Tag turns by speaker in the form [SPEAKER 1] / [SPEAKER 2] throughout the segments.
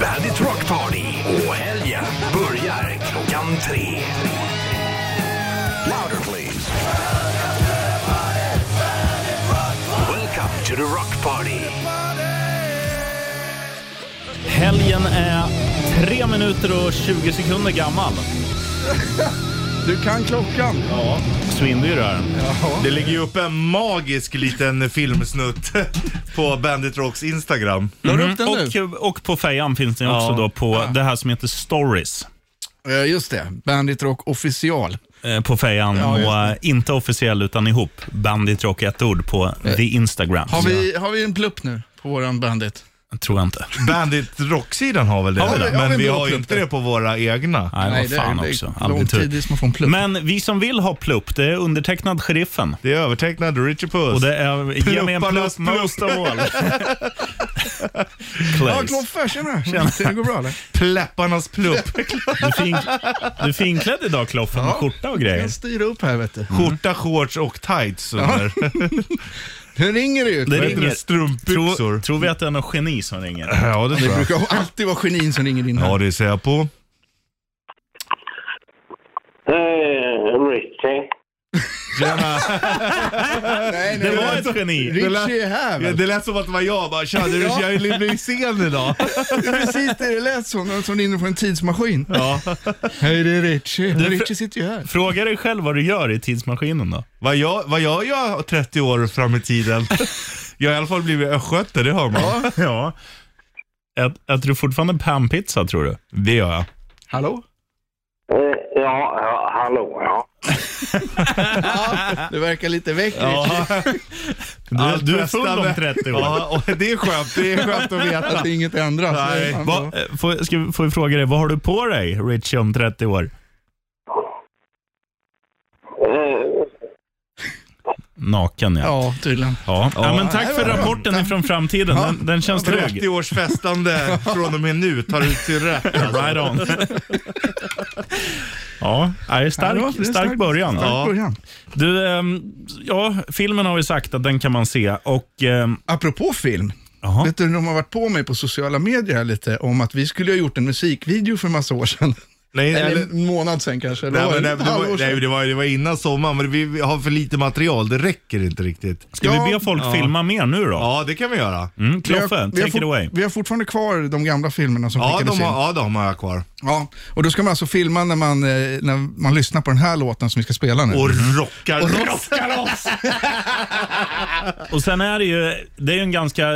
[SPEAKER 1] Bandit Rock Party och helgen börjar klockan tre. Louder please. Welcome to the Rock Party.
[SPEAKER 2] Helgen är 3 minuter och 20 sekunder gammal.
[SPEAKER 3] Du kan klockan.
[SPEAKER 2] Svindyr är den.
[SPEAKER 4] Det ligger ju upp en magisk liten filmsnutt på Bandit Rocks Instagram.
[SPEAKER 3] La du upp den nu?
[SPEAKER 2] Och, och på fejan finns den också då på det här som heter Stories.
[SPEAKER 3] Eh, just det, Bandit Rock official.
[SPEAKER 2] eh, På fejan
[SPEAKER 3] Ja, just
[SPEAKER 2] och eh, inte officiell utan ihop. Bandit Rock ett ord på the Instagram.
[SPEAKER 3] Eh, Har vi, har vi en plupp nu på våran Bandit?
[SPEAKER 2] Tror jag inte.
[SPEAKER 4] Bandit Rock-sidan har väl det?
[SPEAKER 3] Har vi det? Har vi
[SPEAKER 4] Men
[SPEAKER 3] en
[SPEAKER 4] vi
[SPEAKER 3] bra
[SPEAKER 4] har ju
[SPEAKER 3] klubb
[SPEAKER 4] inte
[SPEAKER 3] där?
[SPEAKER 4] det på våra egna.
[SPEAKER 2] Nej,
[SPEAKER 3] det
[SPEAKER 2] vad fan
[SPEAKER 3] är, det
[SPEAKER 2] också.
[SPEAKER 3] är lång
[SPEAKER 2] Aldrig
[SPEAKER 3] tid
[SPEAKER 2] tur.
[SPEAKER 3] tills man får en plupp.
[SPEAKER 2] Men vi som vill ha plupp, det är undertecknad sheriffen.
[SPEAKER 4] Det är övertecknad Richard
[SPEAKER 2] Och
[SPEAKER 4] Puss.
[SPEAKER 2] det är ge mig en
[SPEAKER 4] Plupparnas
[SPEAKER 2] plupp most of all.
[SPEAKER 3] ja,
[SPEAKER 2] Claes.
[SPEAKER 3] Kloffe, tjena. tjena. Det går bra eller?
[SPEAKER 4] Pläpparnas plupp.
[SPEAKER 2] Du, är fin, du är finklädd idag Kloffen med skjorta och grejer.
[SPEAKER 3] Jag styr upp här vet du.
[SPEAKER 4] Skjorta, shorts och tights under.
[SPEAKER 3] Nu ringer det ju.
[SPEAKER 2] Det
[SPEAKER 4] Vad heter
[SPEAKER 2] ringer.
[SPEAKER 4] det? Strumpbyxor.
[SPEAKER 2] Tror, tror vi att det är någon geni som ringer?
[SPEAKER 4] Ja, det
[SPEAKER 3] Det
[SPEAKER 4] tror jag.
[SPEAKER 3] brukar alltid vara genin som ringer in här.
[SPEAKER 4] Ja, det ser jag på.
[SPEAKER 5] Eh, Richie.
[SPEAKER 4] Tjena.
[SPEAKER 3] nej,
[SPEAKER 2] Det
[SPEAKER 3] nej,
[SPEAKER 2] var ett geni.
[SPEAKER 3] Richie är här
[SPEAKER 4] Ja,
[SPEAKER 3] väl?
[SPEAKER 4] Det lät som att det var jag. Bara, Tja, du,
[SPEAKER 3] Ja.
[SPEAKER 4] jag blir sen idag.
[SPEAKER 3] Det är precis det det lät som. Någon som ringer från en tidsmaskin.
[SPEAKER 4] Ja.
[SPEAKER 3] Hej, det är Richie.
[SPEAKER 2] Du-
[SPEAKER 3] Richie sitter ju här.
[SPEAKER 2] Fråga dig själv vad du gör i tidsmaskinen då.
[SPEAKER 4] Vad jag, vad jag gör 30 år fram i tiden. Jag har i alla fall blivit östgöte, det hör man.
[SPEAKER 2] Ja. Ät- Äter du fortfarande panpizza tror du?
[SPEAKER 4] Det gör jag.
[SPEAKER 3] Hallå?
[SPEAKER 5] Eh, ja, ja, hallå ja.
[SPEAKER 3] Du verkar lite väck Richie.
[SPEAKER 2] Du,
[SPEAKER 4] Allt
[SPEAKER 2] du är
[SPEAKER 4] bästa
[SPEAKER 2] full om
[SPEAKER 4] med-
[SPEAKER 2] 30 år.
[SPEAKER 4] Ja, och det är skönt. Det är skönt att veta.
[SPEAKER 3] Att det inget ändras.
[SPEAKER 4] Nej.
[SPEAKER 3] Det är fan
[SPEAKER 2] Va,
[SPEAKER 3] bra.
[SPEAKER 2] eh, får, ska, vi- får vi fråga dig, vad har du på dig Richie om 30 år?
[SPEAKER 5] Eh,
[SPEAKER 2] Naken ja.
[SPEAKER 3] Ja, tydligen.
[SPEAKER 2] Ja. ja. men
[SPEAKER 3] det
[SPEAKER 2] tack för
[SPEAKER 3] var bra.
[SPEAKER 2] rapporten ifrån framtiden. Den, den känns trygg.
[SPEAKER 4] 30 års festande från och med nu tar ut till rätt.
[SPEAKER 2] Right on. Ja, nej,
[SPEAKER 3] Ja, det var-
[SPEAKER 2] stark,
[SPEAKER 3] det är
[SPEAKER 2] stark början.
[SPEAKER 3] Stark
[SPEAKER 2] Ja.
[SPEAKER 3] början.
[SPEAKER 2] Du, ehm, ja, filmen har vi sagt att den kan man se och... ehm,
[SPEAKER 3] Apropå film.
[SPEAKER 2] Jaha.
[SPEAKER 3] Vet du, de har varit på mig på sociala medier här lite om att vi skulle ha gjort en musikvideo för en massa år sedan.
[SPEAKER 4] Nej,
[SPEAKER 3] Eller
[SPEAKER 4] eller,
[SPEAKER 3] en månad sedan kanske. Eller
[SPEAKER 4] nej,
[SPEAKER 3] var
[SPEAKER 4] men,
[SPEAKER 3] det
[SPEAKER 4] nej, det,
[SPEAKER 3] ett
[SPEAKER 4] var,
[SPEAKER 3] halvår sedan?
[SPEAKER 4] nej det, var, det var innan sommaren, men vi, vi har för lite material. Det räcker inte riktigt.
[SPEAKER 2] Ska vi
[SPEAKER 3] Ja,
[SPEAKER 2] be folk filma mer nu då?
[SPEAKER 4] Ja, det kan vi göra.
[SPEAKER 2] Mm,
[SPEAKER 3] Vi har-
[SPEAKER 2] Kloffe,
[SPEAKER 3] vi har
[SPEAKER 2] take it
[SPEAKER 3] fort-
[SPEAKER 2] away.
[SPEAKER 3] Vi har fortfarande kvar de gamla filmerna som
[SPEAKER 4] Ja,
[SPEAKER 3] skickades
[SPEAKER 4] de
[SPEAKER 3] in.
[SPEAKER 4] har, ja, de har jag kvar.
[SPEAKER 3] Ja, och då ska man alltså filma när man, eh, när man lyssnar på den här låten som vi ska spela nu.
[SPEAKER 2] Mm.
[SPEAKER 4] Och rockar loss.
[SPEAKER 2] Och sen är det ju, det är ju en ganska,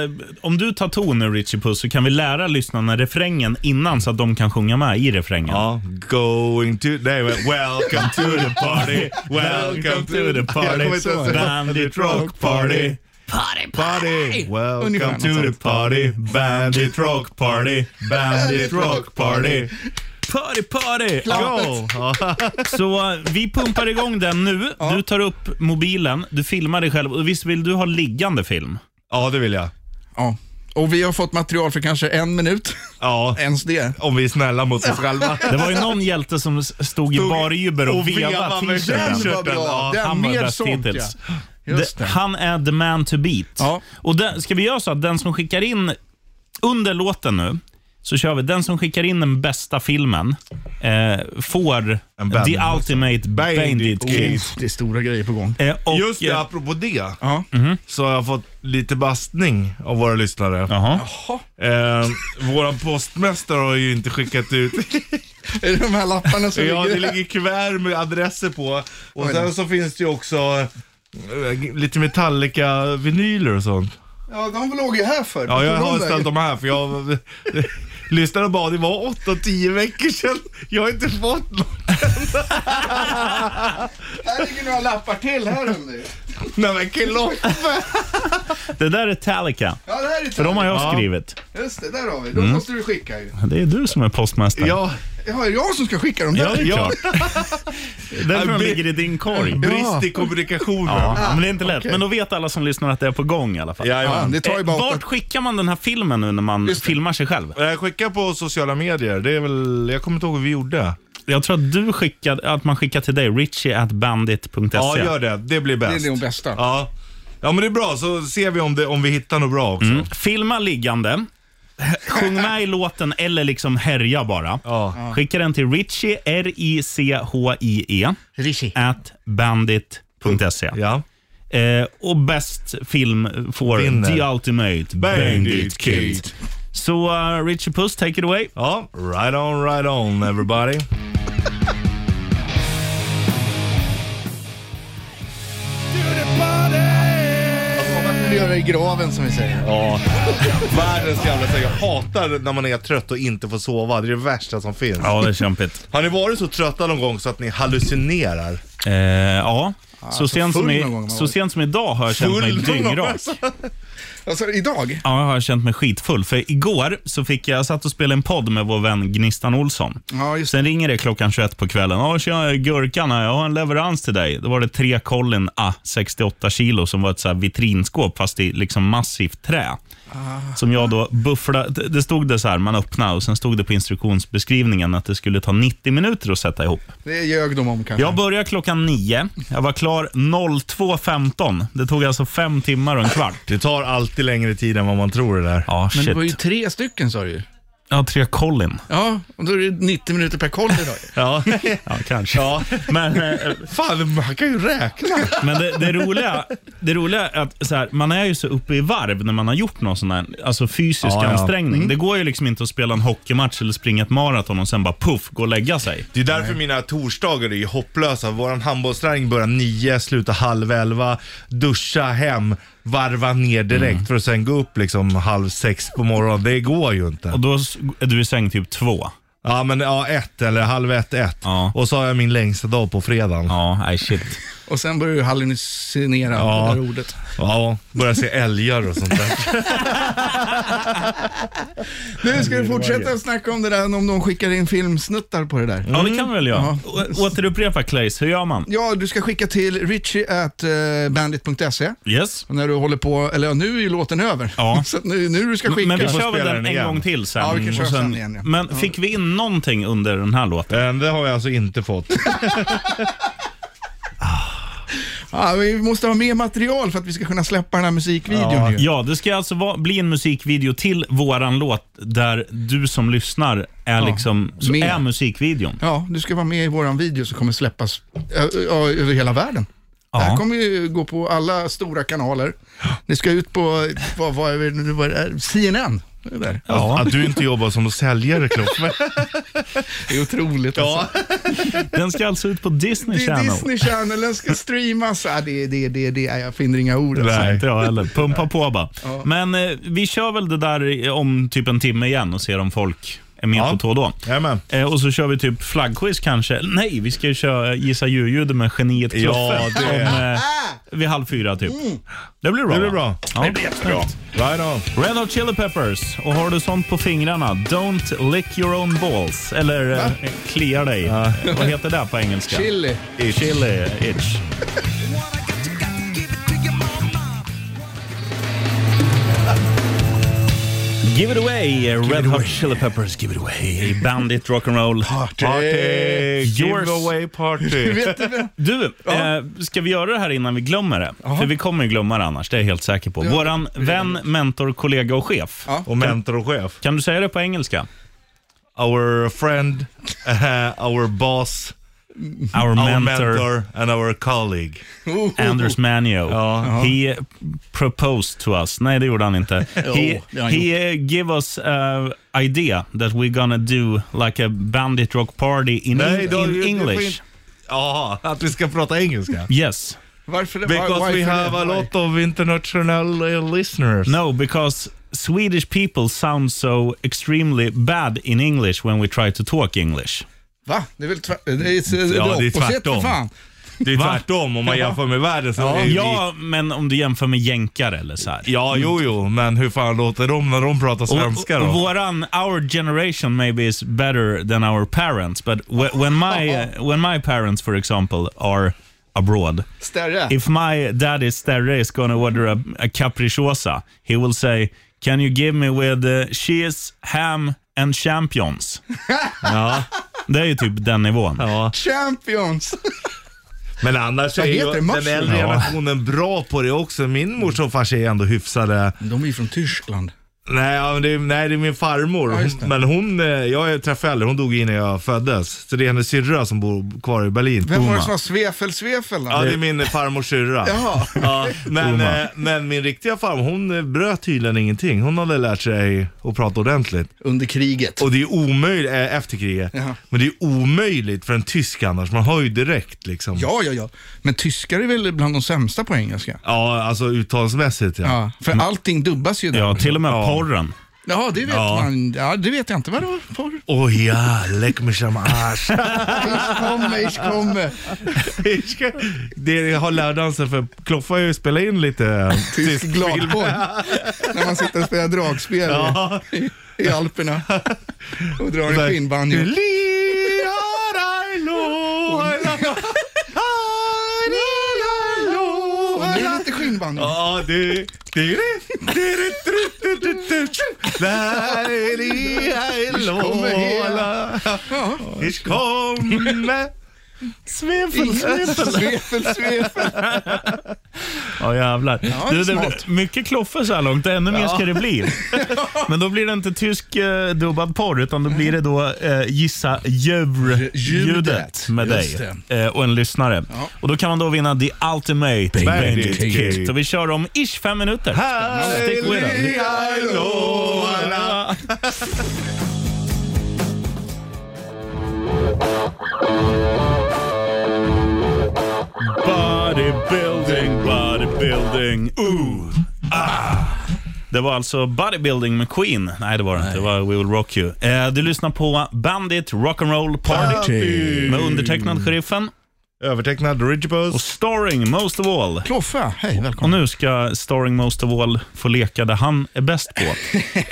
[SPEAKER 2] om du tar ton nu Richie Puss så kan vi lära lyssnarna refrängen innan så att de kan sjunga med i refrängen.
[SPEAKER 4] Ja, going to... Nej, men welcome to the party. Welcome to the
[SPEAKER 2] Jag
[SPEAKER 4] party.
[SPEAKER 2] kommer
[SPEAKER 3] inte ens-
[SPEAKER 2] Bandit rock party.
[SPEAKER 4] Party!
[SPEAKER 3] Ungefär
[SPEAKER 4] Welcome
[SPEAKER 3] något
[SPEAKER 4] to the
[SPEAKER 3] sånt.
[SPEAKER 4] party. Bandit rock party. Bandit rock party.
[SPEAKER 2] Party party!
[SPEAKER 4] Go! Ja.
[SPEAKER 2] Så eh, vi pumpar igång den nu. Du tar upp mobilen, du filmar dig själv och visst vill du ha liggande film?
[SPEAKER 4] Ja, det vill jag.
[SPEAKER 3] Ja. Och vi har fått material för kanske en minut.
[SPEAKER 4] Ja,
[SPEAKER 3] Ens det.
[SPEAKER 4] om vi är snälla mot oss själva.
[SPEAKER 2] Det var ju någon hjälte som s- stod i barjuber och,
[SPEAKER 4] och
[SPEAKER 2] vevade
[SPEAKER 4] vevade med
[SPEAKER 2] t-shirten.
[SPEAKER 4] t-shirten.
[SPEAKER 3] Den var bra.
[SPEAKER 4] ja,
[SPEAKER 3] den,
[SPEAKER 2] han var
[SPEAKER 3] mer
[SPEAKER 2] bäst
[SPEAKER 3] sånt
[SPEAKER 2] hittills.
[SPEAKER 3] ja. Just
[SPEAKER 2] Det,
[SPEAKER 3] det.
[SPEAKER 2] han är the man to beat.
[SPEAKER 3] Ja.
[SPEAKER 2] Och den, ska vi göra så att den som skickar in, under låten nu, så kör vi. Den som skickar in den bästa filmen eh, får
[SPEAKER 4] En bandit.
[SPEAKER 2] the ultimate bandit,
[SPEAKER 4] Bandit
[SPEAKER 2] kiss.
[SPEAKER 3] Det är stora grejer på gång.
[SPEAKER 2] Eh, och,
[SPEAKER 4] Just det,
[SPEAKER 2] eh,
[SPEAKER 4] apropå det,
[SPEAKER 3] Ja.
[SPEAKER 4] så har jag fått lite bastning av våra lyssnare.
[SPEAKER 2] Jaha.
[SPEAKER 4] Eh, våran postmästare har ju inte skickat ut...
[SPEAKER 3] Är det de här lapparna som
[SPEAKER 4] ja, det
[SPEAKER 3] ligger där?
[SPEAKER 4] ligger kuvert med adresser på. Och
[SPEAKER 3] Oj då.
[SPEAKER 4] sen så finns det ju också eh, lite Metallica-vinyler och sånt.
[SPEAKER 3] Ja, de låg ju här för.
[SPEAKER 4] Ja, jag
[SPEAKER 3] Tog de
[SPEAKER 4] har
[SPEAKER 3] där?
[SPEAKER 4] ställt dem här för jag lyssnade och bara, det var 8-10 veckor sedan. Jag har inte fått något.
[SPEAKER 3] Här ligger några lappar till här under.
[SPEAKER 4] Nej men Kloffe!
[SPEAKER 2] Det där är Talica.
[SPEAKER 3] Ja, det här är
[SPEAKER 2] För de har jag
[SPEAKER 4] Ja.
[SPEAKER 2] skrivit.
[SPEAKER 3] Just det, där har vi. De
[SPEAKER 4] Mm.
[SPEAKER 3] måste du skicka ju.
[SPEAKER 2] Det är du som är postmästare.
[SPEAKER 4] Ja,
[SPEAKER 3] Ja, är det jag som ska skicka dem
[SPEAKER 2] Ja,
[SPEAKER 3] där?
[SPEAKER 2] det är
[SPEAKER 4] Ja.
[SPEAKER 2] klart. Därför de
[SPEAKER 4] Ja,
[SPEAKER 2] ligger i din korg.
[SPEAKER 4] brist i kommunikationen.
[SPEAKER 2] Ja, men det är inte lätt. Men då vet alla som lyssnar att det är på gång i alla fall.
[SPEAKER 3] Ja,
[SPEAKER 4] Jajamän.
[SPEAKER 3] det tar ju
[SPEAKER 2] Eh,
[SPEAKER 3] bara
[SPEAKER 2] Vart
[SPEAKER 3] åtta...
[SPEAKER 2] skickar man den här filmen nu när man
[SPEAKER 3] Just det.
[SPEAKER 2] filmar sig själv?
[SPEAKER 4] Jag skickar Eh, på sociala medier, det är väl, jag kommer inte ihåg hur vi gjorde.
[SPEAKER 2] Jag tror att du skickade, att man skickar till dig, richie at bandit.se.
[SPEAKER 4] Ja, gör det. Det blir
[SPEAKER 3] Det
[SPEAKER 4] bäst.
[SPEAKER 3] är de bästa.
[SPEAKER 2] Mm.
[SPEAKER 4] Ja. ja, men det är bra. Så ser vi om, det, om vi hittar något bra också.
[SPEAKER 2] Filma liggande. Sjung med i låten eller liksom härja bara.
[SPEAKER 4] Ja.
[SPEAKER 2] Skicka den till Richie, R-I-C-H-I-E,
[SPEAKER 3] Rishi.
[SPEAKER 2] E, at bandit.se.
[SPEAKER 4] Ja.
[SPEAKER 2] Eh, och bäst film får
[SPEAKER 4] Vinner.
[SPEAKER 2] The Ultimate Bandit Kid. Så eh, Richie Puss, take it away.
[SPEAKER 4] Ja, right on, right on everybody.
[SPEAKER 3] Man göra i graven som vi säger.
[SPEAKER 4] Ja. Världens jävla säng. Jag hatar när man är trött och inte får sova. Det är det värsta som finns.
[SPEAKER 2] Ja, det är kämpigt.
[SPEAKER 4] Har ni varit så trötta någon gång så att ni hallucinerar?
[SPEAKER 2] Eh, ja, så, sent som
[SPEAKER 3] full
[SPEAKER 2] i,
[SPEAKER 3] någon gång har man
[SPEAKER 2] så
[SPEAKER 3] varit.
[SPEAKER 2] sent som idag har jag känt mig
[SPEAKER 4] Full någon gång,
[SPEAKER 2] dyngrak.
[SPEAKER 4] alltså.
[SPEAKER 3] Alltså idag?
[SPEAKER 2] Ja, jag har känt mig skitfull. För igår så fick jag, jag satt och spelade en podd med vår vän Gnistan Olsson.
[SPEAKER 3] Ja, just
[SPEAKER 2] Sen ringer det klockan 21 på kvällen. Ja, tjena Gurkan, här. jag har en leverans till dig. Då var det tre kollin A 68 kilo som var ett så här vitrinskåp fast i liksom massivt trä. Som jag då bufflade. Det stod det så här, man öppnade och sen stod det på instruktionsbeskrivningen att det skulle ta 90 minuter att sätta ihop.
[SPEAKER 3] det ljög de om kanske.
[SPEAKER 2] Jag började klockan 9. Jag var klar 02.15. Det tog alltså fem timmar och en kvart.
[SPEAKER 4] Det tar alltid längre tid än vad man tror det där.
[SPEAKER 2] Ja,
[SPEAKER 3] Men
[SPEAKER 2] shit.
[SPEAKER 3] det var ju tre stycken sa du ju.
[SPEAKER 2] Ja, tre kollin.
[SPEAKER 3] Ja, och då är det 90 minuter per koll idag.
[SPEAKER 4] Ja.
[SPEAKER 2] Ja, kanske. Men, eh,
[SPEAKER 4] Fan, man kan ju räkna.
[SPEAKER 2] men det, det, roliga, det roliga är att så här, man är ju så uppe i varv när man har gjort någon sån här alltså fysisk
[SPEAKER 4] Ja, ja.
[SPEAKER 2] ansträngning.
[SPEAKER 3] Mm.
[SPEAKER 2] Det går ju liksom inte att spela en hockeymatch eller springa ett maraton och sen bara puff, gå och lägga sig.
[SPEAKER 4] Det är därför mina torsdagar är hopplösa. Våran handbollsträning börjar nio, slutar halv elva, duscha hem, varva ner direkt för att sen gå upp liksom halv sex på morgonen. Det går ju inte.
[SPEAKER 2] Och då s- är du i säng typ två.
[SPEAKER 4] Ja men ja, ett eller halv ett, ett.
[SPEAKER 2] Ja.
[SPEAKER 4] Och så har jag min längsta dag på fredagen. Ja,
[SPEAKER 2] Ja, nej shit.
[SPEAKER 3] Och sen börjar du hallucinera
[SPEAKER 4] Ja.
[SPEAKER 3] det där ordet.
[SPEAKER 4] börjar se älgar och sånt där.
[SPEAKER 3] Nu ska vi fortsätta att snacka om det där, om de skickar in filmsnuttar på det där.
[SPEAKER 2] Ja, det kan vi väl göra.
[SPEAKER 3] Mm.
[SPEAKER 2] Å- Återupprepa Claes, hur gör man?
[SPEAKER 3] Ja, du ska skicka till richie at eh, bandit.se.
[SPEAKER 2] Yes.
[SPEAKER 3] Och När du håller på, eller ja, nu är ju låten över.
[SPEAKER 2] Ja.
[SPEAKER 3] Så att nu, nu du ska skicka.
[SPEAKER 2] Men vi
[SPEAKER 4] får
[SPEAKER 2] kör väl
[SPEAKER 4] spela
[SPEAKER 2] den
[SPEAKER 4] den
[SPEAKER 2] en
[SPEAKER 4] igen.
[SPEAKER 2] gång till sen.
[SPEAKER 3] Ja, vi kan köra
[SPEAKER 2] och
[SPEAKER 3] sen igen, ja.
[SPEAKER 2] Men fick vi in någonting under den här låten?
[SPEAKER 4] Eh, Det har jag alltså inte fått.
[SPEAKER 3] Ja, vi måste ha mer material för att vi ska kunna släppa den här musikvideon.
[SPEAKER 4] Ja.
[SPEAKER 3] ju.
[SPEAKER 2] Ja, det ska alltså vara, bli en musikvideo till våran låt där du som lyssnar är liksom, så
[SPEAKER 3] med.
[SPEAKER 2] är musikvideon.
[SPEAKER 3] Ja, du ska vara med i våran video som kommer släppas ö- ö- över hela världen. Det här
[SPEAKER 2] Ja.
[SPEAKER 3] kommer ju gå på alla stora kanaler. Ni ska ut på, vad, vad är det nu, vad är det? CNN. Det där.
[SPEAKER 2] Ja.
[SPEAKER 4] Att du inte jobbar som säljare Kloffe.
[SPEAKER 3] Det är otroligt alltså.
[SPEAKER 2] Den ska alltså ut på Disney
[SPEAKER 3] Det är
[SPEAKER 2] Channel.
[SPEAKER 3] Disney Channel, den ska streamas. Ja, det, det, det, det, jag finner inga ord. Alltså.
[SPEAKER 2] Nej, inte jag heller. Pumpa på bara. Men eh, vi kör väl det där i- om typ en timme igen och ser om folk är med
[SPEAKER 4] Ja.
[SPEAKER 2] på tå då.
[SPEAKER 4] Jajamän.
[SPEAKER 2] Eh, och så kör vi typ flaggquiz kanske. Nej, vi ska ju köra Gissa djurljudet med geniet Kloffe.
[SPEAKER 4] Ja, det-
[SPEAKER 2] om, eh, vid halv fyra typ. Det blir bra.
[SPEAKER 4] Det blir
[SPEAKER 2] va?
[SPEAKER 4] bra.
[SPEAKER 2] Ja.
[SPEAKER 1] Det blir jättebra.
[SPEAKER 4] Right on.
[SPEAKER 2] Red Hot Chili Peppers. Och har du sånt på fingrarna, don't lick your own balls. Eller eh, kliar dig. Eh, Vad heter det på engelska?
[SPEAKER 3] Chili.
[SPEAKER 2] Itch. Chili itch. Give it away, eh, Red Hot Chili Peppers. Give it away. Bandit Rock'n'Roll.
[SPEAKER 4] Party!
[SPEAKER 2] Yours.
[SPEAKER 4] Giveaway party!
[SPEAKER 3] Vet du vem?
[SPEAKER 2] Du, eh, ska vi göra det här innan vi glömmer det? För vi kommer ju glömma det annars, det är jag helt säker på. Våran vän, mentor, kollega och chef.
[SPEAKER 3] Ja.
[SPEAKER 4] Och mentor och chef.
[SPEAKER 2] Kan du säga det på engelska?
[SPEAKER 4] Our friend, eh, our boss,
[SPEAKER 2] Our
[SPEAKER 4] our
[SPEAKER 2] mentor,
[SPEAKER 4] mentor and our colleague.
[SPEAKER 2] Anders Manio.
[SPEAKER 4] Ja.
[SPEAKER 2] He proposed to us. Nej, det gjorde han inte. he
[SPEAKER 3] det har han
[SPEAKER 2] he gave us an idea that we're gonna do like a bandit rock party in,
[SPEAKER 4] då-
[SPEAKER 2] in
[SPEAKER 4] du- du får
[SPEAKER 2] English.
[SPEAKER 4] inte- Jaha, att vi ska prata engelska?
[SPEAKER 2] Yes.
[SPEAKER 3] Varför det?
[SPEAKER 4] Because
[SPEAKER 3] Why-
[SPEAKER 4] we
[SPEAKER 3] why-
[SPEAKER 4] have a lot of international eh, listeners.
[SPEAKER 2] No, because Swedish people sound so extremely bad in English when we try to talk English.
[SPEAKER 3] Va? Det är väl tvärtom? Det är,
[SPEAKER 4] Ja, det är
[SPEAKER 3] opposite, för
[SPEAKER 4] tvärtom.
[SPEAKER 3] fan.
[SPEAKER 4] Det är
[SPEAKER 2] Va?
[SPEAKER 4] tvärtom om man jämför med världen. Så är det ju vi-
[SPEAKER 2] Ja, men om du jämför med jänkare eller så här.
[SPEAKER 4] ja, jo, jo, men hur fan låter de när de pratar svenska
[SPEAKER 2] Och- och
[SPEAKER 4] då?
[SPEAKER 2] Våran, our generation maybe is better than our parents, but wh- when my uh, when my parents, for example, are abroad,
[SPEAKER 3] Större.
[SPEAKER 2] if my daddy Sterre is gonna order a, a capricciosa, he will say, "Can you give me with uh, cheese, ham and champions?" ja, det är ju typ den nivån.
[SPEAKER 4] Ja.
[SPEAKER 3] Champions!
[SPEAKER 4] Men annars är
[SPEAKER 3] Vad
[SPEAKER 4] ju
[SPEAKER 3] heter
[SPEAKER 4] den
[SPEAKER 3] matchen?
[SPEAKER 4] äldre
[SPEAKER 2] Ja.
[SPEAKER 4] generationen bra på det också. Min mors och fars är ändå hyfsade.
[SPEAKER 3] De är ju från Tyskland.
[SPEAKER 4] Nej, ja, men det, är- nej, det är min farmor.
[SPEAKER 3] Ja, just det.
[SPEAKER 4] Hon- men hon, eh, jag träffade henne, hon dog innan jag föddes. Så det är hennes syrra som bor kvar i Berlin.
[SPEAKER 3] Vem var
[SPEAKER 4] Oma.
[SPEAKER 3] det som var Svefel Svefel?
[SPEAKER 4] Ja, det är min farmors syrra.
[SPEAKER 3] Jaha.
[SPEAKER 4] Ja, men,
[SPEAKER 2] Oma.
[SPEAKER 4] eh, men min riktiga farmor, hon eh, bröt tydligen ingenting. Hon hade lärt sig att prata ordentligt.
[SPEAKER 3] Under kriget.
[SPEAKER 4] Och det är omöjligt, eh, efter kriget,
[SPEAKER 3] Jaha.
[SPEAKER 4] men det är omöjligt för en tysk annars. Man hör ju direkt liksom.
[SPEAKER 3] Ja, ja, ja. Men tyskar är väl bland de sämsta på engelska?
[SPEAKER 4] Ja, alltså uttalsmässigt ja.
[SPEAKER 3] Ja, för allting dubbas ju där.
[SPEAKER 2] Ja, till och med
[SPEAKER 4] Ja.
[SPEAKER 2] porren.
[SPEAKER 3] Jaha, det vet
[SPEAKER 4] Ja.
[SPEAKER 3] man. Ja, det vet jag inte. Vadå? Porr?
[SPEAKER 4] Oh ja, leck mich am Arsch.
[SPEAKER 3] Ich komme, ich komme.
[SPEAKER 4] det har lärdansen för Kloffa har ju spelat in lite eh,
[SPEAKER 3] Tysk
[SPEAKER 4] tysk film.
[SPEAKER 3] gladporr. När man sitter och spelar dragspel
[SPEAKER 4] Ja.
[SPEAKER 3] i, i Alperna. Och drar en skinnbanjo. Och nu är det lite skinnbanjo.
[SPEAKER 4] Ja, det... det-
[SPEAKER 3] kommer hela. Ja.
[SPEAKER 4] Ich komme. Svefel,
[SPEAKER 3] Svefel, svefel.
[SPEAKER 2] Ja, jävlar.
[SPEAKER 3] det är
[SPEAKER 2] du, det
[SPEAKER 3] smart.
[SPEAKER 2] blir mycket kloffe så här långt. Ännu mer ska det bli. Men då blir det inte tysk eh, dubbad porr, utan då blir det då eh, gissa
[SPEAKER 3] Ljudet.
[SPEAKER 2] djur-ljudet med
[SPEAKER 3] Just
[SPEAKER 2] dig eh, och en lyssnare. Och Då kan man då vinna the ultimate bandit,
[SPEAKER 4] Bandit
[SPEAKER 2] kit.
[SPEAKER 4] kit.
[SPEAKER 2] Så vi kör om ish fem minuter. Stick with us.
[SPEAKER 4] Halleluja.
[SPEAKER 2] Bodybuilding, bodybuilding, ooh, ah. Det var alltså Bodybuilding med Queen. Nej, det var det inte. Det var We Will Rock You. Eh, du lyssnar på Bandit Rock'n'Roll Party med undertecknad Sheriffen
[SPEAKER 4] Övertecknad Ridgebuss.
[SPEAKER 2] och Starring Most of All.
[SPEAKER 3] Kloffe, hej, välkommen.
[SPEAKER 2] Och nu ska Starring Most of All få leka det han är bäst på.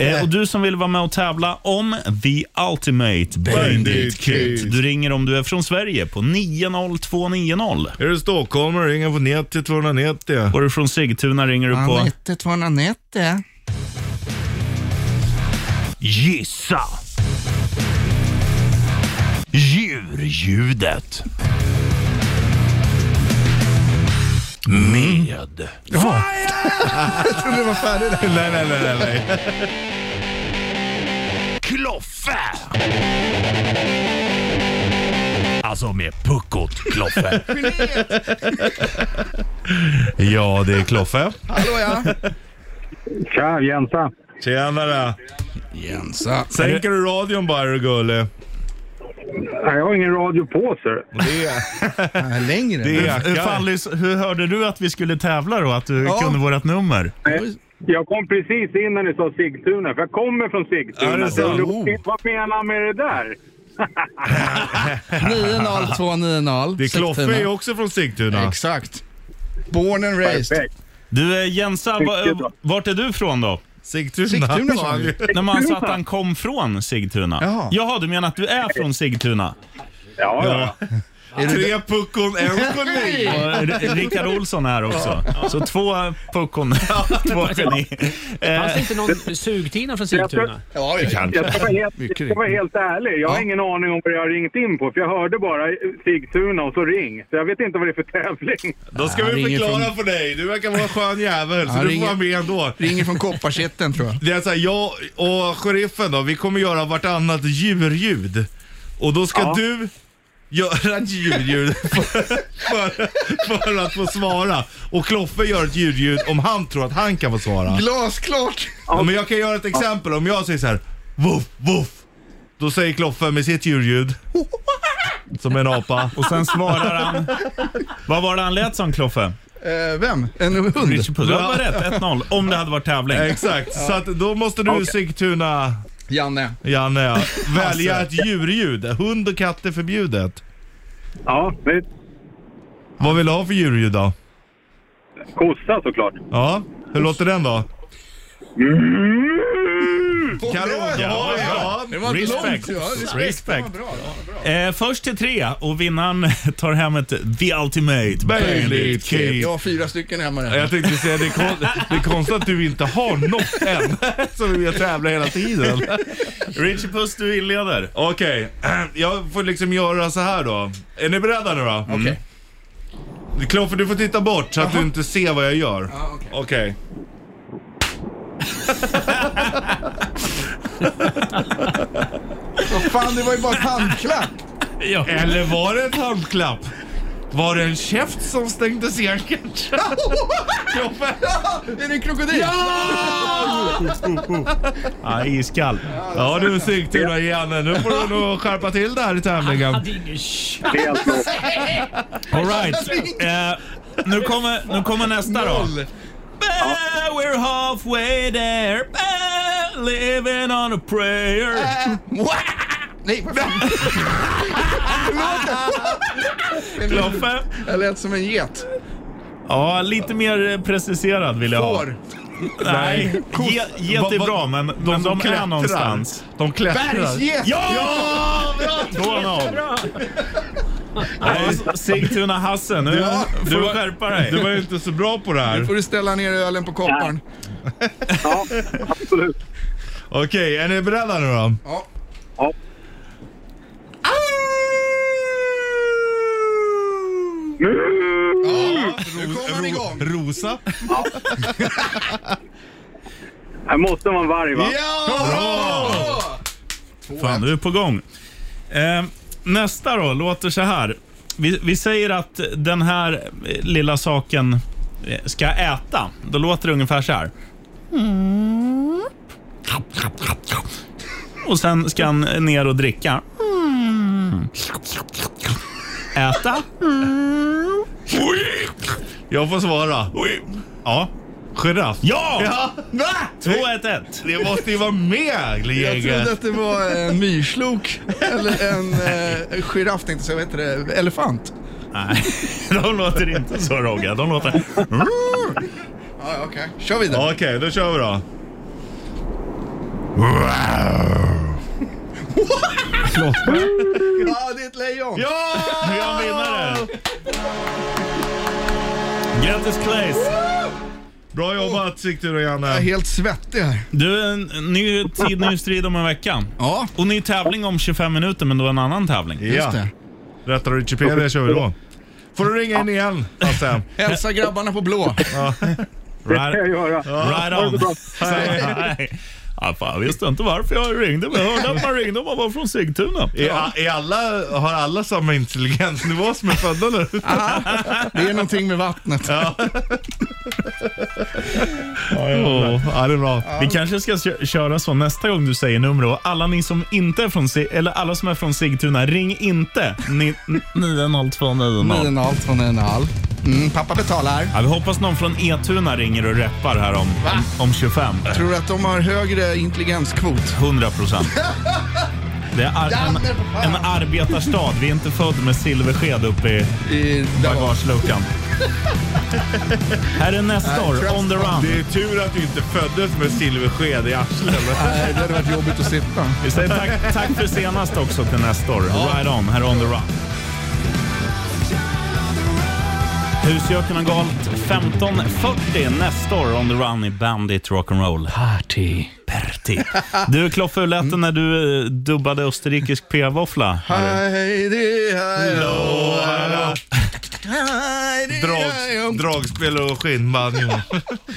[SPEAKER 2] Eh, och Du som vill vara med och tävla om The Ultimate Bandit Kit. Du ringer om du är från Sverige på 90290.
[SPEAKER 4] Är du stockholmare, ring på 90 290.
[SPEAKER 2] Och du är från Sigtuna ringer du på...
[SPEAKER 3] Anette 290.
[SPEAKER 2] Gissa. Djurljudet. Med.
[SPEAKER 3] Ja. jag trodde det var färdigt. där.
[SPEAKER 4] Nej, nej, nej, nej, nej.
[SPEAKER 1] Kloffe! Alltså med puckot Kloffe.
[SPEAKER 4] Ja, det är Kloffe.
[SPEAKER 3] Hallå ja.
[SPEAKER 5] Tja, Jensa.
[SPEAKER 4] Tjenare.
[SPEAKER 3] Jensa.
[SPEAKER 4] Sänker du radion bara, är du gullig?
[SPEAKER 5] Jag har ingen radio på, ser
[SPEAKER 4] Det är,
[SPEAKER 3] Nej, längre.
[SPEAKER 4] det är
[SPEAKER 2] Hur,
[SPEAKER 4] jackar.
[SPEAKER 2] fan, Lys- hur hörde du att vi skulle tävla då? Att du
[SPEAKER 3] Ja.
[SPEAKER 2] kunde vårt nummer?
[SPEAKER 5] Jag kom precis innan ni sa Sigtuna, för jag kommer från Sigtuna.
[SPEAKER 4] Ja, det är sant.
[SPEAKER 5] Så jag
[SPEAKER 3] Oh,
[SPEAKER 5] undrar, Vad menar han med det där?
[SPEAKER 3] 90290.
[SPEAKER 4] Det är Kloffe är ju också från Sigtuna.
[SPEAKER 3] Exakt. Born and raised.
[SPEAKER 5] Perfekt.
[SPEAKER 2] Du eh, Jensa, va,
[SPEAKER 5] Mycket bra.
[SPEAKER 2] vart är du från då?
[SPEAKER 4] Sigtuna.
[SPEAKER 3] Sigtuna sa han ju.
[SPEAKER 2] När man sa att han kom från Sigtuna.
[SPEAKER 3] Jaha.
[SPEAKER 2] Jaha, du menar att du är från Sigtuna?
[SPEAKER 5] Ja, ja.
[SPEAKER 4] Tre puckon, en kolli.
[SPEAKER 2] Och R- Rickard Olsson är här också. Så två puckon, två geni.
[SPEAKER 6] Fanns det inte någon sugtina från Sigtuna?
[SPEAKER 3] Ja, det kan.
[SPEAKER 2] Eh,
[SPEAKER 5] Jag ska vara helt,
[SPEAKER 3] Mycket
[SPEAKER 5] jag ska vara
[SPEAKER 3] riktigt.
[SPEAKER 5] helt ärlig. Jag har
[SPEAKER 3] Ja.
[SPEAKER 5] ingen aning om vad jag har ringt in på. För jag hörde bara Sigtuna och så ring. Så jag vet inte vad det är för tävling.
[SPEAKER 4] Då ska
[SPEAKER 3] Han
[SPEAKER 4] vi
[SPEAKER 3] ringer
[SPEAKER 4] förklara för dig. Du verkar vara en skön jävel, så
[SPEAKER 3] Han
[SPEAKER 4] du får
[SPEAKER 3] ringer-
[SPEAKER 4] vara med ändå.
[SPEAKER 3] Ringer från Kopparkätten tror jag.
[SPEAKER 4] Det är så här, jag och sheriffen då, vi kommer göra vartannat djurljud. Och då ska
[SPEAKER 5] Ja.
[SPEAKER 4] du göra ett djurljud för, för, för att få svara. Och Kloffe gör ett djurljud om han tror att han kan få svara.
[SPEAKER 3] Glasklart!
[SPEAKER 4] Ja, men jag kan göra ett exempel. Om jag säger så här, woof, woof. Då säger Kloffe med sitt djurljud, som en apa.
[SPEAKER 2] Och sen svarar han... Vad var det han lät som, Kloffe?
[SPEAKER 3] Eh, vem? En hund?
[SPEAKER 2] Richie Puss. Det var rätt. 1-0. Om det hade varit tävling.
[SPEAKER 4] Exakt, så att då måste du Sigtuna,
[SPEAKER 3] Janne.
[SPEAKER 4] Janne, ja, välja ett djurljud. Hund och katt är förbjudet.
[SPEAKER 5] Ja, men
[SPEAKER 4] Vad vill du ha för djurljud då?
[SPEAKER 5] kossa såklart.
[SPEAKER 4] Ja, hur låter den då?
[SPEAKER 3] det,
[SPEAKER 4] Ja, ja.
[SPEAKER 3] det var inte
[SPEAKER 2] Respect.
[SPEAKER 3] långt. Ja, respekt.
[SPEAKER 2] Respect.
[SPEAKER 3] Fan, bra.
[SPEAKER 2] Eh, först till tre och vinnaren tar hem ett The Ultimate
[SPEAKER 4] Bailey
[SPEAKER 2] Bandit Kit.
[SPEAKER 3] Jag har fyra stycken hemma där.
[SPEAKER 4] Jag tänkte säga det är, kon- det är konstigt att du inte har något än som vi vill tävla hela tiden.
[SPEAKER 2] Richie Puss, du inleder.
[SPEAKER 4] Okej, jag får liksom göra så här då. Är ni beredda nu då?
[SPEAKER 2] Mm.
[SPEAKER 4] Okej. Kloffe, du får titta bort Ah, så att du inte ser vad jag gör.
[SPEAKER 3] Ja, okej.
[SPEAKER 4] Okej.
[SPEAKER 3] Vad fan, det var ju bara ett handklapp.
[SPEAKER 6] Ja.
[SPEAKER 4] Eller var det ett handklapp? Var det en käft som stängde cirkeln?
[SPEAKER 3] Är det en krokodil?
[SPEAKER 2] Ja, Ah, iskall.
[SPEAKER 4] Ja du Sigtuna Janne, nu får du nog skärpa till det här i
[SPEAKER 6] Han
[SPEAKER 4] tävlingen.
[SPEAKER 6] hade ingen sh-
[SPEAKER 5] Helt lopp.
[SPEAKER 2] All right. Eh, nu, kommer, nu kommer nästa då. Eh, We're halfway there, eh, living on a prayer.
[SPEAKER 3] Nej, vad fan. Förlåt.
[SPEAKER 2] Loffe?
[SPEAKER 3] Jag lät som en get.
[SPEAKER 2] Ja, lite mer eh, preciserad vill jag ha.
[SPEAKER 3] Får.
[SPEAKER 2] Nej, ge, get är
[SPEAKER 4] Va- va-
[SPEAKER 2] bra, men de, men
[SPEAKER 4] som
[SPEAKER 2] de är
[SPEAKER 4] klättrar.
[SPEAKER 2] någonstans.
[SPEAKER 4] De klättrar.
[SPEAKER 3] Bergsget.
[SPEAKER 2] Ja! Då någon.
[SPEAKER 6] Bra.
[SPEAKER 2] Nej, Sigtuna-Hasse, nu
[SPEAKER 4] Ja.
[SPEAKER 2] får du skärpa dig.
[SPEAKER 4] Du var ju inte så bra på det här.
[SPEAKER 3] Får du ställa ner ölen på kopparn?
[SPEAKER 5] Ja, absolut.
[SPEAKER 4] Okej, är ni beredda nu då?
[SPEAKER 3] Ja.
[SPEAKER 5] Ja.
[SPEAKER 3] Nu kommer han igång.
[SPEAKER 4] Rosa.
[SPEAKER 5] Här måste man varg va?
[SPEAKER 4] Ja!
[SPEAKER 2] Fan, du är på gång. Eh, nästa då låter så här. Vi, vi säger att den här eh, lilla saken eh, ska äta. Då låter det ungefär så här.
[SPEAKER 4] Mm.
[SPEAKER 2] Och sen ska han ner och dricka.
[SPEAKER 4] Mm.
[SPEAKER 2] Äta.
[SPEAKER 4] Jag får svara. Ja. Giraff.
[SPEAKER 2] Ja!
[SPEAKER 4] Ja! Va?
[SPEAKER 2] 2-1-1.
[SPEAKER 4] Det måste ju vara med
[SPEAKER 3] Jag trodde
[SPEAKER 4] gänget.
[SPEAKER 3] att det var en myrslok eller en eh, giraff tänkte jag säga, vad heter det, elefant.
[SPEAKER 2] Nej, de låter inte så Rogge. De låter...
[SPEAKER 3] Ja, ja, okej. Kör vidare.
[SPEAKER 4] Okej, då kör vi då.
[SPEAKER 3] Ja, det är ett lejon.
[SPEAKER 4] Ja!
[SPEAKER 2] Vi har en vinnare. Grattis Claes!
[SPEAKER 4] Bra jobbat Sigtuna och
[SPEAKER 3] Jag är
[SPEAKER 4] Janne.
[SPEAKER 3] helt svettig här.
[SPEAKER 2] Du, en ny tid, ny strid om en vecka.
[SPEAKER 3] Ja,
[SPEAKER 2] Och ny tävling om 25 minuter, men då en annan tävling.
[SPEAKER 3] just
[SPEAKER 4] Ja,
[SPEAKER 3] det.
[SPEAKER 4] rättar du Wikipedia kör vi då. Får du ringa in igen Hasse.
[SPEAKER 3] Hälsa grabbarna på blå.
[SPEAKER 5] Det ska jag
[SPEAKER 2] Right,
[SPEAKER 5] göra.
[SPEAKER 2] right
[SPEAKER 5] Ha det så bra.
[SPEAKER 2] on. Hej, hej. Ja, fan, jag visste inte varför jag ringde, men jag hörde att man ringde om man var från Sigtuna.
[SPEAKER 4] Är, är alla, har alla samma intelligensnivå som är födda nu?
[SPEAKER 3] Det är någonting med vattnet.
[SPEAKER 4] Oh, ja, det är bra.
[SPEAKER 2] Vi kanske ska kö- köra så nästa gång du säger nummer då. Alla ni som inte är från Sig- eller alla som är från Sigtuna, ring inte ni- n- 90290.
[SPEAKER 3] 9,5 från 1,5. Mm, pappa betalar.
[SPEAKER 2] Ja, vi hoppas någon från Etuna ringer och reppar här om, om, om 25.
[SPEAKER 3] Tror du att de har högre intelligenskvot?
[SPEAKER 2] 100 procent. Det är ar- en, en arbetarstad. Vi är inte född med silversked uppe i
[SPEAKER 3] I Davos.
[SPEAKER 2] bagageluckan. Här är nästa år, On the Run.
[SPEAKER 4] Det är tur att du inte föddes med silversked i arslet.
[SPEAKER 3] Nej, det hade varit jobbigt att sitta.
[SPEAKER 2] Vi säger tack, tack för senast också till nästa år. Right on, här är On the Run. Husgöken har galt 15.40 nästa år On the Run i Bandit Rock'n'Roll.
[SPEAKER 6] Party.
[SPEAKER 2] Perti. Du Kloffe, hur lät det när du eh, dubbade österrikisk p-våffla?
[SPEAKER 3] Heidi,
[SPEAKER 2] Mm.
[SPEAKER 3] hallå.
[SPEAKER 4] Drags, dragspel och skinnbanjo.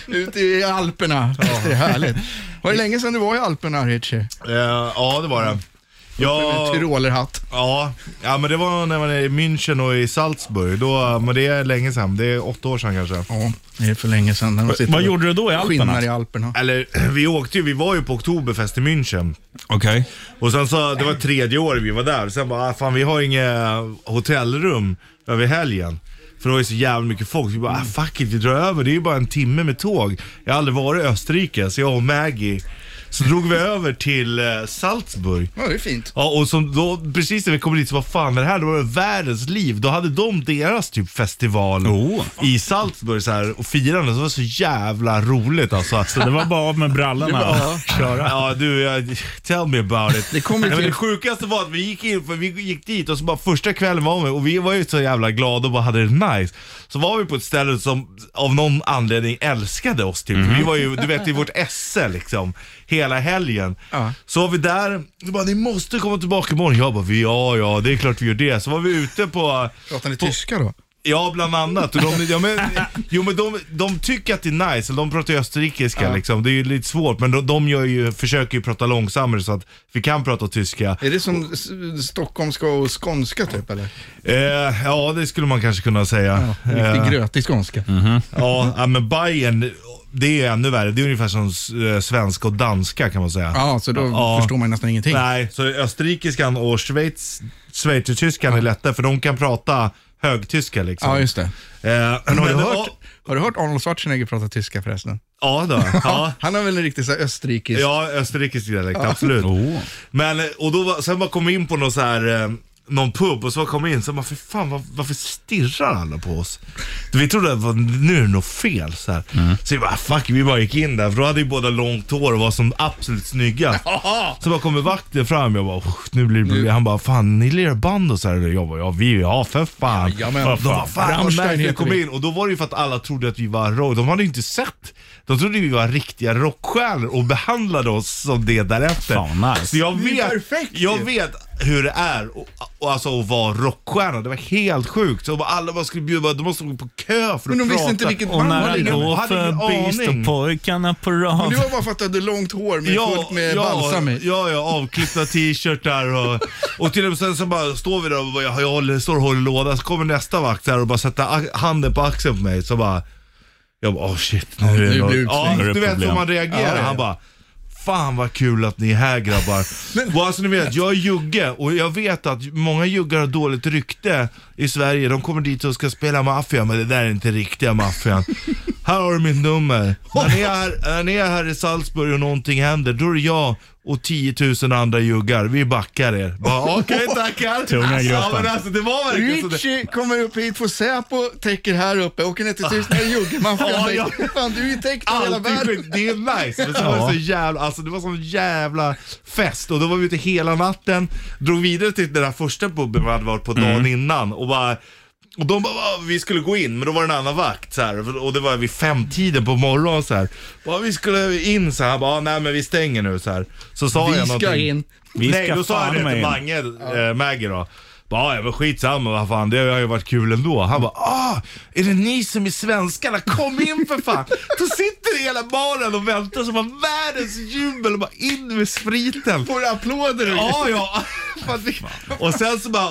[SPEAKER 3] Ute i Alperna. Det är härligt. Var det länge sedan du var i Alperna, Richie?
[SPEAKER 4] Eh, ja, det var det.
[SPEAKER 3] Med
[SPEAKER 4] Jag,
[SPEAKER 3] Tyrolerhatt.
[SPEAKER 4] ja, ja, men det var när man är i München och i Salzburg. Då, men det är länge sedan. Det är åtta år sedan kanske.
[SPEAKER 3] Ja, det är för länge sedan. När de sitter
[SPEAKER 2] Vad
[SPEAKER 3] och
[SPEAKER 2] gjorde du då i Alperna?
[SPEAKER 3] Skinnar i Alperna.
[SPEAKER 4] Eller vi åkte ju, vi var ju på Oktoberfest i München.
[SPEAKER 2] Okej.
[SPEAKER 4] Och sen så, det var tredje året vi var där. Sen bara, ah, fan vi har inga hotellrum över helgen. För det var ju så jävla mycket folk. Vi bara, ah, fuck it, vi drar över. Det är ju bara en timme med tåg. Jag har aldrig varit i Österrike, så jag och Maggie. Så drog vi över till eh, Salzburg.
[SPEAKER 3] Ja, det är fint.
[SPEAKER 4] Ja, och som då, precis när vi kom dit så vad fan är det här? Det var det världens liv. Då hade de deras typ festival
[SPEAKER 2] Oh.
[SPEAKER 4] i Salzburg så här, och firande. Så det var så jävla roligt alltså.
[SPEAKER 2] Så det var bara av med brallorna och köra.
[SPEAKER 4] Ja du, jag, tell me about it.
[SPEAKER 3] Det kommer
[SPEAKER 4] Nej,
[SPEAKER 3] ju
[SPEAKER 4] men
[SPEAKER 3] till-
[SPEAKER 4] det sjukaste var att vi gick in, för vi gick dit och så bara första kvällen var vi och vi var ju så jävla glada och bara hade det nice. Så var vi på ett ställe som av någon anledning älskade oss typ. Vi var ju, du vet i vårt esse liksom, hela helgen.
[SPEAKER 3] Ja.
[SPEAKER 4] Så var vi där, du bara ni måste komma tillbaka imorgon. Jag bara, "Vi- ja ja det är klart vi gör det. Så var vi ute på
[SPEAKER 3] Pratar ni tyska då?
[SPEAKER 4] Ja, bland annat. Och de, ja, men, jo, men de, de tycker att det är nice, eller de pratar ju österrikiska liksom. Det är ju lite svårt, men de, de gör ju, försöker ju prata långsammare så att vi kan prata tyska.
[SPEAKER 3] Är det som s- stockholmska och skånska typ eller?
[SPEAKER 4] Eh, ja, det skulle man kanske kunna säga. Eh,
[SPEAKER 2] Eh.
[SPEAKER 3] Riktigt grötig skånska.
[SPEAKER 4] Ja, ja, men Bayern, det är ännu värre. Det är ungefär som eh, svenska och danska kan man säga.
[SPEAKER 3] Ja, så då
[SPEAKER 4] Ja.
[SPEAKER 3] förstår man nästan ingenting.
[SPEAKER 4] Nej, så österrikiskan och schweiz, schweizertyskan är lättare för de kan prata högtyska liksom.
[SPEAKER 3] Ja, just det.
[SPEAKER 4] Eh,
[SPEAKER 3] Men har, du
[SPEAKER 4] ja,
[SPEAKER 3] hört, har du hört Arnold Schwarzenegger prata tyska förresten?
[SPEAKER 4] Ja då. Ja.
[SPEAKER 3] Han har väl en riktig så här, österrikisk...
[SPEAKER 4] Ja, österrikisk dialekt, absolut. Men, och då, var- sen bara kom vi in på någon, så här, eh, någon pub och så kom vi in så bara, för fan var, varför stirrar alla på oss? Vi trodde att det var- nu är det något fel. Så, här. så vi bara, fuck, vi bara gick in där. För då hade ju båda långt hår och var som absolut snygga. Så bara kommer vakten fram jag bara, "Oh, nu blir det problem." Han bara, fan ni lirar band och så här. Jag bara, ja vi, ja för fan.
[SPEAKER 3] Jajamän.
[SPEAKER 4] De bara, fan vad
[SPEAKER 3] Rammstein
[SPEAKER 4] märkligt att
[SPEAKER 3] heter
[SPEAKER 4] komma
[SPEAKER 3] vi.
[SPEAKER 4] in. Och då var det ju för att alla trodde att vi var rock. De hade ju inte sett. De trodde vi var riktiga rockstjärnor och behandlade oss som det därefter.
[SPEAKER 2] Fan, nice.
[SPEAKER 4] Så jag
[SPEAKER 3] Det är
[SPEAKER 4] vet,
[SPEAKER 3] perfekt ju.
[SPEAKER 4] jag vet hur det är och, och alltså, att vara rockstjärna. Det var helt sjukt. Så bara alla bara skulle bjuda, de måste gå på kö för
[SPEAKER 3] Men
[SPEAKER 4] att
[SPEAKER 3] de
[SPEAKER 4] prata.
[SPEAKER 3] visste inte vilket
[SPEAKER 2] Och
[SPEAKER 3] band
[SPEAKER 2] när han
[SPEAKER 3] det var.
[SPEAKER 4] ingen-
[SPEAKER 2] går
[SPEAKER 4] hade ingen
[SPEAKER 2] förbi
[SPEAKER 4] aning.
[SPEAKER 2] står pojkarna på rad.
[SPEAKER 3] Det var bara för att du hade långt hår med fullt med balsam i.
[SPEAKER 4] Ja, ja, avklippta t-shirtar och, och till och med sen så bara står vi där och bara, jag, jag håller, står och håller låda, så kommer nästa vakt där och bara sätter a- handen på axeln på mig, så bara, jag bara, oh shit, nu är
[SPEAKER 3] nu
[SPEAKER 4] det något-
[SPEAKER 3] blir det
[SPEAKER 4] ja,
[SPEAKER 2] utslängd.
[SPEAKER 4] Du vet hur
[SPEAKER 2] Problem.
[SPEAKER 4] man reagerar,
[SPEAKER 3] Ja, ja.
[SPEAKER 4] han bara, Fan vad kul att ni är här grabbar. och alltså ni vet, jag är jugge och jag vet att många juggar har dåligt rykte i Sverige. De kommer dit och ska spela maffia, men det där är inte riktiga maffian. här har du mitt nummer. När ni, är här, när ni är här i Salzburg och någonting händer, då är det jag och 10 000 andra juggar. Vi backar er. Bara, Okej tackar.
[SPEAKER 2] Tunga gruppen.
[SPEAKER 4] ja, men alltså, det var verkligen sådär.
[SPEAKER 3] Richie kommer upp hit, får Säpo, täcker här uppe, åker ner till Tyskland,
[SPEAKER 4] Ah. Ja,
[SPEAKER 3] juggemaffian.
[SPEAKER 4] ja.
[SPEAKER 3] Fan, du är ju täckt av hela
[SPEAKER 4] Alltid
[SPEAKER 3] världen.
[SPEAKER 4] skit. Det är nice. Men så var det så jävla, alltså det var sån jävla fest och då var vi ute hela natten, drog vidare till den där första puben vi hade varit på dagen
[SPEAKER 3] Mm.
[SPEAKER 4] innan och bara och de bara, "Va, vi skulle gå in, men då var det en annan vakt så här, och det var vid femtiden på morgonen så här. Bara, vi skulle in så här, Han bara, "Ah, nej men vi stänger nu så här. Så sa jag
[SPEAKER 3] Vi ska
[SPEAKER 4] någonting.
[SPEAKER 3] in.
[SPEAKER 2] Vi
[SPEAKER 4] Nej,
[SPEAKER 2] ska
[SPEAKER 4] då sa
[SPEAKER 2] fan
[SPEAKER 4] jag det
[SPEAKER 2] med
[SPEAKER 4] till
[SPEAKER 2] in.
[SPEAKER 4] Mange, eh, Maggie då. Bara, ja men skitsamma, vad fan, det har ju varit kul ändå. Han bara, ah, är det ni som är svenskarna? Kom in för fan! Då sitter det hela baren och väntar som har världens jubel och bara in med spriten.
[SPEAKER 3] Får applåder och
[SPEAKER 4] Ja, ja. För att vi- och sen så bara,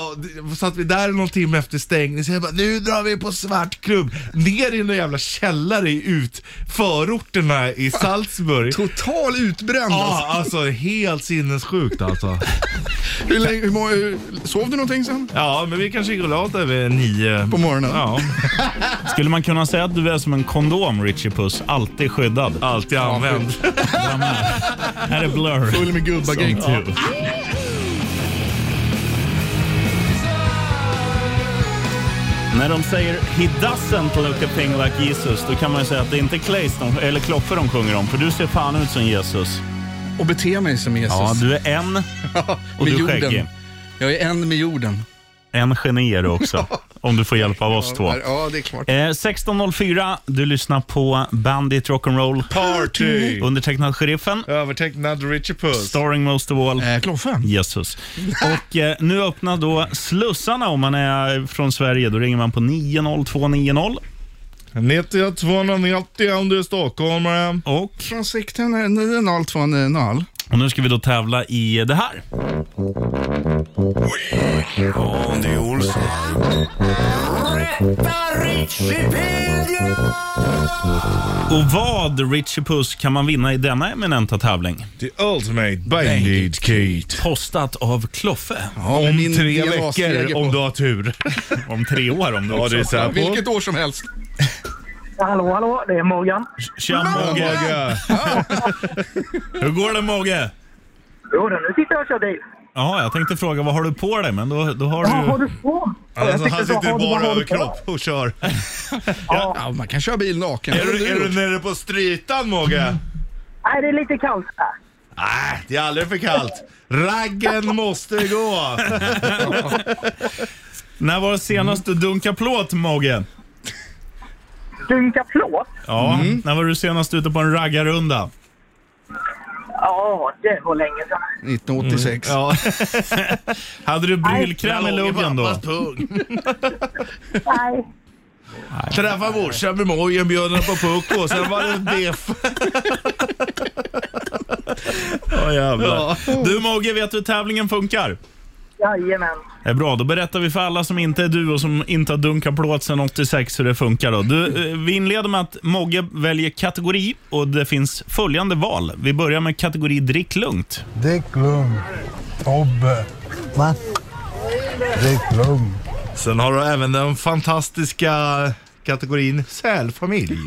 [SPEAKER 4] satt vi där någon timme efter stängning, så jag bara, nu drar vi på svartklubb. Ner i någon jävla källare i ut förorterna i Salzburg.
[SPEAKER 3] Total utbränd
[SPEAKER 4] Ja,
[SPEAKER 3] alltså.
[SPEAKER 4] alltså helt sinnessjukt alltså.
[SPEAKER 3] Hur länge, hur många, hur- sov du någonting sen?
[SPEAKER 4] Ja, men vi kanske går av där vid nio.
[SPEAKER 3] På morgonen?
[SPEAKER 4] Ja,
[SPEAKER 2] Skulle man kunna säga att du är som en kondom, Richie Puss? Alltid skyddad.
[SPEAKER 4] alltid använd.
[SPEAKER 2] Här är Blur.
[SPEAKER 3] Full med gubbagäng.
[SPEAKER 2] Ja. När de säger “He doesn't look a thing like Jesus” då kan man ju säga att det är inte Claes de, eller Kloffe de sjunger om, för du ser fan ut som Jesus.
[SPEAKER 3] Och bete mig som Jesus.
[SPEAKER 2] Ja, du är en och
[SPEAKER 3] med
[SPEAKER 2] du är
[SPEAKER 3] jorden.
[SPEAKER 2] skäggig.
[SPEAKER 3] Jag är en med jorden.
[SPEAKER 2] En geni är du också, om du får hjälp av oss två.
[SPEAKER 3] Ja, det är klart.
[SPEAKER 2] Eh, 16.04, du lyssnar på Bandit Rock'n'Roll,
[SPEAKER 4] Party!
[SPEAKER 2] undertecknad Sheriffen,
[SPEAKER 4] Övertecknad Richard Puss.
[SPEAKER 2] starring most of all.
[SPEAKER 3] Eh, Kloffe?
[SPEAKER 2] Jesus. Och eh, nu öppnar då slussarna om man är från Sverige. Då ringer man på 90290
[SPEAKER 4] 90 290 om du är stockholmare.
[SPEAKER 2] och,
[SPEAKER 3] Från sikten är 90290.
[SPEAKER 2] och nu ska vi då tävla i det här.
[SPEAKER 1] Andy Olsson.
[SPEAKER 2] Och vad, Richie Puss, kan man vinna i denna eminenta tävling?
[SPEAKER 4] The ultimate bandit kit.
[SPEAKER 2] Postat av Kloffe.
[SPEAKER 3] Ja, men
[SPEAKER 4] Om
[SPEAKER 3] min-
[SPEAKER 4] tre
[SPEAKER 3] min rasseger
[SPEAKER 4] veckor
[SPEAKER 3] på-
[SPEAKER 4] om du har tur.
[SPEAKER 2] Om tre år om du
[SPEAKER 4] Ja, det är så här på.
[SPEAKER 3] Vilket år som helst.
[SPEAKER 7] Hallå, hallå, det är Morgan.
[SPEAKER 2] Tja Mogge! Hur går det Mogge?
[SPEAKER 7] Jo, då, nu sitter jag och kör bil.
[SPEAKER 2] Ja, jag tänkte fråga vad har du på dig? Men då, då har
[SPEAKER 7] Ja, har
[SPEAKER 2] du...
[SPEAKER 7] du på?
[SPEAKER 4] Alltså, han sitter bara
[SPEAKER 7] över
[SPEAKER 4] överkropp och kör.
[SPEAKER 3] Ja, man kan köra bil naken.
[SPEAKER 4] Är du, är du nere på strytan Mogge?
[SPEAKER 7] Nej, det är lite kallt här.
[SPEAKER 4] Nej, det är aldrig för kallt. Raggen måste gå.
[SPEAKER 2] När var det senast
[SPEAKER 4] Mm.
[SPEAKER 2] du dunkade plåt Mogge?
[SPEAKER 7] Dunka plåt?
[SPEAKER 2] Ja,
[SPEAKER 4] Mm.
[SPEAKER 2] när var du senast ute på en raggarrunda?
[SPEAKER 7] Ja, det var länge sedan.
[SPEAKER 3] 1986.
[SPEAKER 4] Ja.
[SPEAKER 2] Hade du brylkräm i
[SPEAKER 4] Långe
[SPEAKER 2] luggen då?
[SPEAKER 4] pappas pung.
[SPEAKER 7] Nej,
[SPEAKER 4] Träffa morsan med mojen, bjöden på pucko och sen var det biff.
[SPEAKER 2] Ja, jävlar. Du Mogge, vet du hur tävlingen funkar?
[SPEAKER 7] Jajamän.
[SPEAKER 2] Det är bra, då berättar vi för alla som inte är du och som inte har dunkat plåt sedan 86 hur det funkar. Då. Du, eh, vi inleder med att Mogge väljer kategori och det finns följande val. Vi börjar med kategori drick lugnt.
[SPEAKER 8] Dick Lund. Tobbe.
[SPEAKER 9] Va?
[SPEAKER 8] Dick Lund.
[SPEAKER 4] Sen har du även den fantastiska kategorin sälfamilj.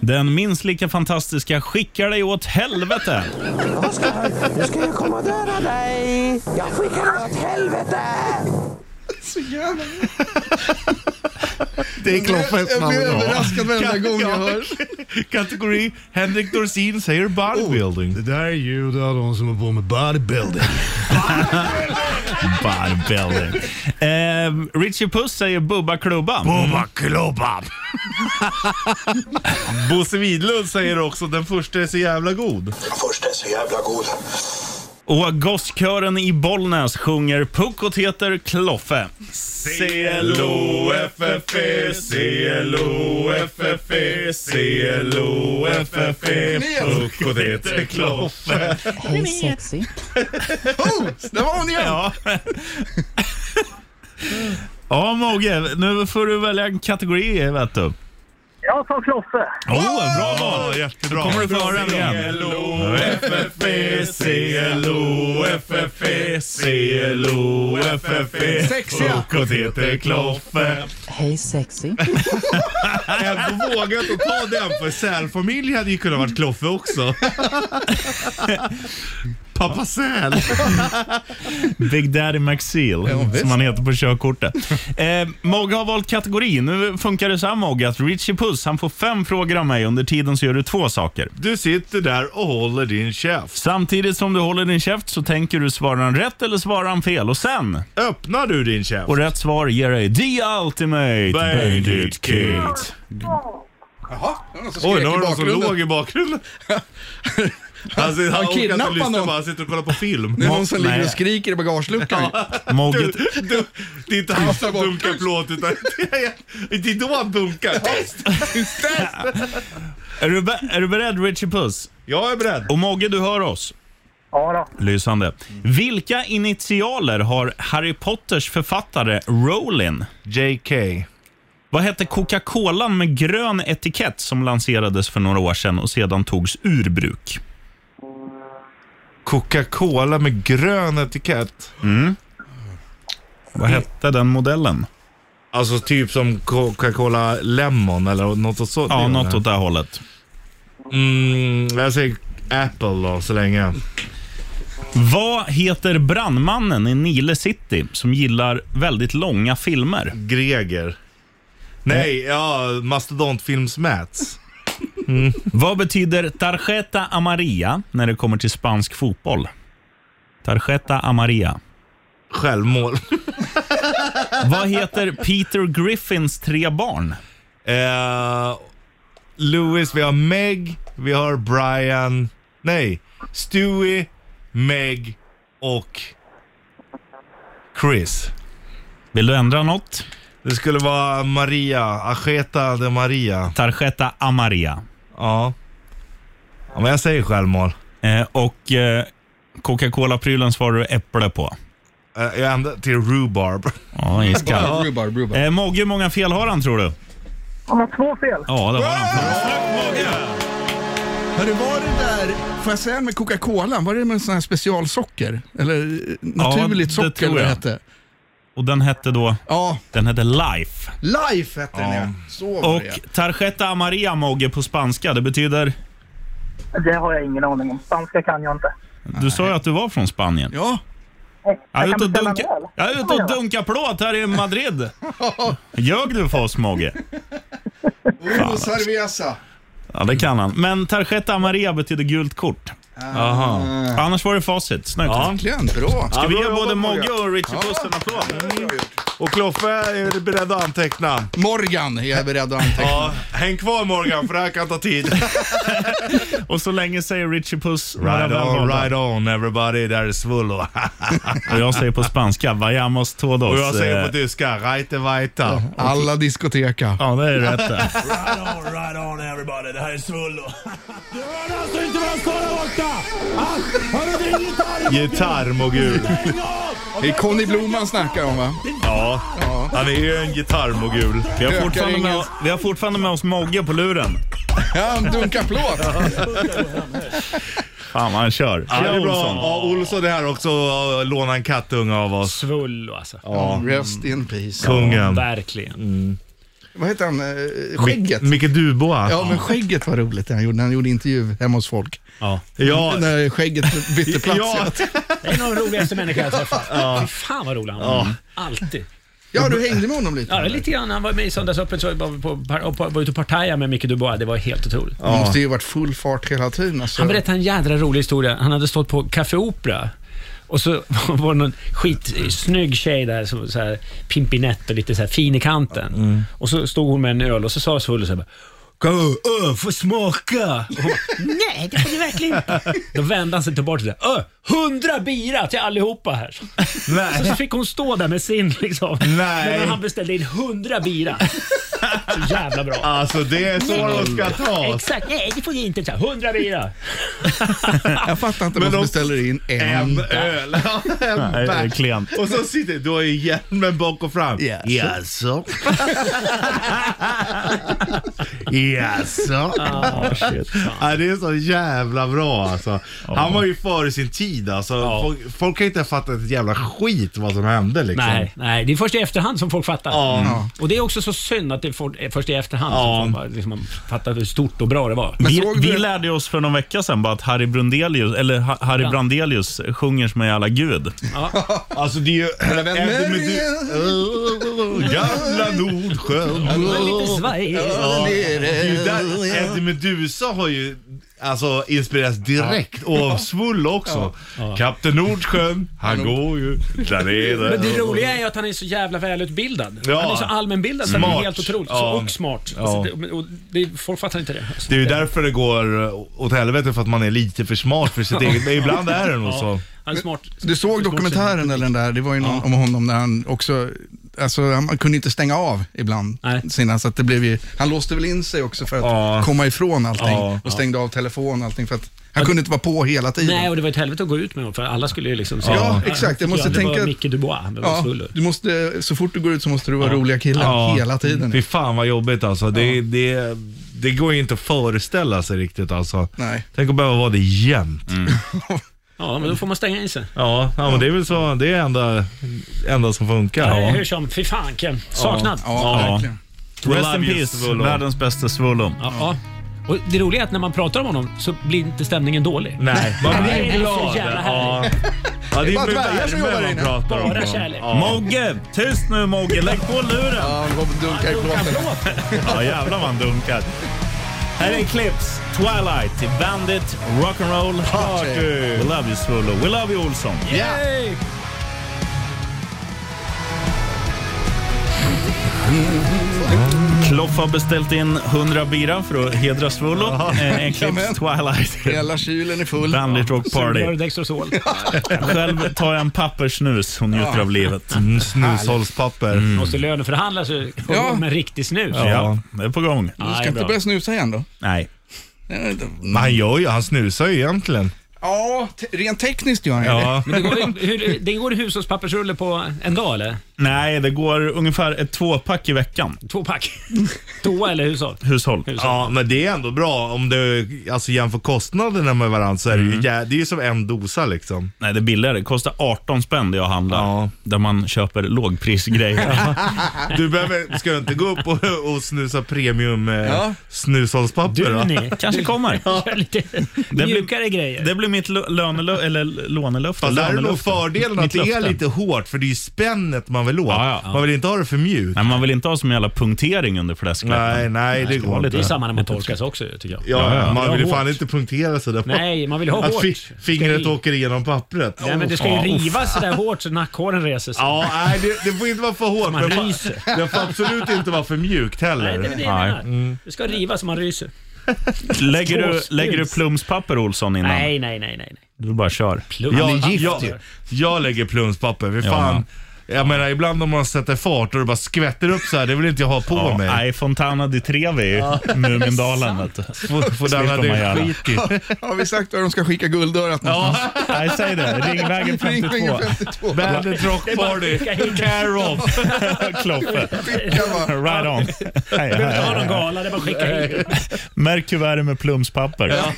[SPEAKER 2] Den minst lika fantastiska skickar dig åt helvete.
[SPEAKER 9] Nu ska jag komma och döda dig! Jag skickar dig åt helvete!
[SPEAKER 4] Det är kloffet.
[SPEAKER 3] Jag blir överraskad varenda gång jag hör.
[SPEAKER 4] Kategori Henrik Dorsin säger bodybuilding.
[SPEAKER 8] Det där är ljud av de som är på med bodybuilding.
[SPEAKER 2] Barbelly. Eh, Richie Puss säger bubba klubba.
[SPEAKER 4] Bobba klubba. Bosse Widlund säger också den första är så jävla god.
[SPEAKER 9] Först är så jävla god.
[SPEAKER 2] Och gosskören i Bollnäs sjunger Puckot heter Kloffe.
[SPEAKER 4] C-L-O-F-F-E, C-L-O-F-F-E, C-L-O-F-F-E, puck och det är kloffe.
[SPEAKER 10] Hej sexy.
[SPEAKER 3] Det oh, var hon igen.
[SPEAKER 2] Ja. ja, Mogge. Nu får du välja en kategori, vet du.
[SPEAKER 7] Jag tar Kloffe.
[SPEAKER 2] Åh, oh, bra val!
[SPEAKER 4] Ja, jättebra.
[SPEAKER 2] Kommer du få höra den igen?
[SPEAKER 4] C-L-O-F-F-E, C-L-O-F-F-E, E C-L-O-F-F-E,
[SPEAKER 3] Sexiga.
[SPEAKER 4] puck E. och det är kloffe.
[SPEAKER 10] Hej sexy.
[SPEAKER 4] Ändå vågat att ta den för sälfamilj hade ju kunnat varit kloffe också. Pappa säl.
[SPEAKER 2] Big Daddy McSeal, som han heter på körkortet. Eh, Mogge har valt kategori. Nu funkar det så här, Mogge, att Richie Puss han får fem frågor av mig. Under tiden så gör du två saker.
[SPEAKER 4] Du sitter där och håller din käft.
[SPEAKER 2] Samtidigt som du håller din käft så tänker du, svarar han rätt eller svarar han fel? Och sen,
[SPEAKER 4] Öppnar du din käft?
[SPEAKER 2] och rätt svar ger dig The Ultimate Bandit Kit.
[SPEAKER 3] Jaha, det var någon som
[SPEAKER 4] Oj, nu
[SPEAKER 3] skrek i
[SPEAKER 4] var det någon som
[SPEAKER 3] bakgrunden.
[SPEAKER 4] låg i bakgrunden. Alltså, han orkar inte
[SPEAKER 3] kidnappar
[SPEAKER 4] lyssna
[SPEAKER 3] någon.
[SPEAKER 4] bara, Han sitter och kollar på film.
[SPEAKER 3] Det är någon som ligger
[SPEAKER 2] Nej.
[SPEAKER 3] och skriker i bagageluckan.
[SPEAKER 2] Mogge,
[SPEAKER 4] Du, det är inte han som dunkar plåt, utan det är då han dunkar.
[SPEAKER 2] är du, be- är du beredd Richie Puss?
[SPEAKER 4] Jag är beredd.
[SPEAKER 2] Och Mogge, du hör oss.
[SPEAKER 7] Ja då.
[SPEAKER 2] Lysande. Vilka initialer har Harry Potters författare Rowling?
[SPEAKER 4] JK.
[SPEAKER 2] Vad hette Coca-Colan med grön etikett som lanserades för några år sedan och sedan togs ur bruk?
[SPEAKER 4] Coca-Cola med grön etikett.
[SPEAKER 2] Vad hette den modellen?
[SPEAKER 4] Alltså typ som Coca-Cola Lemon eller något åt sånt.
[SPEAKER 2] Ja, något åt det här hållet.
[SPEAKER 4] Mm, jag säger Apple då så länge.
[SPEAKER 2] Vad heter brandmannen i Nile City som gillar väldigt långa filmer?
[SPEAKER 4] Greger. Nej, ja, mastodontfilms-Mats.
[SPEAKER 2] Vad betyder Tarjeta Amaria när det kommer till spansk fotboll? Tarjeta Amaria.
[SPEAKER 4] Självmål.
[SPEAKER 2] Vad heter Peter Griffins tre barn?
[SPEAKER 4] Eh, Louis, vi har Meg, vi har Brian, nej, Stewie, Meg och Chris.
[SPEAKER 2] Vill du ändra något?
[SPEAKER 4] Det skulle vara Maria, Acheta de Maria.
[SPEAKER 2] Tarjeta Amaria.
[SPEAKER 4] Ja. ja men jag säger självmål.
[SPEAKER 2] Eh, och eh, Coca-Cola-prylen svarar du äpple på.
[SPEAKER 4] Eh, jag ändrar till rhubarb.
[SPEAKER 2] Ja, iskall.
[SPEAKER 3] Rhubarb, rhubarb.
[SPEAKER 2] Eh, Mogge, hur många fel har han tror du?
[SPEAKER 7] Om man har två fel.
[SPEAKER 2] Ja, det har han.
[SPEAKER 3] Hörru, var det där, får jag säga med Coca-Cola, var det med sån här specialsocker? Eller eh, naturligt
[SPEAKER 2] det
[SPEAKER 3] socker
[SPEAKER 2] tror
[SPEAKER 3] eller vad det
[SPEAKER 2] jag.
[SPEAKER 3] hette?
[SPEAKER 2] Och den hette då?
[SPEAKER 3] Ja,
[SPEAKER 2] Den hette Life.
[SPEAKER 3] Life hette den ja. Så var
[SPEAKER 2] Och
[SPEAKER 3] det
[SPEAKER 2] Tarjeta Amaria, Mogge, på spanska, det betyder...
[SPEAKER 7] Det har jag ingen aning om. Spanska kan jag inte.
[SPEAKER 2] Du sa ju att du var från Spanien.
[SPEAKER 3] ja.
[SPEAKER 7] Nej,
[SPEAKER 2] Jag är
[SPEAKER 7] jag
[SPEAKER 2] ute
[SPEAKER 7] kan
[SPEAKER 2] och,
[SPEAKER 7] beställa
[SPEAKER 2] dunka,
[SPEAKER 7] en öl.
[SPEAKER 2] jag är ute och dunkar plåt här i Madrid. Ljög du för oss, Mogge?
[SPEAKER 3] Ja,
[SPEAKER 4] alltså.
[SPEAKER 3] och cerveza.
[SPEAKER 2] Ja, det kan han. Men Tarjeta Amaria betyder gult kort.
[SPEAKER 4] Aha.
[SPEAKER 2] Annars var det facit. Snyggt.
[SPEAKER 3] Äntligen, bra.
[SPEAKER 2] Ska vi
[SPEAKER 4] bra
[SPEAKER 2] ge
[SPEAKER 4] jobbat,
[SPEAKER 2] både
[SPEAKER 4] Mogge.
[SPEAKER 2] Mogge och Richie Puss en applåd?
[SPEAKER 4] Och Kloffe är beredd att anteckna.
[SPEAKER 3] Morgan är jag beredd att anteckna.
[SPEAKER 4] Ja, häng kvar Morgan för det här kan ta tid.
[SPEAKER 2] Och så länge säger Richie Puss
[SPEAKER 4] Right
[SPEAKER 2] vara
[SPEAKER 4] on,
[SPEAKER 2] välkomna.
[SPEAKER 4] right on everybody. Där är Svullo.
[SPEAKER 2] Och jag säger på spanska, vayamos todos.
[SPEAKER 4] Och jag säger
[SPEAKER 2] Eh,
[SPEAKER 4] på tyska, reite weiter.
[SPEAKER 3] Alla diskoteka.
[SPEAKER 2] Ja, det är rätt det.
[SPEAKER 1] Right on, right on everybody. Det här är Svullo.
[SPEAKER 4] Gitarr, må gud.
[SPEAKER 3] Det är Conny Blom han snackar om va?
[SPEAKER 4] Ja, han är ju en gitarrmogul.
[SPEAKER 2] Vi har,
[SPEAKER 3] Ökar
[SPEAKER 2] fortfarande med,
[SPEAKER 3] ingen-
[SPEAKER 2] vi har fortfarande med oss Mogge på luren.
[SPEAKER 3] Ja, han dunkar plåt.
[SPEAKER 2] Fan vad han kör.
[SPEAKER 4] Ja, det är bra.
[SPEAKER 2] Olsson.
[SPEAKER 4] Ja, Olsson är här också och lånar en kattunge av oss.
[SPEAKER 6] Svull alltså.
[SPEAKER 3] Rest in peace.
[SPEAKER 4] Kungen.
[SPEAKER 6] Verkligen.
[SPEAKER 3] Vad heter han? Eh, Skägget?
[SPEAKER 4] Mi- Micke Dubois.
[SPEAKER 3] Ja, men skägget var roligt det han gjorde när han gjorde intervju hemma hos folk.
[SPEAKER 6] Ja.
[SPEAKER 4] Ja.
[SPEAKER 3] När skägget bytte plats.
[SPEAKER 4] Ja.
[SPEAKER 6] Det är en av de roligaste människor jag träffat. Fy fan vad rolig han var. Alltid.
[SPEAKER 3] ja, du hängde med honom lite.
[SPEAKER 6] Ja, lite grann. Han var med i Söndagsöppet så var, vi på, och på, var ute och partajade med Micke Dubois. Det var helt otroligt.
[SPEAKER 3] Han måste ju varit full fart hela tiden. Alltså.
[SPEAKER 6] Han berättade en jädra rolig historia. Han hade stått på Café Opera och så var det någon skitsnygg tjej där, som så här, pimpinett och lite så här fin i kanten. Och så stod hon med en öl och så sa Svullo så här bara, Gå, ö, få smaka! Och hon, Nej, det får du verkligen inte. Då vände han sig tillbaka och sa, ö, hundra bira till allihopa här. Så, så fick hon stå där med sin liksom.
[SPEAKER 4] Nej.
[SPEAKER 6] Men han beställde in hundra bira. Så jävla bra.
[SPEAKER 4] Alltså det är så de ska tas.
[SPEAKER 6] Exakt, nej det får du inte. Hundra bira.
[SPEAKER 3] Jag fattar inte
[SPEAKER 4] Men
[SPEAKER 3] men de
[SPEAKER 4] de-
[SPEAKER 3] beställer in en.
[SPEAKER 4] En öl. Ja, en
[SPEAKER 2] Nej, det är
[SPEAKER 4] back.
[SPEAKER 2] klent.
[SPEAKER 4] Och så sitter du har ju hjälmen bak och fram.
[SPEAKER 3] Yes.
[SPEAKER 4] Jaså? Jaså?
[SPEAKER 6] Ah, shit.
[SPEAKER 4] Ja, det är så jävla bra alltså. Han var ju före sin tid alltså. Folk, folk kan inte ha fattat ett jävla skit vad som hände liksom.
[SPEAKER 6] Nej, nej, det är först i efterhand som folk fattar.
[SPEAKER 4] Ja.
[SPEAKER 6] Och det är också så synd att det är for- är först i efterhand
[SPEAKER 4] Ja.
[SPEAKER 6] som folk bara, liksom, fattar hur stort och bra det var.
[SPEAKER 2] Vi,
[SPEAKER 3] såg
[SPEAKER 2] vi
[SPEAKER 3] du-
[SPEAKER 2] lärde oss för någon vecka sedan bara att Harry, Brundelius, eller Ha- Harry Brandelius sjunger som en jävla gud.
[SPEAKER 4] Alltså det är ju...
[SPEAKER 3] vänner.
[SPEAKER 4] Medu- Gamla Nordsjön.
[SPEAKER 6] Det var lite svajigt.
[SPEAKER 4] Ja, det
[SPEAKER 3] är det.
[SPEAKER 4] är ju där Eddie Meduza har ju alltså, inspirerats direkt och av Svull också. Kapten Nordsjön, han går ju där
[SPEAKER 6] Men det
[SPEAKER 4] nere.
[SPEAKER 6] roliga är ju att han är så jävla välutbildad.
[SPEAKER 4] Ja.
[SPEAKER 6] Han är så allmänbildad så det är
[SPEAKER 4] Smart.
[SPEAKER 6] helt otroligt.
[SPEAKER 4] Ja.
[SPEAKER 6] Så, och smart. Alltså, det, och det, folk fattar inte det. Alltså,
[SPEAKER 4] Det är ju därför det går åt helvete, för att man är lite för smart för sitt eget. Men ibland är det nog så.
[SPEAKER 6] Han är smart.
[SPEAKER 3] Du såg dokumentären eller den där, det var ju någon om honom när han också, alltså han man kunde inte stänga av ibland.
[SPEAKER 6] Nej.
[SPEAKER 3] Sina, så att det blev ju, han låste väl in sig också för att
[SPEAKER 4] Ja.
[SPEAKER 3] komma ifrån allting
[SPEAKER 4] Ja.
[SPEAKER 3] och stängde av telefon och allting för att han kunde inte vara på hela tiden.
[SPEAKER 6] Nej, och det var ett helvete att gå ut med honom för alla skulle ju liksom säga
[SPEAKER 3] Ja, exakt. Jag måste
[SPEAKER 6] det
[SPEAKER 3] tänka-
[SPEAKER 6] var Micke Dubois, men det var
[SPEAKER 3] ja,
[SPEAKER 6] Svullo.
[SPEAKER 3] du måste, så fort du går ut så måste du vara roliga killar hela tiden.
[SPEAKER 4] Fy fan vad jobbigt alltså. Det, det, det går ju inte att föreställa sig riktigt alltså.
[SPEAKER 3] Nej.
[SPEAKER 4] Tänk att behöva vara det jämt.
[SPEAKER 6] Ja, men då får man stänga in sig.
[SPEAKER 4] Ja, ja, men det är väl så. Det är enda, enda som funkar.
[SPEAKER 6] Nej, Hur som, fy fan Ken. Saknad.
[SPEAKER 3] Ja,
[SPEAKER 2] Ja.
[SPEAKER 3] verkligen.
[SPEAKER 2] Rest
[SPEAKER 4] love
[SPEAKER 2] in
[SPEAKER 4] you,
[SPEAKER 2] peace,
[SPEAKER 4] Svullo.
[SPEAKER 2] världens bästa Svullo.
[SPEAKER 6] Ja. ja. Och det roliga är att när man pratar om honom så blir inte stämningen dålig.
[SPEAKER 4] Nej, man
[SPEAKER 6] Nej, det är
[SPEAKER 4] blir
[SPEAKER 6] så
[SPEAKER 4] glad.
[SPEAKER 6] jävla
[SPEAKER 4] Ja. Ja, det
[SPEAKER 3] bara
[SPEAKER 4] är
[SPEAKER 3] dvärgar som
[SPEAKER 4] värme
[SPEAKER 3] jobbar
[SPEAKER 4] man
[SPEAKER 3] där inne.
[SPEAKER 4] pratar om.
[SPEAKER 6] Bara kärlek.
[SPEAKER 2] Mogge, tyst nu Mogge, lägg på luren.
[SPEAKER 3] Ja, han var och dunkade i plåten.
[SPEAKER 2] Ja, jävlar vad han dunkar. Här är Clips, Twilight, till Bandit, Rock'n'Roll Party. We love you Svullo, we love you Olsson. Kloff har beställt in 100 bira för att hedra Svullo. Eh, En Clips,
[SPEAKER 3] Jajamän.
[SPEAKER 2] Twilight,
[SPEAKER 3] Hela kylen är full.
[SPEAKER 2] Bandit Rock Party.
[SPEAKER 6] Sugrör, Dextrosol.
[SPEAKER 2] Själv tar jag en papperssnus och njuter av livet.
[SPEAKER 4] Mm, snushållspapper.
[SPEAKER 6] Måste löneförhandla så kommer
[SPEAKER 3] Ja.
[SPEAKER 6] de med riktig snus.
[SPEAKER 2] Ja, det är på gång.
[SPEAKER 6] Nej,
[SPEAKER 3] Du ska inte
[SPEAKER 6] bra.
[SPEAKER 3] börja snusa igen då?
[SPEAKER 2] Nej.
[SPEAKER 4] Men han gör ju, han snusar ju egentligen.
[SPEAKER 3] Ja, te- rent tekniskt gör han ju det.
[SPEAKER 4] Ja.
[SPEAKER 6] Men det går, hur, det går i hushållspappersrulle på en dag eller?
[SPEAKER 2] Nej, det går ungefär ett tvåpack i veckan.
[SPEAKER 6] Två pack? Toa eller hushåll?
[SPEAKER 2] Hushåll.
[SPEAKER 4] Ja, men det är ändå bra om du alltså, jämför kostnaderna med varandra så är det ju, jä- det är ju som en dosa liksom.
[SPEAKER 2] Nej, det är billigare. Det kostar 18 spänn det jag handlar.
[SPEAKER 4] Ja.
[SPEAKER 2] Där man köper lågprisgrejer.
[SPEAKER 4] Du behöver, ska inte gå upp och, och snusa premium eh,
[SPEAKER 3] Ja.
[SPEAKER 4] snushållspapper
[SPEAKER 6] Du
[SPEAKER 4] va?
[SPEAKER 6] ni,
[SPEAKER 2] Kanske kommer.
[SPEAKER 6] kör lite
[SPEAKER 2] blir-
[SPEAKER 6] mjukare grejer.
[SPEAKER 2] Det blir mitt lö- lönelö- eller lånelöfte.
[SPEAKER 4] Fast där är nog
[SPEAKER 2] Lönelöfte.
[SPEAKER 4] fördelen att
[SPEAKER 2] Mitt
[SPEAKER 4] det är
[SPEAKER 2] löfte.
[SPEAKER 4] lite hårt för det är ju spännet man man vill åt.
[SPEAKER 2] Ja, ja.
[SPEAKER 4] Man vill inte ha det för mjukt.
[SPEAKER 2] Nej, man vill inte ha som en jävla punktering under fläskläppen.
[SPEAKER 4] Nej, nej, det
[SPEAKER 2] ska
[SPEAKER 4] går
[SPEAKER 2] vara
[SPEAKER 4] inte.
[SPEAKER 6] Det är samma när man
[SPEAKER 2] lite-
[SPEAKER 6] torkas också tycker jag.
[SPEAKER 2] Ja,
[SPEAKER 4] Ja,
[SPEAKER 2] ja.
[SPEAKER 4] Man vill ju fan
[SPEAKER 6] hårt.
[SPEAKER 4] inte punktera sådär.
[SPEAKER 6] Nej, man vill ha
[SPEAKER 4] Att
[SPEAKER 6] hårt.
[SPEAKER 4] fi-
[SPEAKER 6] Ska
[SPEAKER 4] fingret
[SPEAKER 6] det-
[SPEAKER 4] åker igenom pappret.
[SPEAKER 6] Nej, men det ska
[SPEAKER 2] Ja,
[SPEAKER 6] ju rivas sådär hårt så nackhåren reser sig.
[SPEAKER 4] Ja, nej, det, det får inte vara för hårt.
[SPEAKER 6] Man
[SPEAKER 4] men fa-
[SPEAKER 6] ryser.
[SPEAKER 4] det får absolut inte vara för mjukt
[SPEAKER 6] Nej,
[SPEAKER 4] heller.
[SPEAKER 6] det är väl det jag
[SPEAKER 2] Nej.
[SPEAKER 6] menar. Det ska rivas så man ryser.
[SPEAKER 2] Lägger du,
[SPEAKER 6] Tvåskruvs.
[SPEAKER 2] lägger du plumspapper Olsson innan?
[SPEAKER 6] Nej, nej, nej, nej. nej.
[SPEAKER 2] Du bara kör.
[SPEAKER 6] Plump.
[SPEAKER 4] jag,
[SPEAKER 6] Ja,
[SPEAKER 4] jag, jag lägger plumspapper. Vi
[SPEAKER 2] Ja,
[SPEAKER 4] fan. Jag menar ibland om man sätter fart och det bara skvätter upp så här, det vill inte jag ha på
[SPEAKER 2] Ja,
[SPEAKER 4] mig.
[SPEAKER 2] nej, Fontana di Trevi, Mumindalen. vet du.
[SPEAKER 4] Får- Får
[SPEAKER 2] Slipper
[SPEAKER 4] denna
[SPEAKER 2] man
[SPEAKER 4] det
[SPEAKER 2] göra.
[SPEAKER 4] skit i.
[SPEAKER 3] Har vi sagt var de ska skicka guldörat någonstans?
[SPEAKER 2] Nej, säg det. Ringvägen 52.
[SPEAKER 3] Ringvägen 52.
[SPEAKER 4] Bandit Rock Party. Care of.
[SPEAKER 2] Kloppe.
[SPEAKER 3] Skicka bara.
[SPEAKER 2] Right on. Hej, hej,
[SPEAKER 6] Det var
[SPEAKER 2] hej.
[SPEAKER 6] någon gala, det är bara att skicka hit.
[SPEAKER 2] Märk kuvertet med plumspapper.
[SPEAKER 3] Ja.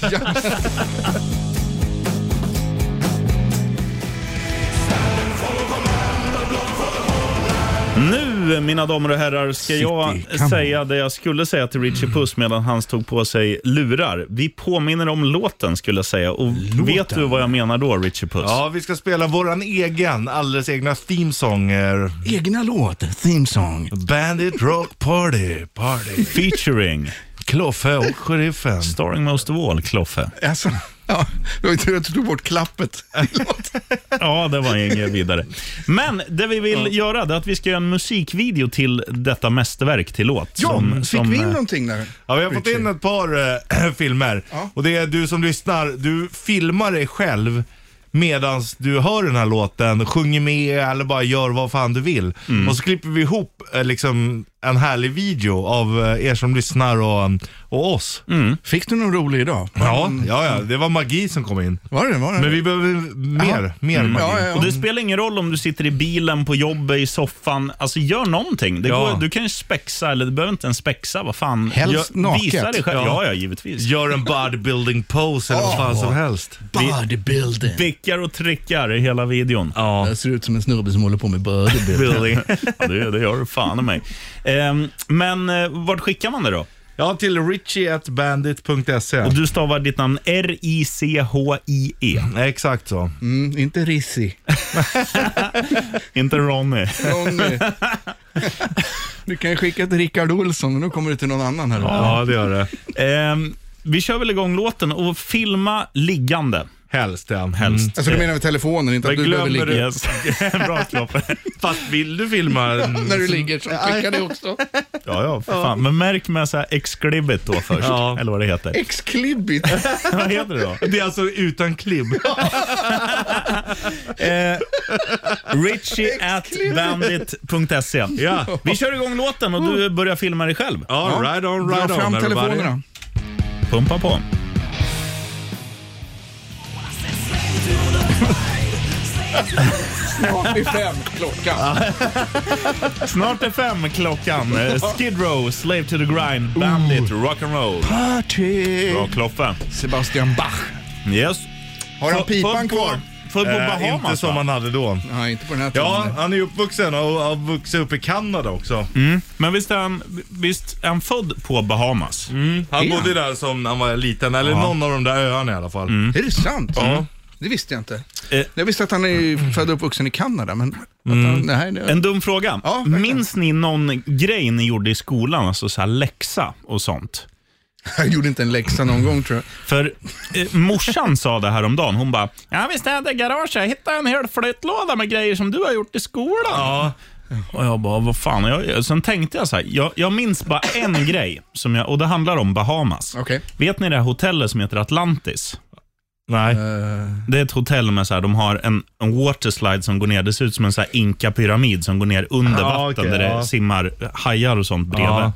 [SPEAKER 2] Nu, mina damer och herrar, ska jag säga det Mm. jag skulle säga till Richie Puss medan han stod på sig lurar. Vi påminner om låten, skulle jag säga. Och Vet du vad jag menar då, Richie Puss?
[SPEAKER 4] Ja, vi ska spela våran egen, alldeles egna theme song. eh,
[SPEAKER 3] Egna låt, theme song.
[SPEAKER 4] Bandit Rock Party. Party.
[SPEAKER 2] Featuring,
[SPEAKER 4] Kloffe och sheriffen.
[SPEAKER 2] starring most of all, Kloffe.
[SPEAKER 3] Alltså, ja, det var ju tur att du tog bort klappet.
[SPEAKER 2] Ja, det var inget vidare. Men det vi vill göra det är att vi ska göra en musikvideo till detta mästerverk till låt.
[SPEAKER 3] Ja,
[SPEAKER 2] som-
[SPEAKER 3] fick
[SPEAKER 2] som,
[SPEAKER 3] vi in
[SPEAKER 2] eh,
[SPEAKER 3] någonting där?
[SPEAKER 4] Ja, vi har fått in ett par eh, filmer.
[SPEAKER 3] Ja.
[SPEAKER 4] Och det är du som lyssnar, du filmar dig själv medan du hör den här låten, sjunger med eller bara gör vad fan du vill. Och så klipper vi ihop eh, liksom, en härlig video av eh, er som lyssnar och, och oss.
[SPEAKER 3] Fick du någon rolig idag?
[SPEAKER 4] Ja, ja, ja, det var magi som kom in.
[SPEAKER 3] Var det var det?
[SPEAKER 4] Men vi behöver mer,
[SPEAKER 3] Jaha.
[SPEAKER 4] mer magi.
[SPEAKER 3] ja, ja,
[SPEAKER 2] Och
[SPEAKER 3] ja.
[SPEAKER 2] det spelar ingen roll om du sitter i bilen, på jobbet, i soffan. Alltså gör någonting. Det
[SPEAKER 4] Ja.
[SPEAKER 2] går, du kan ju spexa, eller du behöver inte ens spexa. Vad fan.
[SPEAKER 3] Helst
[SPEAKER 2] gör,
[SPEAKER 3] naket.
[SPEAKER 2] Visa dig själv.
[SPEAKER 4] Ja.
[SPEAKER 2] Ja, ja, givetvis.
[SPEAKER 4] Gör en bodybuilding pose eller vad fan som helst.
[SPEAKER 3] Bodybuilding.
[SPEAKER 2] Bickar och trickar i hela videon.
[SPEAKER 4] Ja.
[SPEAKER 3] Jag ser ut som en snubbe som håller på med bodybuilding.
[SPEAKER 2] Building. Ja, det, det gör du fan i mig. Ehm, men eh, vart skickar man det då?
[SPEAKER 4] ja, till richie.bandit.se.
[SPEAKER 2] Och du stavar ditt namn R-I-C-H-I-E.
[SPEAKER 4] Exakt så.
[SPEAKER 3] Mm, inte Rissi.
[SPEAKER 2] Inte Ronny.
[SPEAKER 3] Ronny. eh, Du kan ju skicka till Rickard Olsson, men nu kommer det till någon annan här.
[SPEAKER 4] Ja, det gör det.
[SPEAKER 2] Ehm, vi kör väl igång låten och filma liggande
[SPEAKER 4] Helst ja.
[SPEAKER 2] helst.
[SPEAKER 3] Alltså du menar med telefonen, inte att
[SPEAKER 4] Men
[SPEAKER 3] du behöver
[SPEAKER 4] glömmer
[SPEAKER 3] ligga.
[SPEAKER 4] du-
[SPEAKER 2] Yes. Bra Kloppe.
[SPEAKER 4] Fast Mm. vill du filma?
[SPEAKER 3] När du ligger så skicka det också.
[SPEAKER 2] Ja, ja, för fan. Men märk med så här exklibbet då först,
[SPEAKER 4] Ja.
[SPEAKER 2] eller vad det heter.
[SPEAKER 3] Exklibbigt.
[SPEAKER 2] vad heter det då?
[SPEAKER 4] Det är alltså utan klibb.
[SPEAKER 2] Eh, Richie at bandit.se.
[SPEAKER 4] Ja.
[SPEAKER 2] E.
[SPEAKER 4] Oh.
[SPEAKER 2] Vi kör igång låten och du börjar filma dig själv.
[SPEAKER 4] Ja, right on, right
[SPEAKER 3] Dra fram
[SPEAKER 4] on everybody.
[SPEAKER 3] telefonerna.
[SPEAKER 2] Pumpa på.
[SPEAKER 3] Snart vid fem klockan.
[SPEAKER 2] Snart är fem klockan. Eh, Skid Row, Slave to the Grind,
[SPEAKER 4] Oh.
[SPEAKER 2] Bandit, Rock'n'Roll.
[SPEAKER 3] Party.
[SPEAKER 2] Bra Kloffe.
[SPEAKER 3] Sebastian Bach.
[SPEAKER 2] Yes.
[SPEAKER 3] Har han pipan
[SPEAKER 2] på-
[SPEAKER 3] kvar?
[SPEAKER 2] För på
[SPEAKER 4] Eh,
[SPEAKER 2] Bahamas
[SPEAKER 4] inte
[SPEAKER 3] alltså.
[SPEAKER 4] som
[SPEAKER 2] va?
[SPEAKER 4] man hade då.
[SPEAKER 3] Nej, inte på den här
[SPEAKER 4] Ja,
[SPEAKER 3] tiden.
[SPEAKER 4] han är ju uppvuxen och har vuxit upp i Kanada också.
[SPEAKER 3] Mm.
[SPEAKER 2] Men visst är, han, visst är han född på Bahamas?
[SPEAKER 4] Han bodde där som när han var liten, eller någon av de där öarna i alla fall.
[SPEAKER 3] Är det sant? Det visste jag inte.
[SPEAKER 2] Eh.
[SPEAKER 3] Jag visste att han är född och uppvuxen i Kanada, men... Att
[SPEAKER 4] Mm.
[SPEAKER 3] han, nej, det,
[SPEAKER 2] En dum fråga.
[SPEAKER 3] Ja, verkligen.
[SPEAKER 2] Minns ni någon grej ni gjorde i skolan, alltså så här läxa och sånt?
[SPEAKER 3] jag gjorde inte en läxa någon gång tror jag.
[SPEAKER 2] För eh, morsan sa det här om dagen. Hon bara, ja vi städade garaget, jag hittade en hel flyttlåda med grejer som du har gjort i skolan.
[SPEAKER 4] Ja.
[SPEAKER 2] Och jag bara, vad fan. Jag, jag- sen tänkte jag så här, jag, jag minns bara en grej som jag, och det handlar om Bahamas.
[SPEAKER 3] Okej.
[SPEAKER 2] Vet ni det här hotellet som heter Atlantis?
[SPEAKER 4] Nej. Eh,
[SPEAKER 2] Det är ett hotell med så här, de har en, en waterslide som går ner. Det ser ut som en så här inka-pyramid som går ner under
[SPEAKER 4] Ja,
[SPEAKER 2] vatten
[SPEAKER 4] Ah, okej,
[SPEAKER 2] där det
[SPEAKER 4] ja.
[SPEAKER 2] simmar hajar och sånt bredvid.
[SPEAKER 4] Ja. Mm.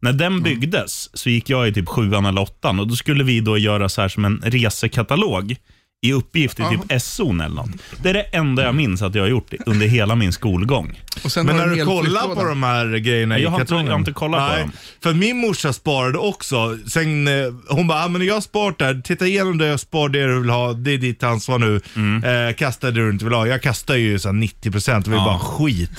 [SPEAKER 2] När den byggdes så gick jag i typ sjuan eller åttan och då skulle vi då göra så här som en resekatalog i uppgift i typ SO'n eller något. Det är det enda jag minns att jag har gjort under hela min skolgång.
[SPEAKER 3] Och sen
[SPEAKER 4] Men
[SPEAKER 3] har
[SPEAKER 4] när
[SPEAKER 3] du
[SPEAKER 4] du
[SPEAKER 3] en
[SPEAKER 4] kollar
[SPEAKER 3] elflyttlåda.
[SPEAKER 4] på de här grejerna i
[SPEAKER 2] Jag har inte-
[SPEAKER 4] kartongen.
[SPEAKER 2] jag har inte kollat på dem.
[SPEAKER 4] För min morsa sparade också. Sen, eh, hon bara, ah, men jag har sparat där. Titta igenom det, jag spar det du vill ha. Det är ditt ansvar nu.
[SPEAKER 2] Mm.
[SPEAKER 4] Eh, kasta det du inte vill ha. Jag kastar ju så här 90% och vi bara skit.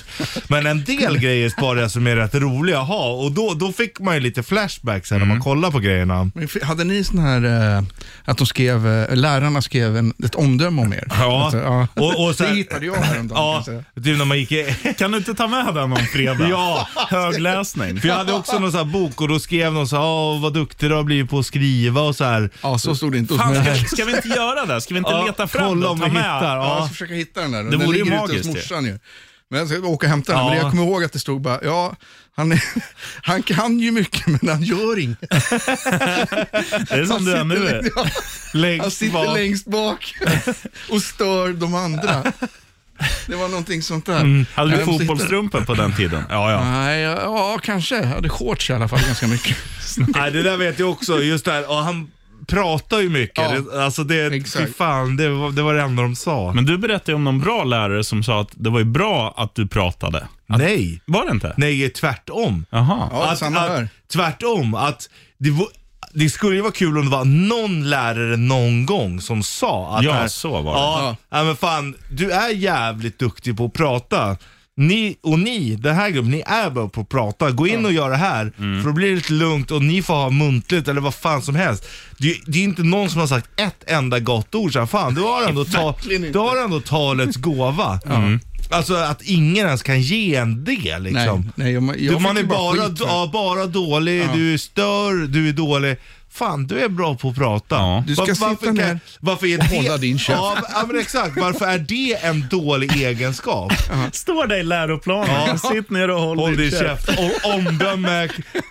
[SPEAKER 4] Men en del grejer sparade jag som är rätt roliga att ha. Och då, då fick man ju lite
[SPEAKER 2] Mm.
[SPEAKER 4] flashbacks här när man kollar på grejerna.
[SPEAKER 3] Men f- Hade ni sån här, eh, att de skrev, eh, lärarna skrev även ett omdöme om er.
[SPEAKER 4] Ja.
[SPEAKER 3] Alltså, ja.
[SPEAKER 4] Och, och så här-
[SPEAKER 3] det hittade jag häromdagen. kan
[SPEAKER 4] Ja,
[SPEAKER 3] jag säga.
[SPEAKER 4] typ när man gick i...
[SPEAKER 2] Kan du inte ta med den någon fredag?
[SPEAKER 4] Ja.
[SPEAKER 2] Högläsning.
[SPEAKER 4] För jag hade också någon sån här bok och då skrev någon så här, "Åh, vad duktig du har blivit på att skriva och så här.
[SPEAKER 3] Ja, så stod det inte hos
[SPEAKER 2] Fan,
[SPEAKER 3] mig.
[SPEAKER 2] ska, ska vi inte göra det? Ska vi inte
[SPEAKER 4] Ja,
[SPEAKER 2] leta fram
[SPEAKER 4] kolla
[SPEAKER 2] den och
[SPEAKER 4] om
[SPEAKER 2] ta
[SPEAKER 4] vi
[SPEAKER 2] med?
[SPEAKER 4] hittar,
[SPEAKER 3] Ja,
[SPEAKER 4] ja.
[SPEAKER 3] jag ska försöka hitta den där.
[SPEAKER 2] Det
[SPEAKER 3] den
[SPEAKER 2] vore ju
[SPEAKER 3] ligger ute hos
[SPEAKER 2] magiskt ju.
[SPEAKER 3] morsan ju. Men jag ska åka och hämta den. Men
[SPEAKER 4] Ja.
[SPEAKER 3] jag kommer ihåg att det stod bara, ja, han, är, han kan ju mycket men han gör inget.
[SPEAKER 2] Det är som
[SPEAKER 3] Han
[SPEAKER 2] du är nu.
[SPEAKER 3] sitter- ja, han
[SPEAKER 4] Längst
[SPEAKER 3] sitter
[SPEAKER 4] bak.
[SPEAKER 3] längst bak och stör de andra. Det var någonting sånt där.
[SPEAKER 2] Mm. Hade du
[SPEAKER 3] Jag måste hitta-
[SPEAKER 2] fotbollstrumpor på den tiden? Ja,
[SPEAKER 4] Mm.
[SPEAKER 2] ja.
[SPEAKER 3] Nej, ja, ja, kanske. Jag hade shorts i alla fall ganska mycket.
[SPEAKER 4] Nej, det där vet jag också. Just det här, och han pratar ju mycket.
[SPEAKER 3] Ja.
[SPEAKER 4] Det, alltså det, fy
[SPEAKER 3] Exakt.
[SPEAKER 4] fan, det var, det var det enda de sa.
[SPEAKER 2] Men du berättade ju om någon bra lärare som sa att det var ju bra att du pratade.
[SPEAKER 4] nej.
[SPEAKER 2] Var det inte?
[SPEAKER 4] Nej, tvärtom.
[SPEAKER 2] Jaha.
[SPEAKER 3] Ja, samma här.
[SPEAKER 4] att, tvärtom, att det, var- det skulle ju vara kul om det var någon lärare någon gång som sa att...
[SPEAKER 2] Ja,
[SPEAKER 4] här-
[SPEAKER 2] så var det.
[SPEAKER 4] Ja, ja, men fan, du är jävligt duktig på att prata. Ni och ni, den här gruppen, ni är bra på att prata. Gå in och gör det här,
[SPEAKER 2] Mm.
[SPEAKER 4] för då blir det lite lugnt och ni får ha muntligt eller vad fan som helst. Det, det är inte någon som har sagt ett enda gott ord. Så här, fan, du har ändå, ta, du har ändå talets gåva.
[SPEAKER 2] Mm.
[SPEAKER 4] Alltså att ingen ens kan ge en det liksom.
[SPEAKER 3] Nej, nej, jag, jag
[SPEAKER 4] Du,
[SPEAKER 3] fick
[SPEAKER 4] man
[SPEAKER 3] ju
[SPEAKER 4] är bara,
[SPEAKER 3] skit för-
[SPEAKER 4] ja, bara dålig, du stör, du är dålig. Fan, du är bra på att prata.
[SPEAKER 2] Ja.
[SPEAKER 3] Du ska sitta
[SPEAKER 4] kan-
[SPEAKER 3] ner
[SPEAKER 4] varför är
[SPEAKER 3] och
[SPEAKER 4] det,
[SPEAKER 3] hålla din käft.
[SPEAKER 4] Ja, men- ja, men exakt. Varför är det en dålig egenskap?
[SPEAKER 2] Står det i läroplanen. Sitt ner och håll,
[SPEAKER 4] Håll
[SPEAKER 2] din
[SPEAKER 4] din käft. O- Omdöme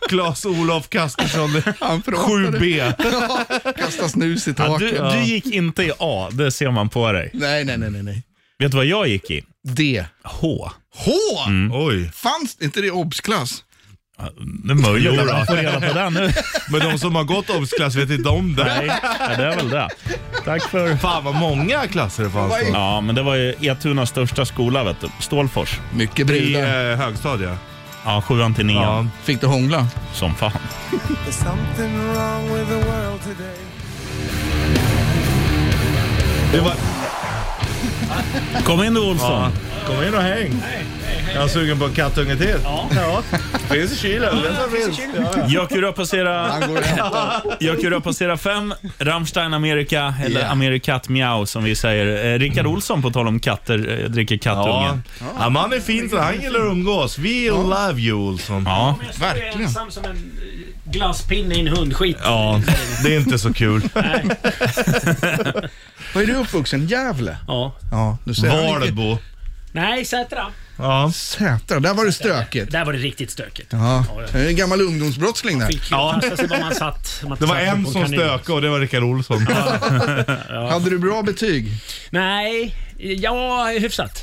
[SPEAKER 4] Klas-Olof Kaspersson
[SPEAKER 3] Han pratade.
[SPEAKER 4] 7B.
[SPEAKER 3] Ja, Kasta snus i
[SPEAKER 2] Ja,
[SPEAKER 3] taket.
[SPEAKER 2] du, du gick inte i A, det ser man på dig.
[SPEAKER 3] Nej, nej, nej, nej, nej.
[SPEAKER 2] Vet du vad jag gick i?
[SPEAKER 3] D.
[SPEAKER 2] H.
[SPEAKER 3] H!
[SPEAKER 4] Mm. Oj.
[SPEAKER 3] Fanns inte det i obsklass?
[SPEAKER 2] Det är möjligt att man får reda på det nu.
[SPEAKER 4] Men de som har gått obsklass vet inte om det.
[SPEAKER 2] Nej, ja, det är väl det. Tack för...
[SPEAKER 4] Fan vad många klasser det fanns då.
[SPEAKER 2] Ja, men det var ju Etunas största skola, vet du. Stålfors.
[SPEAKER 3] Mycket
[SPEAKER 4] I
[SPEAKER 3] brudar.
[SPEAKER 4] eh, högstadiet.
[SPEAKER 2] Ja, sjuan till nian.
[SPEAKER 4] Ja.
[SPEAKER 3] Fick du hångla?
[SPEAKER 2] Som fan.
[SPEAKER 4] Det var,
[SPEAKER 2] Kom in du Olsson.
[SPEAKER 4] Kom in och häng. Jag är sugen på en kattunge till. Ja. Finns i kylen. Den finns. Ja,
[SPEAKER 2] Jökurö passerar...
[SPEAKER 3] Han går och hämtar.
[SPEAKER 2] Jökurö passerar fem. Rammstein Amerika, eller
[SPEAKER 3] Ja.
[SPEAKER 2] Amerikat Miau som vi säger. Eh, Rickard Olsson, på tal om katter, eh, dricker
[SPEAKER 4] ja.
[SPEAKER 2] kattungen.
[SPEAKER 4] ja man är fin så han gillar att umgås. We love you Olsson.
[SPEAKER 2] Ja.
[SPEAKER 6] Om jag står
[SPEAKER 3] verkligen.
[SPEAKER 6] ensam som en glasspinne i en hundskit.
[SPEAKER 4] Ja, det är inte så kul.
[SPEAKER 3] Var är du uppvuxen? Gävle?
[SPEAKER 6] Ja.
[SPEAKER 3] Ja, du ser. Han gick i
[SPEAKER 4] Valbo.
[SPEAKER 6] Nej, Sätra.
[SPEAKER 4] Ja.
[SPEAKER 3] Sätra, där var det stökigt.
[SPEAKER 6] Där var det riktigt stökigt.
[SPEAKER 3] Ja,
[SPEAKER 6] Ja,
[SPEAKER 3] det är en gammal ungdomsbrottsling där.
[SPEAKER 6] Fick ju kasta sig var man satt. Man
[SPEAKER 4] Det var
[SPEAKER 6] satt
[SPEAKER 4] en
[SPEAKER 6] på
[SPEAKER 4] som
[SPEAKER 6] kanin.
[SPEAKER 4] stökade och det var Rickard Olsson.
[SPEAKER 3] Hade du bra betyg?
[SPEAKER 6] Nej, ja, hyfsat.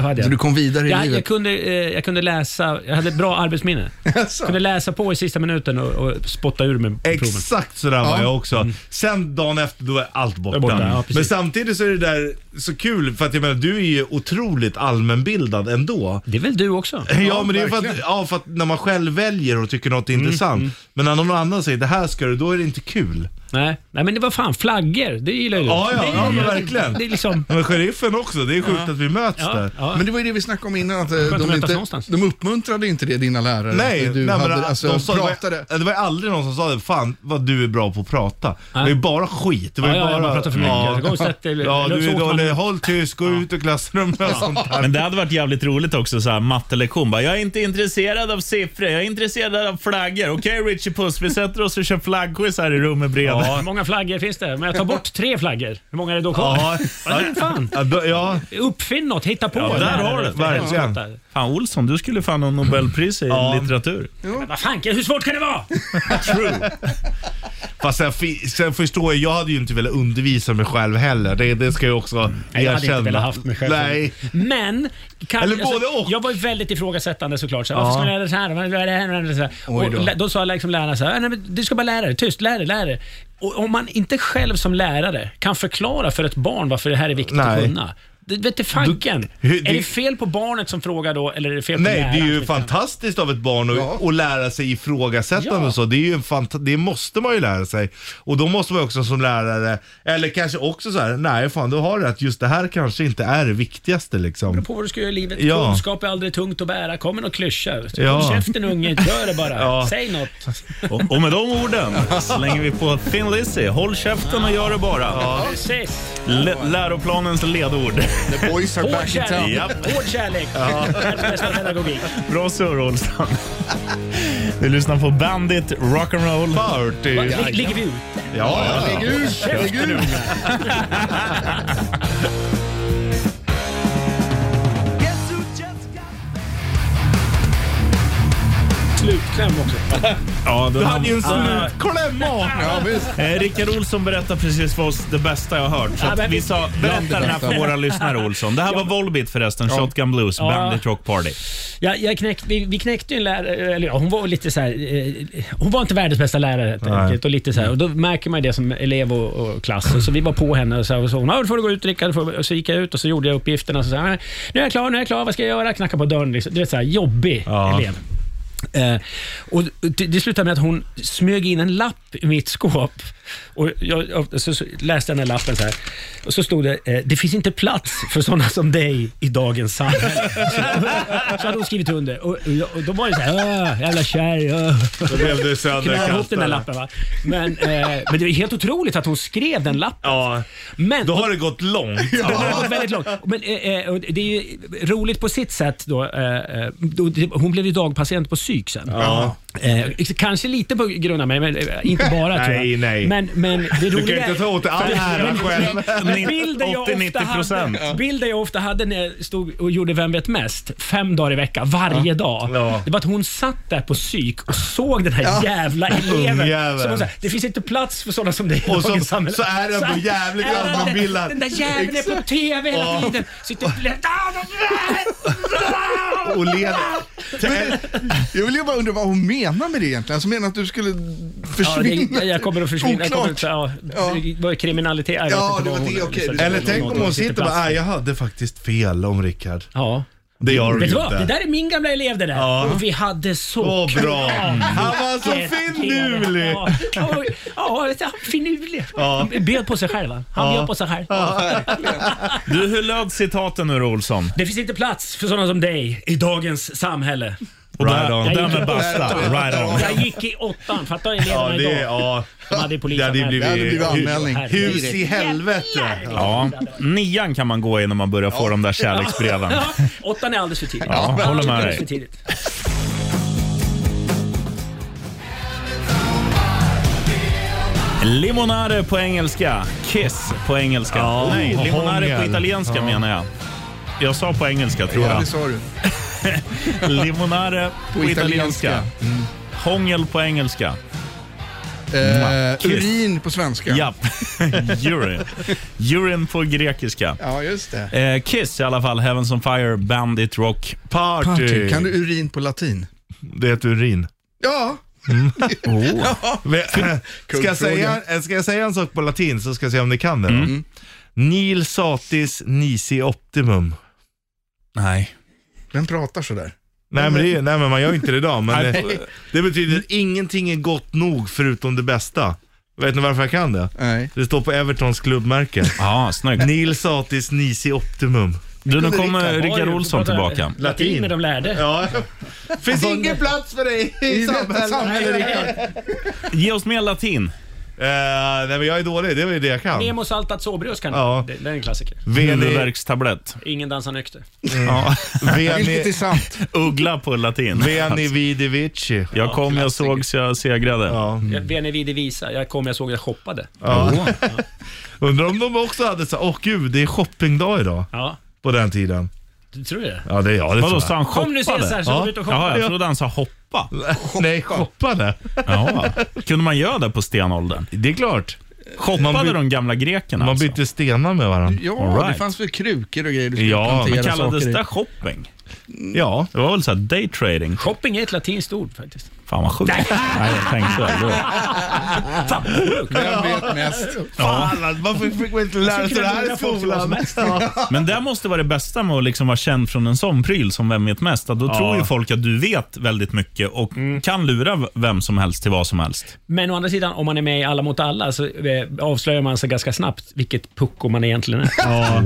[SPEAKER 6] Hade
[SPEAKER 3] Så
[SPEAKER 6] jag.
[SPEAKER 3] du kom vidare i
[SPEAKER 6] Jag, jag,
[SPEAKER 3] livet?
[SPEAKER 6] kunde, eh, jag kunde läsa, jag hade ett bra arbetsminne.
[SPEAKER 3] Alltså.
[SPEAKER 6] kunde läsa på i sista minuten och, och spotta ur mig proven.
[SPEAKER 4] Exakt sådär var jag också. Sen dagen efter, då är allt borta.
[SPEAKER 6] Mm. Borta, ja, precis.
[SPEAKER 4] Men samtidigt så är det där så kul, för att jag menar, du är ju otroligt allmänbildad ändå.
[SPEAKER 6] Det är väl du också?
[SPEAKER 4] Ja, men det är för att, ja, för att när man själv väljer och tycker något är intressant.
[SPEAKER 6] Mm,
[SPEAKER 4] Men när någon annan säger det här ska du, då är det inte kul.
[SPEAKER 6] Nej, nej men det var fan flaggor. Det gillar ju du.
[SPEAKER 4] Ja, ja,
[SPEAKER 6] det,
[SPEAKER 4] ja, men verkligen.
[SPEAKER 6] Det är liksom...
[SPEAKER 4] Men sheriffen också, det är sjukt att vi möts
[SPEAKER 6] Ja,
[SPEAKER 4] där.
[SPEAKER 6] ja.
[SPEAKER 3] Men det var ju det vi snackade om innan, att eh,
[SPEAKER 6] att
[SPEAKER 3] de,
[SPEAKER 6] mötas
[SPEAKER 3] inte,
[SPEAKER 6] någonstans.
[SPEAKER 3] de uppmuntrade inte det, dina lärare.
[SPEAKER 4] Nej,
[SPEAKER 3] att du
[SPEAKER 4] nej
[SPEAKER 3] hade,
[SPEAKER 4] men
[SPEAKER 3] alltså,
[SPEAKER 4] de sa,
[SPEAKER 3] pratade.
[SPEAKER 4] Det, var, det var aldrig någon som sa det, fan vad du är bra på att prata. Det var ju bara skit. Det var
[SPEAKER 6] Ja,
[SPEAKER 4] ju
[SPEAKER 6] ja,
[SPEAKER 4] bara,
[SPEAKER 6] man pratar för mycket. Det går att sätta-
[SPEAKER 4] Ja,
[SPEAKER 6] eller- eller
[SPEAKER 4] du
[SPEAKER 6] så
[SPEAKER 4] är
[SPEAKER 6] åt man-
[SPEAKER 4] dålig, håll tyst, gå ut ur klassrummet och sånt där.
[SPEAKER 2] Men det hade varit jävligt roligt också, så här, mattelektion. Bara, jag är inte intresserad av siffror, jag är intresserad av flaggor. Okej Richie Puss, vi sätter oss och kör flaggquiz här i rummet bredvid.
[SPEAKER 6] Hur många flaggor finns det? Men jag tar bort tre flaggor. Hur många är det då kvar?
[SPEAKER 4] Ja,
[SPEAKER 6] Vad är det fan?
[SPEAKER 4] ja, då- ja,
[SPEAKER 6] Uppfinn något, hitta på.
[SPEAKER 2] Ja, där har du det.
[SPEAKER 4] Verkligen.
[SPEAKER 6] Där.
[SPEAKER 2] Fan Olsson, du skulle fan ha Nobelpris i
[SPEAKER 4] Ja.
[SPEAKER 2] litteratur.
[SPEAKER 6] Men vad fan, hur svårt kan det vara?
[SPEAKER 4] Fast sen, fi- sen förstår jag, jag hade ju inte velat undervisa mig själv heller. Det, det ska jag också
[SPEAKER 6] Mm. Nej, jag hade
[SPEAKER 4] erkänna.
[SPEAKER 6] inte velat haft mig själv.
[SPEAKER 4] Nej.
[SPEAKER 6] Men... Kan,
[SPEAKER 4] Eller både och.
[SPEAKER 6] Jag var ju väldigt ifrågasättande såklart. Så, här, Varför ska man lära sig det här? Varför ska man lära sig det här?
[SPEAKER 3] Oj
[SPEAKER 6] Och
[SPEAKER 3] då.
[SPEAKER 6] lä- då sa liksom lärarna så här, Nej, men du ska bara lära dig. Tyst, lära dig, lära dig. Och om man inte själv som lärare kan förklara för ett barn varför det här är viktigt
[SPEAKER 4] Nej.
[SPEAKER 6] att kunna. Det vet du fanken.
[SPEAKER 4] Du- hur-
[SPEAKER 6] är
[SPEAKER 4] det-
[SPEAKER 6] det fel på barnet som frågar då, eller är det fel på
[SPEAKER 4] Nej,
[SPEAKER 6] läraren? liksom?
[SPEAKER 4] det är ju
[SPEAKER 6] som-
[SPEAKER 4] fantastiskt av ett barn att, att lära sig ifrågasättande
[SPEAKER 6] Ja.
[SPEAKER 4] och så. Det, är ju en fanta- det måste man ju lära sig. Och då måste man också som lärare, eller kanske också så här, nej fan du har rätt, just det här kanske inte är det viktigaste liksom.
[SPEAKER 6] Beror på vad du ska göra i livet.
[SPEAKER 4] Ja.
[SPEAKER 6] Kunskap är aldrig tungt att bära. Kom med någon klyscha.
[SPEAKER 4] Ja.
[SPEAKER 6] Håll käften unge, gör det bara.
[SPEAKER 2] Ja.
[SPEAKER 6] Säg något.
[SPEAKER 2] Och, och med de orden slänger vi på Thin Lizzy. Håll käften och gör det bara.
[SPEAKER 6] Precis.
[SPEAKER 2] L- läroplanens ledord.
[SPEAKER 3] The boys are
[SPEAKER 6] Hård
[SPEAKER 3] back in town.
[SPEAKER 6] kärlek.
[SPEAKER 2] Japp.
[SPEAKER 6] Hård kärlek. Världens bästa pedagogik.
[SPEAKER 2] Bra surr, Olsson. Du lyssnar på Bandit Rock'n'Roll.
[SPEAKER 4] Party.
[SPEAKER 6] Va,
[SPEAKER 4] Ja,
[SPEAKER 6] lig- Ligger vi ute?
[SPEAKER 4] ja.
[SPEAKER 3] Lägg ut, lägg ut.
[SPEAKER 6] Slutkläm också.
[SPEAKER 2] Ja, den
[SPEAKER 4] Du
[SPEAKER 2] har-
[SPEAKER 4] hade ju en slutkläm
[SPEAKER 3] Ja, visst.
[SPEAKER 2] Eh, Rickard Olsson berättar precis för oss det bästa jag har hört. Så
[SPEAKER 6] Ja,
[SPEAKER 2] att
[SPEAKER 6] men
[SPEAKER 2] vi
[SPEAKER 6] vi-
[SPEAKER 2] sa, berätta den här för våra lyssnare Olsson. Det här var Volbeat förresten, Shotgun Blues,
[SPEAKER 6] Ja.
[SPEAKER 2] Bandit Rock Party.
[SPEAKER 6] Ja, jag knäck, vi, vi knäckte ju en lärare, eller ja, hon var lite så här, eh, hon var inte världens bästa lärare helt enkelt. Och, lite så här, och då märker man ju det som elev och, och klass. Och så vi var på henne och så, här, och så hon "Ja, då får du gå ut Rickard. Får- Och så gick jag ut och så gjorde jag uppgifterna. Och så sa, "Nej, nu är jag klar, nu är jag klar, vad ska jag göra? Knacka på dörren. Liksom. Du vet, så här, jobbig elev. Eh, och det, det slutade med att hon smög in en lapp i mitt skåp. Och jag, jag så, så läste jag den här lappen så här. Och så stod det, eh, det finns inte plats för sådana som dig i dagens samhälle. Så, så hade hon skrivit under. Och, och, jag- och då var det så här, "Åh, jävla kärring. åh."
[SPEAKER 4] Då blev du
[SPEAKER 6] Knäade ihop den där
[SPEAKER 4] sönderkastad.
[SPEAKER 6] lappen va. Men, eh, men det är helt otroligt att hon skrev den lappen.
[SPEAKER 4] Ja,
[SPEAKER 6] Men,
[SPEAKER 4] då har det gått långt.
[SPEAKER 6] Ja, det har gått väldigt långt. Men, eh, eh, och det är ju roligt på sitt sätt. Då, eh, eh, då, det- hon blev ju dagpatient på psyk sen. Eh, kanske lite på grund av mig, men eh, inte bara tror jag.
[SPEAKER 4] Nej, nej.
[SPEAKER 6] Men, men
[SPEAKER 4] Du kan
[SPEAKER 6] det
[SPEAKER 4] ju
[SPEAKER 6] roliga
[SPEAKER 4] inte ta åt dig all ära själv.
[SPEAKER 6] men bilden jag, ofta
[SPEAKER 2] 80-90%.
[SPEAKER 6] hade, bilden jag ofta hade när jag stod och gjorde Vem vet mest, fem dagar i veckan, varje dag.
[SPEAKER 4] Ja.
[SPEAKER 6] Det var att hon satt där på psyk och såg den här jävla eleven.
[SPEAKER 4] Ungjäveln.
[SPEAKER 6] Som hon sa, det finns inte plats för sådana som dig i
[SPEAKER 4] Och så-
[SPEAKER 6] dagens samhälle."
[SPEAKER 4] så är den
[SPEAKER 6] Så
[SPEAKER 4] då
[SPEAKER 6] är-
[SPEAKER 4] jävligt
[SPEAKER 6] är den-
[SPEAKER 4] allmänbildad.
[SPEAKER 6] Den där jäveln är på TV hela tiden. Sitter och blä-
[SPEAKER 4] Och led.
[SPEAKER 3] Jag vill ju bara undra vad hon menar med det egentligen. Alltså menar att du skulle
[SPEAKER 6] Ja,
[SPEAKER 3] försvinna?
[SPEAKER 6] det, jag kommer att försvinna. Jag kommer, att-
[SPEAKER 3] Oklart.
[SPEAKER 6] ja,
[SPEAKER 3] Ja.
[SPEAKER 6] det var kriminalitet. Jag vet
[SPEAKER 3] Ja,
[SPEAKER 6] inte
[SPEAKER 3] det
[SPEAKER 6] vad
[SPEAKER 3] var
[SPEAKER 6] hon-
[SPEAKER 3] det, okej.
[SPEAKER 6] så-
[SPEAKER 4] Eller tänk om hon sitter och bara,
[SPEAKER 6] plats.
[SPEAKER 4] "Nej, jag hade faktiskt fel om Rickard.
[SPEAKER 6] Ja.
[SPEAKER 4] Det gör hon
[SPEAKER 6] Vet
[SPEAKER 4] ju
[SPEAKER 6] du vad? Det
[SPEAKER 4] inte.
[SPEAKER 6] där är min gamla elev det där. Och vi hade så
[SPEAKER 4] Åh, bra.
[SPEAKER 6] kul.
[SPEAKER 4] Han var så
[SPEAKER 6] Vilket
[SPEAKER 4] Alltså, finurlig.
[SPEAKER 6] Ja, ja, ja, vet du, han var finurlig.
[SPEAKER 4] Ja.
[SPEAKER 6] Bjöd på sig själv. va? Han bjöd på sig själv.
[SPEAKER 2] Du, hur löd citaten nu då, Olsson?
[SPEAKER 6] Det finns inte plats för sådana som dig i dagens samhälle.
[SPEAKER 2] Och
[SPEAKER 4] Right
[SPEAKER 2] där,
[SPEAKER 4] on.
[SPEAKER 2] och därmed basta. Right on.
[SPEAKER 6] Jag gick i åttan. Fattar eleverna
[SPEAKER 4] Ja, det,
[SPEAKER 6] idag?
[SPEAKER 4] ja.
[SPEAKER 6] De hade ju
[SPEAKER 4] Det hade ju
[SPEAKER 6] polisanmälan.
[SPEAKER 4] blivit,
[SPEAKER 3] Det hade blivit anmälning.
[SPEAKER 4] hu- Hus i helvete.
[SPEAKER 2] Ja, nian kan man gå i när man börjar få de där kärleksbreven.
[SPEAKER 6] Ja, åttan är alldeles för tidigt.
[SPEAKER 2] Ja, jag håller med
[SPEAKER 6] Alldeles
[SPEAKER 2] dig.
[SPEAKER 6] för tidigt.
[SPEAKER 2] Limonare på engelska, kiss på engelska.
[SPEAKER 4] Ja,
[SPEAKER 2] Nej,
[SPEAKER 4] och
[SPEAKER 2] limonare på
[SPEAKER 4] hångel.
[SPEAKER 2] italienska
[SPEAKER 4] Ja.
[SPEAKER 2] menar jag. Jag sa på engelska tror
[SPEAKER 3] Ja,
[SPEAKER 2] jag.
[SPEAKER 3] det sa du.
[SPEAKER 2] Limonare på,
[SPEAKER 3] På
[SPEAKER 2] italienska.
[SPEAKER 3] italienska.
[SPEAKER 2] Hångel på engelska.
[SPEAKER 3] Eh,
[SPEAKER 2] Kiss.
[SPEAKER 3] urin på svenska.
[SPEAKER 2] Japp. Urine. Urine på grekiska.
[SPEAKER 3] Ja, just det.
[SPEAKER 2] Eh, Kiss i alla fall, Heavens on Fire, Bandit Rock.
[SPEAKER 4] Party.
[SPEAKER 3] Kan du urin på latin?
[SPEAKER 4] Det är ett urin.
[SPEAKER 3] Ja.
[SPEAKER 4] Ve- Ska jag, säga, eh, ska jag säga en sak på latin så ska jag se om ni kan det. då? Nil satis nisi optimum.
[SPEAKER 2] Nej.
[SPEAKER 3] Vem pratar sådär?
[SPEAKER 4] Nej men, det, är- nej men man gör ju inte det idag. Men
[SPEAKER 2] Nej.
[SPEAKER 4] det, det betyder ingenting är gott nog förutom det bästa. Vet ni varför jag kan det?
[SPEAKER 3] Nej.
[SPEAKER 4] Det står på Evertons klubbmärke.
[SPEAKER 2] Ja, snyggt.
[SPEAKER 4] Nil satis nisi optimum.
[SPEAKER 2] Du, nu kommer
[SPEAKER 3] Rickard.
[SPEAKER 2] Rickard
[SPEAKER 6] Oj,
[SPEAKER 2] Olsson
[SPEAKER 6] pratar
[SPEAKER 2] tillbaka.
[SPEAKER 6] Latin med de lärde.
[SPEAKER 4] Ja. Finns ingen plats för dig Alltså, i samhället.
[SPEAKER 3] Samhälle, Rickard.
[SPEAKER 2] Ge oss mer latin.
[SPEAKER 4] Eh, nej men jag är dålig, det var ju det jag kan.
[SPEAKER 6] Nemo saltat sobrus kan
[SPEAKER 4] Ja.
[SPEAKER 6] du. Det, det är en klassiker.
[SPEAKER 4] Veni,
[SPEAKER 2] Huvudvärkstablett.
[SPEAKER 6] Ingen dansar nykter.
[SPEAKER 2] Ja.
[SPEAKER 3] Vilket är
[SPEAKER 4] veni,
[SPEAKER 3] sant.
[SPEAKER 2] Uggla på latin.
[SPEAKER 4] veni vidi vici.
[SPEAKER 2] Jag kom, jag såg, så jag segrade.
[SPEAKER 4] Ja.
[SPEAKER 6] Mm. Vene vidi visa. Jag kom, jag såg, jag shoppade.
[SPEAKER 4] Ja. Undrar om de också hade så åh gud, det är shoppingdag idag.
[SPEAKER 6] Ja,
[SPEAKER 4] På den tiden.
[SPEAKER 6] du tror det?
[SPEAKER 4] Ja, det, ja, det
[SPEAKER 2] Vadå,
[SPEAKER 4] tror
[SPEAKER 2] sa
[SPEAKER 4] jag.
[SPEAKER 2] han
[SPEAKER 6] Kom nu
[SPEAKER 2] shoppade?
[SPEAKER 6] Cesar, så
[SPEAKER 4] Ja.
[SPEAKER 6] går vi ut och shoppar.
[SPEAKER 2] Jaha, jag trodde han sa hoppa.
[SPEAKER 4] Nej, shoppade.
[SPEAKER 2] Ja. Kunde man göra det på stenåldern?
[SPEAKER 4] Det är klart. Man
[SPEAKER 2] Shoppade
[SPEAKER 4] by-
[SPEAKER 2] de gamla grekerna
[SPEAKER 4] Man
[SPEAKER 2] alltså?
[SPEAKER 4] byter stenar med varandra.
[SPEAKER 3] Ja,
[SPEAKER 2] All right.
[SPEAKER 3] det fanns väl krukor och grejer du skulle
[SPEAKER 4] Ja,
[SPEAKER 3] plantera
[SPEAKER 2] Men kallades
[SPEAKER 3] saker i.
[SPEAKER 2] det shopping? Ja. Det var väl så här daytrading.
[SPEAKER 6] Shopping är ett latinskt ord faktiskt.
[SPEAKER 2] Fan vad sjukt. Nej, jag tänkte väl då.
[SPEAKER 6] Fan vad sjukt.
[SPEAKER 3] Vem vet mest?
[SPEAKER 4] Fan, varför fick man inte lära sig det här i skolan?
[SPEAKER 2] Men det måste vara det bästa med att liksom vara känd från en sån pryl som Vem vet mest. Att Då tror ju folk att du vet väldigt mycket och kan lura v- vem som helst till vad som helst.
[SPEAKER 6] Men å andra sidan, om man är med i Alla mot alla så eh, avslöjar man sig ganska snabbt vilket pucko man egentligen är.
[SPEAKER 2] Ja.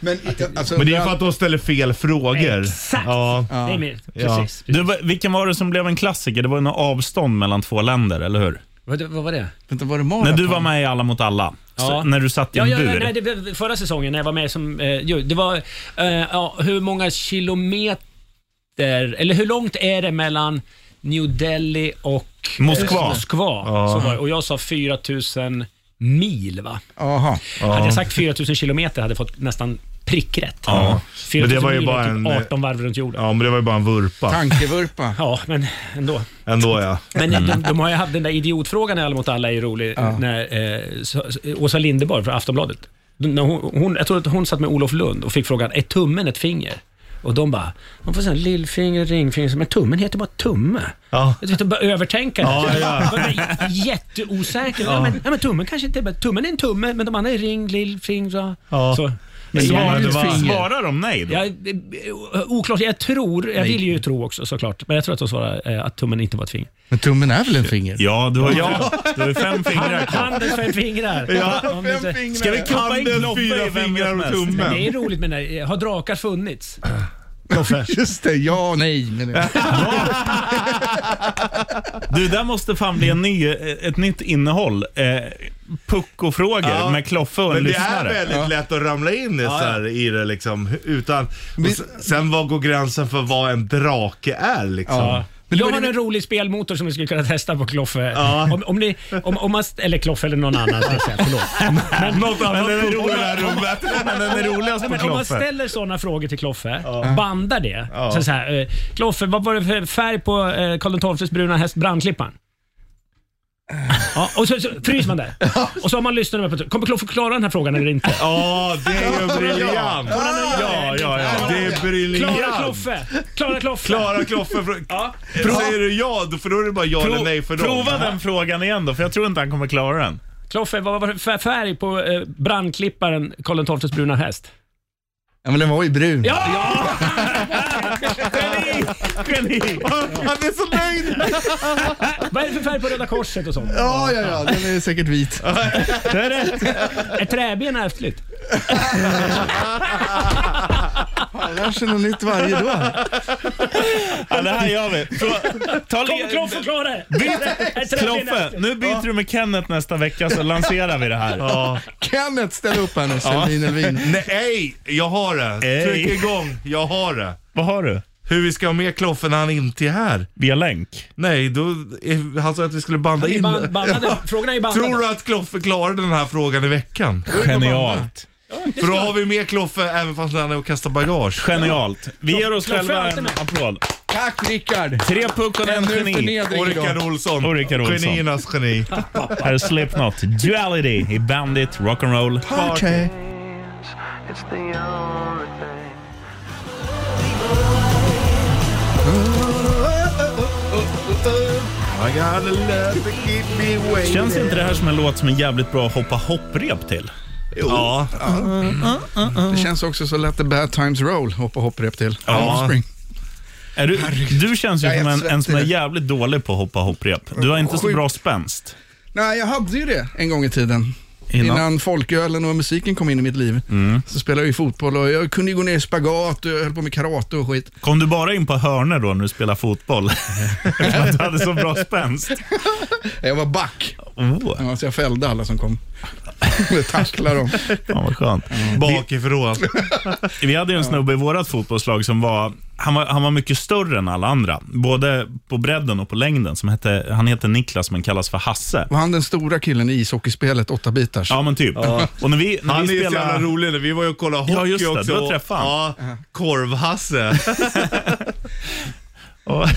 [SPEAKER 3] Men, i- alltså,
[SPEAKER 4] Men det är ju för att de ställer fel frågor.
[SPEAKER 6] Exakt.
[SPEAKER 4] Ja.
[SPEAKER 6] Det är mer,
[SPEAKER 4] Ja.
[SPEAKER 6] precis.
[SPEAKER 2] Du, va- vilken var det som blev en klassiker? Det var ju något avstånd mellan två länder, eller hur?
[SPEAKER 6] Vad, vad var det?
[SPEAKER 3] Vänta, var det maraton?
[SPEAKER 2] När du var med i Alla mot alla,
[SPEAKER 6] Ja.
[SPEAKER 2] så, när du satt i
[SPEAKER 6] Ja,
[SPEAKER 2] en
[SPEAKER 6] ja, ja,
[SPEAKER 2] bur.
[SPEAKER 6] nej, det, var förra säsongen när jag var med som... Eh, ju, det var eh, ja, hur många kilometer... Eller hur långt är det mellan New Delhi och eh,
[SPEAKER 2] Moskva.
[SPEAKER 6] Moskva så var, det. och jag sa 4000 mil, va?
[SPEAKER 3] Aha.
[SPEAKER 6] Hade jag sagt 4000 kilometer hade jag fått nästan prickrätt.
[SPEAKER 4] Ja. Men
[SPEAKER 6] 4000
[SPEAKER 4] det var ju
[SPEAKER 6] mil
[SPEAKER 4] bara
[SPEAKER 6] är
[SPEAKER 4] en... eh,
[SPEAKER 6] typ 18 varv runt jorden. Ja.
[SPEAKER 4] Ja, men det var ju bara en vurpa.
[SPEAKER 3] Tankevurpa.
[SPEAKER 6] men ändå.
[SPEAKER 4] Ändå ja.
[SPEAKER 6] Men de, de har ju haft den där idiotfrågan i Alla mot alla är ju rolig. När, eh, så- så- Åsa Linderborg från Aftonbladet. När hon, hon, jag tror att hon satt med Olof Lund och fick frågan, är tummen ett finger? Och de bara, man får säga lillfinger, ringfinger, men tummen heter bara tumme.
[SPEAKER 4] Ja.
[SPEAKER 6] Jag tyckte de bara övertänka det.
[SPEAKER 4] Ja, ja.
[SPEAKER 6] De var Jätteosäker. Ja. men, ja, men tummen kanske inte är bara, tummen är en tumme, men de andra är ring, lillfinger.
[SPEAKER 4] Ja.
[SPEAKER 6] Så.
[SPEAKER 4] Men det var-
[SPEAKER 6] Jag-
[SPEAKER 4] det var-
[SPEAKER 2] Svarar de nej då?
[SPEAKER 6] jag, eh, oklart, jag tror, jag vill ju tro också såklart, men jag tror att de svarar eh, att tummen inte var ett finger.
[SPEAKER 3] Men tummen är väl en finger?
[SPEAKER 2] Ja, du har ju du har ju fem fingrar kvar.
[SPEAKER 6] Handen fem fingrar. Om det inte-
[SPEAKER 2] Ska vi knoppa in
[SPEAKER 4] Handen,
[SPEAKER 2] Klobbe
[SPEAKER 4] fyra
[SPEAKER 2] i Vem
[SPEAKER 4] fingrar
[SPEAKER 2] vet
[SPEAKER 4] och
[SPEAKER 2] mest?
[SPEAKER 4] tummen.
[SPEAKER 6] Men det är roligt med den här, har drakar funnits?
[SPEAKER 3] Just det, ja och nej. Men
[SPEAKER 2] Du, där måste fan bli en ny, eh, ett nytt innehåll. Eh, Pucko-frågor
[SPEAKER 4] Ja.
[SPEAKER 2] med Kloffe och en
[SPEAKER 4] Men det är
[SPEAKER 2] lyssnare.
[SPEAKER 4] väldigt lätt att ramla in i, så här, i det liksom. Utan, och s- sen vad går gränsen för vad en drake är liksom?
[SPEAKER 6] Ja.
[SPEAKER 3] Men det
[SPEAKER 6] jag
[SPEAKER 3] var
[SPEAKER 6] har
[SPEAKER 3] det-
[SPEAKER 6] en rolig spelmotor som vi skulle kunna testa på Kloffe. Om, om ni, om, om man, st- eller Kloffe eller någon annan. ska jag säga, Förlåt. Men,
[SPEAKER 2] Något annat men den är rolig här rummet. Men den är roligast
[SPEAKER 6] Nej,
[SPEAKER 2] på
[SPEAKER 6] men om man
[SPEAKER 2] Kloffe.
[SPEAKER 6] ställer sådana frågor till Kloffe, bandar det. Så så här, eh, Kloffe, vad var det för färg på eh, Karl XIIs bruna häst Brandklippan? Ja, och så, så fryser man där. Och så har man lyssnat på Kommer Kloffe klara den här frågan eller inte?
[SPEAKER 4] Ja, det är ju briljant! Ja, ja, ja. Det är
[SPEAKER 6] Klara
[SPEAKER 4] briljant!
[SPEAKER 6] Kloffe! Klara Kloffe!
[SPEAKER 4] Klara Kloffe. För,
[SPEAKER 6] Ja.
[SPEAKER 4] Säger du ja, då- för då är det bara ja eller nej för dem.
[SPEAKER 2] Prova den frågan igen då, för jag tror inte han kommer klara den.
[SPEAKER 6] Kloffe, vad var det för färg på eh, brandklipparen Karl XIIs bruna häst?
[SPEAKER 3] ja, men den var ju brun.
[SPEAKER 6] Ja!
[SPEAKER 2] Geni! Geni!
[SPEAKER 4] Han är så nöjd!
[SPEAKER 6] Vad är det för färg på Röda Korset och sånt?
[SPEAKER 3] Ja, ja, ja, den är säkert vit.
[SPEAKER 2] Det är rätt.
[SPEAKER 6] Är träben ärftligt?
[SPEAKER 3] Han lär sig något nytt varje dag.
[SPEAKER 2] Ja, det här gör vi. Så, ta
[SPEAKER 6] Kom Kloffe, klara det! Är träben
[SPEAKER 2] Kloffe,
[SPEAKER 6] ärftligt?
[SPEAKER 2] nu byter du med Kenneth nästa vecka så lanserar vi det här.
[SPEAKER 3] Kenneth, ställ upp här nu. Sven Winelvin.
[SPEAKER 4] Nej, jag har det.
[SPEAKER 2] Ey.
[SPEAKER 4] Tryck igång, jag har det.
[SPEAKER 2] Vad har du?
[SPEAKER 4] Hur vi ska ha med Kloffe när han inte är här?
[SPEAKER 2] Via länk?
[SPEAKER 4] Nej, då, eh, han sa att vi skulle banda
[SPEAKER 6] Vi
[SPEAKER 4] in.
[SPEAKER 6] ban- bannade. Frågorna är ju bannade.
[SPEAKER 4] Tror du att Kloffe klarar den här frågan i veckan?
[SPEAKER 2] Genialt.
[SPEAKER 4] För då har vi med Kloffe även fast han är och kastar bagage.
[SPEAKER 2] Genialt. Vi ger oss
[SPEAKER 6] Kloffe är
[SPEAKER 2] själva
[SPEAKER 6] alltid
[SPEAKER 2] en
[SPEAKER 6] med.
[SPEAKER 2] applåd.
[SPEAKER 3] Tack Rickard.
[SPEAKER 2] Tre puck och en
[SPEAKER 3] Ännu
[SPEAKER 2] geni.
[SPEAKER 3] förnedring
[SPEAKER 4] Och
[SPEAKER 3] idag.
[SPEAKER 4] Rickard Olsson.
[SPEAKER 2] Och Rickard Olsson.
[SPEAKER 4] Geniernas geni.
[SPEAKER 2] Här är Slipknot, Duality i Bandit Rock'n'Roll.
[SPEAKER 3] Okej.
[SPEAKER 9] It's the only thing.
[SPEAKER 4] I got a love to keep me waiting.
[SPEAKER 2] Känns inte det här som en låt som är jävligt bra att hoppa hopprep till?
[SPEAKER 4] Ja.
[SPEAKER 3] Det känns också så lätt the bad times roll. Hoppa hopprep till.
[SPEAKER 2] Ja.
[SPEAKER 3] Offspring.
[SPEAKER 2] Är du, du känns
[SPEAKER 3] Jag
[SPEAKER 2] ju
[SPEAKER 3] är
[SPEAKER 2] som en,
[SPEAKER 3] svettig.
[SPEAKER 2] en som är jävligt dålig på att hoppa hopprep. Du har inte så
[SPEAKER 3] Sjukt.
[SPEAKER 2] bra spänst.
[SPEAKER 3] Nej, jag hade ju det en gång i tiden. Innan, folkölen och musiken kom in i mitt liv så spelade jag ju fotboll och jag kunde ju gå ner i spagat och jag höll på med karate och skit.
[SPEAKER 2] Kom du bara in på hörner då när du spelar fotboll? För att du hade så bra spänst.
[SPEAKER 3] Jag var back,
[SPEAKER 2] Oh,
[SPEAKER 3] Ja, så jag fällde alla som kom. Jag tacklade dem.
[SPEAKER 2] fan vad skönt.
[SPEAKER 4] Bakifrån.
[SPEAKER 2] Vi hade ju en snubbe i vårt fotbollslag som var han, var, han var mycket större än alla andra. Både på bredden och på längden. Som hette, han heter Niklas men kallas för Hasse.
[SPEAKER 3] Var han den stora killen i ishockeyspelet, åtta bitars?
[SPEAKER 2] Ja men typ. Och när vi, när
[SPEAKER 4] Han är
[SPEAKER 2] vi
[SPEAKER 4] ju så
[SPEAKER 2] spelade...
[SPEAKER 4] jävla rolig. Vi var ju och kollade hockey
[SPEAKER 2] Ja, just det. Du
[SPEAKER 4] också.
[SPEAKER 2] har träffat han.
[SPEAKER 4] Ja, Korvhasse.
[SPEAKER 2] Och-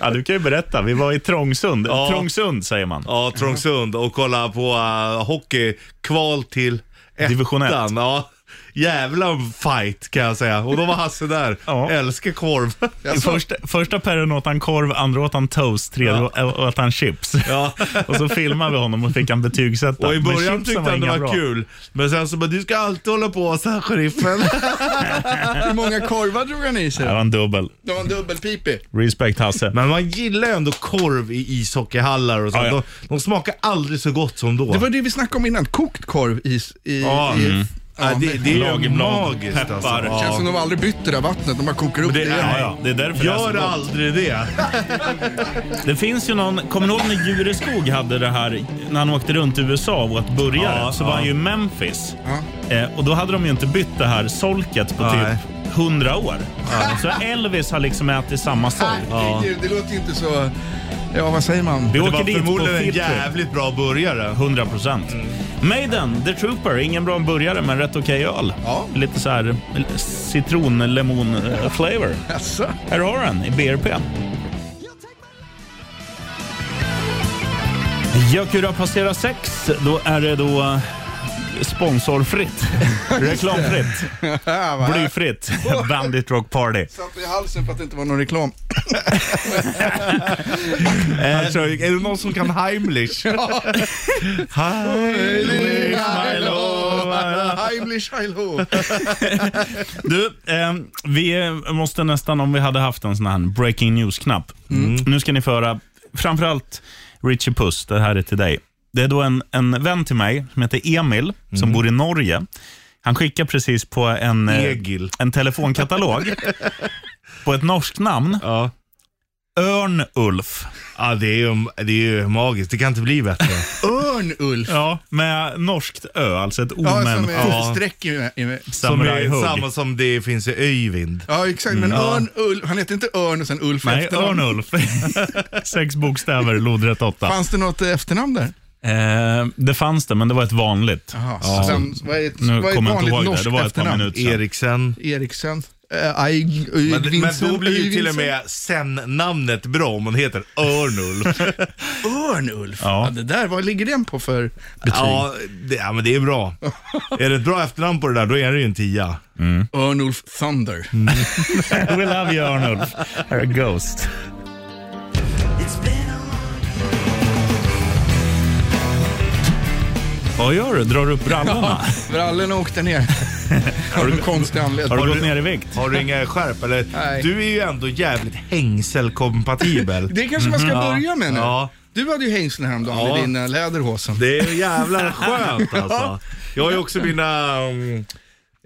[SPEAKER 2] Ja, du kan ju berätta. Vi var i Trångsund.
[SPEAKER 4] Ja.
[SPEAKER 2] Trångsund säger man.
[SPEAKER 4] Ja, Trångsund och kolla på uh, hockey. Kval till ettan.
[SPEAKER 2] Division ett.
[SPEAKER 4] Ja. Jävla fight kan jag säga. Och då var Hasse där. Älskar korv.
[SPEAKER 2] I första, första perioden åt han korv, andra åt han toast, tredje å- åt han chips. och så filmade vi honom och fick han betygsätta.
[SPEAKER 4] Och i
[SPEAKER 2] Men
[SPEAKER 4] början
[SPEAKER 2] chipsen
[SPEAKER 4] tyckte han det
[SPEAKER 2] inga
[SPEAKER 4] var
[SPEAKER 2] bra.
[SPEAKER 4] kul. Men sen så bara, du ska alltid hålla på så här sheriffen.
[SPEAKER 3] Hur många korvar drog han i sig?
[SPEAKER 2] Det var en dubbel.
[SPEAKER 3] Det var en dubbelpipig.
[SPEAKER 2] Respect Hasse.
[SPEAKER 4] Men man gillar ju ändå korv i ishockeyhallar och så.
[SPEAKER 2] Ja, ja.
[SPEAKER 4] De, de smakar aldrig så gott som då.
[SPEAKER 3] Det var det vi snackade om innan, kokt korv i... i,
[SPEAKER 4] Ja,
[SPEAKER 3] i
[SPEAKER 4] mm.
[SPEAKER 3] ja,
[SPEAKER 4] Ja, det,
[SPEAKER 3] men-
[SPEAKER 4] det är ju
[SPEAKER 2] Lagerblad,
[SPEAKER 4] magiskt
[SPEAKER 2] peppar.
[SPEAKER 4] alltså.
[SPEAKER 3] det känns som de aldrig bytt det där vattnet, de bara kokar upp det.
[SPEAKER 4] det-
[SPEAKER 3] igen.
[SPEAKER 2] Ja, ja. Det är därför det är så
[SPEAKER 4] Gör
[SPEAKER 2] gott.
[SPEAKER 4] aldrig det.
[SPEAKER 2] Det finns ju någon, kommer du ihåg när Jureskog hade det här, när han åkte runt i USA och åt burgare,
[SPEAKER 4] Ja,
[SPEAKER 2] så
[SPEAKER 4] ja.
[SPEAKER 2] var han ju i Memphis. Eh, och då hade de ju inte bytt det här solket på
[SPEAKER 4] Nej.
[SPEAKER 2] typ 100 år. Så Elvis har liksom ätit samma solk.
[SPEAKER 3] Herregud, det låter ju inte så... Ja, vad säger man?
[SPEAKER 2] Vi
[SPEAKER 4] Det
[SPEAKER 2] åker
[SPEAKER 4] var
[SPEAKER 2] dit på
[SPEAKER 4] förmodligen en
[SPEAKER 2] field trip. Mm.
[SPEAKER 4] jävligt bra burgare.
[SPEAKER 2] 100 procent. Maiden, The Trooper. Ingen bra burgare, men rätt okej öl.
[SPEAKER 3] Ja.
[SPEAKER 2] Lite så här citron, lemon eh, flavor.
[SPEAKER 3] Jaså?
[SPEAKER 2] Här har du den i BRP. Jökura passerar sex. Då är det då eh, sponsorfritt, reklamfritt,
[SPEAKER 3] Ja, va?
[SPEAKER 2] blyfritt Bandit Rock Party.
[SPEAKER 3] Satt i halsen för att det inte var någon reklam.
[SPEAKER 2] Äh,
[SPEAKER 4] Han kör ju- är det någon som kan Heimlich? Heimlich, my lord.
[SPEAKER 3] Heimlich Heilo.
[SPEAKER 2] Du, eh, vi eh, måste nästan, om vi hade haft en sån här breaking news-knapp.
[SPEAKER 3] Mm.
[SPEAKER 2] Nu ska ni föra, framförallt Richie Puss, det här är till dig. Det är då en, en vän till mig som heter Emil, som
[SPEAKER 3] Mm.
[SPEAKER 2] bor i Norge. Han skickar precis på en, eh,
[SPEAKER 4] Egil.
[SPEAKER 2] en telefonkatalog på ett norskt namn.
[SPEAKER 4] Ja.
[SPEAKER 2] Örnulf.
[SPEAKER 4] Ja, det är, ju, det är ju magiskt. Det kan inte bli bättre.
[SPEAKER 3] Örn-Ulf.
[SPEAKER 2] Ja, med norskt ö, alltså ett O
[SPEAKER 3] Ja,
[SPEAKER 2] med
[SPEAKER 3] som
[SPEAKER 2] en
[SPEAKER 3] är
[SPEAKER 2] ja,
[SPEAKER 3] ja. streck i, i
[SPEAKER 4] Som är
[SPEAKER 2] samurajhugg.
[SPEAKER 4] samma som det finns i Öjvind.
[SPEAKER 3] Ja, exakt. Men Örn-Ulf, han heter inte Örn och sen Ulf i
[SPEAKER 2] Mm, Nej,
[SPEAKER 3] efternamn.
[SPEAKER 2] Örnulf. Sex bokstäver, lodrätt åtta.
[SPEAKER 3] Fanns det något efternamn där?
[SPEAKER 2] Eh, det fanns det, men det var ett vanligt.
[SPEAKER 3] Jaha,
[SPEAKER 2] Ja.
[SPEAKER 3] sen, vad är ett,
[SPEAKER 2] Nu
[SPEAKER 3] vad är ett
[SPEAKER 2] kommer jag inte
[SPEAKER 3] vanligt
[SPEAKER 2] ihåg det.
[SPEAKER 3] norskt
[SPEAKER 2] Det var ett par
[SPEAKER 3] efternamn?
[SPEAKER 2] minuter sedan.
[SPEAKER 4] Eriksen.
[SPEAKER 3] Eriksen. Eh, Aig-
[SPEAKER 4] Men,
[SPEAKER 3] Øy-
[SPEAKER 4] men
[SPEAKER 3] Vincent-
[SPEAKER 4] då blir ju
[SPEAKER 3] Øy-
[SPEAKER 4] till och
[SPEAKER 3] Vincent.
[SPEAKER 4] med sen-namnet bra om hon heter Örnulf.
[SPEAKER 3] Örn-Ulf.
[SPEAKER 2] Ja.
[SPEAKER 3] Ja. det där, vad ligger den på för betyg?
[SPEAKER 4] ja, det, ja, men det är bra. är det ett bra efternamn på det där, då är det ju en tia.
[SPEAKER 3] Örnulf Thunder.
[SPEAKER 2] We love you, Arnulf. You're a ghost. Vad gör du? Drar du upp brallorna?
[SPEAKER 3] Brallorna åkte ner. Av någon konstig
[SPEAKER 2] Har
[SPEAKER 3] anledning.
[SPEAKER 2] du gått ner i vikt?
[SPEAKER 4] Har du inga skärp eller?
[SPEAKER 3] Nej.
[SPEAKER 4] Du är ju ändå jävligt hängselkompatibel.
[SPEAKER 3] Det kanske man ska
[SPEAKER 4] Ja.
[SPEAKER 3] börja med nu.
[SPEAKER 4] Mm-hmm. Ja.
[SPEAKER 3] Du hade ju hängslen häromdagen
[SPEAKER 4] Ja.
[SPEAKER 3] med dina läderhosen.
[SPEAKER 4] Det är ju jävla skönt alltså. Jag har ju också mina, mm,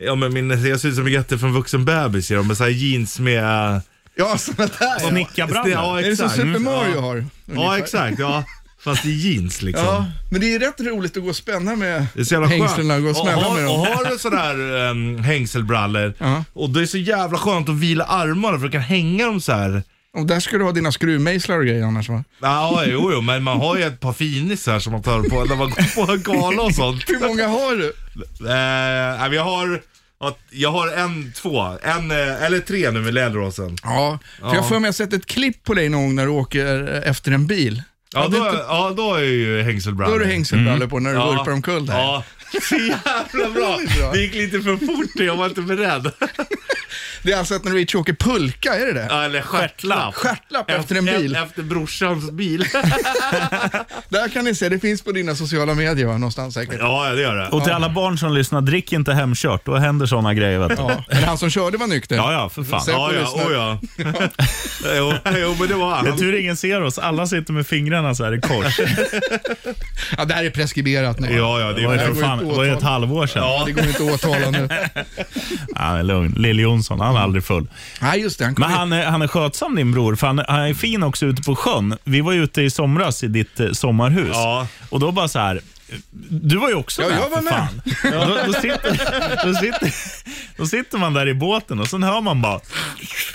[SPEAKER 4] ja men min, jag ser ut som en jätte från vuxen bebis i dem, med så här jeans med... äh,
[SPEAKER 3] Ja, sådana där. ja.
[SPEAKER 2] Snickarbrallor?
[SPEAKER 4] Ja,
[SPEAKER 3] Är det som
[SPEAKER 4] exakt. Mm,
[SPEAKER 3] Super Mario
[SPEAKER 4] Ja.
[SPEAKER 3] har?
[SPEAKER 4] Ja,
[SPEAKER 3] ungefär?
[SPEAKER 4] exakt. Ja. Fast i jeans liksom.
[SPEAKER 3] Ja, men det är rätt roligt att gå och spänna med
[SPEAKER 4] Det är så jävla
[SPEAKER 3] hängslena och
[SPEAKER 4] skönt.
[SPEAKER 3] gå och smälla
[SPEAKER 4] har,
[SPEAKER 3] med dem.
[SPEAKER 4] och har du sådär um, hängselbrallor
[SPEAKER 3] Ja.
[SPEAKER 4] och det är så jävla skönt att vila armarna för du kan hänga dem så här.
[SPEAKER 3] Och där ska du ha dina skruvmejslar och grejer annars va?
[SPEAKER 4] Ja, jo, jo, men man har ju ett par finisar som man tar på när man går på en gala och sånt.
[SPEAKER 3] Hur många har du?
[SPEAKER 4] Eh, nej, men jag har, jag har en, två, en, eh, eller tre nu med läderhosen.
[SPEAKER 3] Ja, för
[SPEAKER 4] Ja.
[SPEAKER 3] jag får mig att sett ett klipp på dig någon gång när du åker eh, efter en bil.
[SPEAKER 4] Ja,
[SPEAKER 3] Hade
[SPEAKER 4] då,
[SPEAKER 3] inte-
[SPEAKER 4] ja, då är ju hängselbrallor.
[SPEAKER 3] då har du hängselbrallor på när du
[SPEAKER 4] Mm. Ja.
[SPEAKER 3] vurpar omkull där.
[SPEAKER 4] Ja, så jävla bra.
[SPEAKER 3] Det är bra.
[SPEAKER 4] Det gick lite för fort, jag var inte beredd.
[SPEAKER 3] Det är alltså att när Rich åker pulka, är det det?
[SPEAKER 4] Ja, Eller stjärtlapp.
[SPEAKER 3] Stjärtlapp efter en bil.
[SPEAKER 4] Efter brorsans bil.
[SPEAKER 3] Där kan ni se, det finns på dina sociala medier va? någonstans säkert.
[SPEAKER 4] Ja, det gör det.
[SPEAKER 2] Och till alla barn som lyssnar, drick inte hemkört. Då händer såna grejer. Vet du.
[SPEAKER 3] Ja. Men han som körde var nykter.
[SPEAKER 2] Ja, ja, för fan.
[SPEAKER 3] Säg-
[SPEAKER 4] Ja, ja,
[SPEAKER 3] lyssnar.
[SPEAKER 4] oh, ja. jo, jo, men det var
[SPEAKER 2] Det
[SPEAKER 4] han.
[SPEAKER 2] är tur ingen ser oss. Alla sitter med fingrarna så här i kors.
[SPEAKER 3] Ja, det här är preskriberat nu.
[SPEAKER 4] Ja, ja, det
[SPEAKER 2] Det var ju
[SPEAKER 4] är
[SPEAKER 2] för fan, det var ju ett halvår sedan.
[SPEAKER 3] Ja, Det går inte att åtala nu.
[SPEAKER 2] Ja, men lugn. Lill Jonsson, han är aldrig full.
[SPEAKER 3] Nej, just det. Han kom
[SPEAKER 2] Men han är, han är skötsam din bror, för han, han är fin också ute på sjön. Vi var ju ute i somras i ditt eh, sommarhus
[SPEAKER 4] Ja.
[SPEAKER 2] och då bara så här. Du var ju också
[SPEAKER 3] Ja,
[SPEAKER 2] med
[SPEAKER 3] jag var
[SPEAKER 2] för
[SPEAKER 3] med.
[SPEAKER 2] fan. Och Då, då, sitter, då, sitter, då sitter man där i båten och sen hör man bara,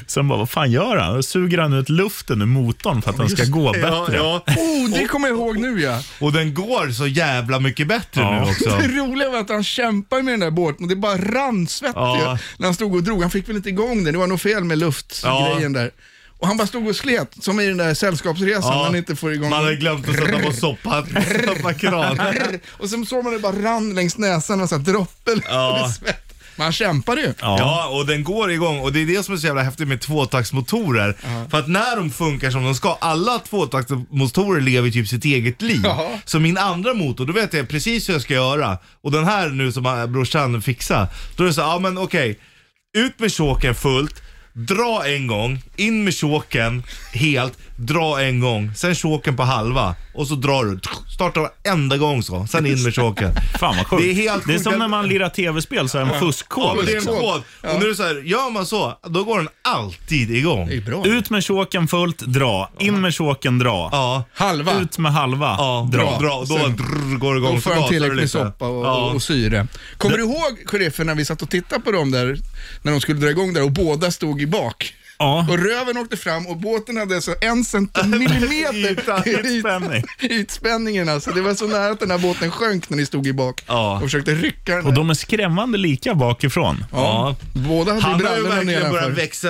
[SPEAKER 2] sen bara, vad fan gör han? Då suger han ut luften ur motorn för att den ska gå bättre.
[SPEAKER 4] Ja, ja.
[SPEAKER 3] Oh, det kommer jag ihåg nu ja.
[SPEAKER 4] Och den går så jävla mycket bättre
[SPEAKER 2] Ja.
[SPEAKER 4] nu också.
[SPEAKER 3] Det roliga var att han kämpade med den där båten och det bara rann svett
[SPEAKER 4] Ja.
[SPEAKER 3] ju när han stod och drog. Han fick väl inte igång den, det var nog fel med luftgrejen där. Och han bara stod och slet, som i den där sällskapsresan när han inte får igång
[SPEAKER 4] Man hade glömt att sätta på soppa, soppakran.
[SPEAKER 3] Och sen såg man det bara rann längs näsan och så här droppel
[SPEAKER 4] Ja.
[SPEAKER 3] med svett. Man kämpar ju.
[SPEAKER 4] Ja. och den går igång och det är det som är så jävla häftigt med tvåtaktsmotorer. För att när de funkar som de ska, alla tvåtaktsmotorer lever typ sitt eget liv.
[SPEAKER 3] Ja.
[SPEAKER 4] Så min andra motor, då vet jag precis hur jag ska göra. Och den här nu som eh, brorsan fixar, då är det så ja ah, men okej. Ut med choken fullt, dra en gång, in med choken helt, dra en gång, sen choken på halva och så drar du. Starta varenda gång så, sen in med choken.
[SPEAKER 2] Fan vad sjukt.
[SPEAKER 4] Det är helt
[SPEAKER 2] det är
[SPEAKER 4] sjukt.
[SPEAKER 2] som när man lirar tv-spel, så här en
[SPEAKER 4] Ja,
[SPEAKER 2] fuskkod.
[SPEAKER 4] men det är en
[SPEAKER 2] liksom.
[SPEAKER 4] kod. Och nu är det så här, gör man så, då går den alltid igång.
[SPEAKER 3] Det är bra.
[SPEAKER 2] Ut med choken fullt, dra. In med choken, dra.
[SPEAKER 4] Ja.
[SPEAKER 3] Halva.
[SPEAKER 2] Ut med halva,
[SPEAKER 4] Ja,
[SPEAKER 2] dra.
[SPEAKER 4] bra. bra. Då
[SPEAKER 3] Sen-
[SPEAKER 4] drr, går det igång
[SPEAKER 3] Då får han
[SPEAKER 4] tillbaka,
[SPEAKER 3] tillräckligt
[SPEAKER 4] då är det
[SPEAKER 3] med
[SPEAKER 4] lite-
[SPEAKER 3] soppa och,
[SPEAKER 4] Ja.
[SPEAKER 3] och syre. Kommer du ihåg, chefen, när vi satt och tittade på dem där, när de skulle dra igång där och båda stod i bak?
[SPEAKER 2] Ja.
[SPEAKER 3] Och röven åkte fram och båten hade alltså en
[SPEAKER 4] Yta,
[SPEAKER 3] centimeter i
[SPEAKER 2] ytspänning.
[SPEAKER 3] ytspänningen. Alltså. Det var så nära att den här båten sjönk när ni stod i bak
[SPEAKER 4] Ja.
[SPEAKER 3] och försökte rycka den.
[SPEAKER 2] Och de är skrämmande lika bakifrån.
[SPEAKER 3] ja. Båda hade
[SPEAKER 4] Han
[SPEAKER 3] ju
[SPEAKER 4] har ju
[SPEAKER 3] Mm. brallorna
[SPEAKER 4] verkligen börjat
[SPEAKER 3] nedanför.
[SPEAKER 4] växa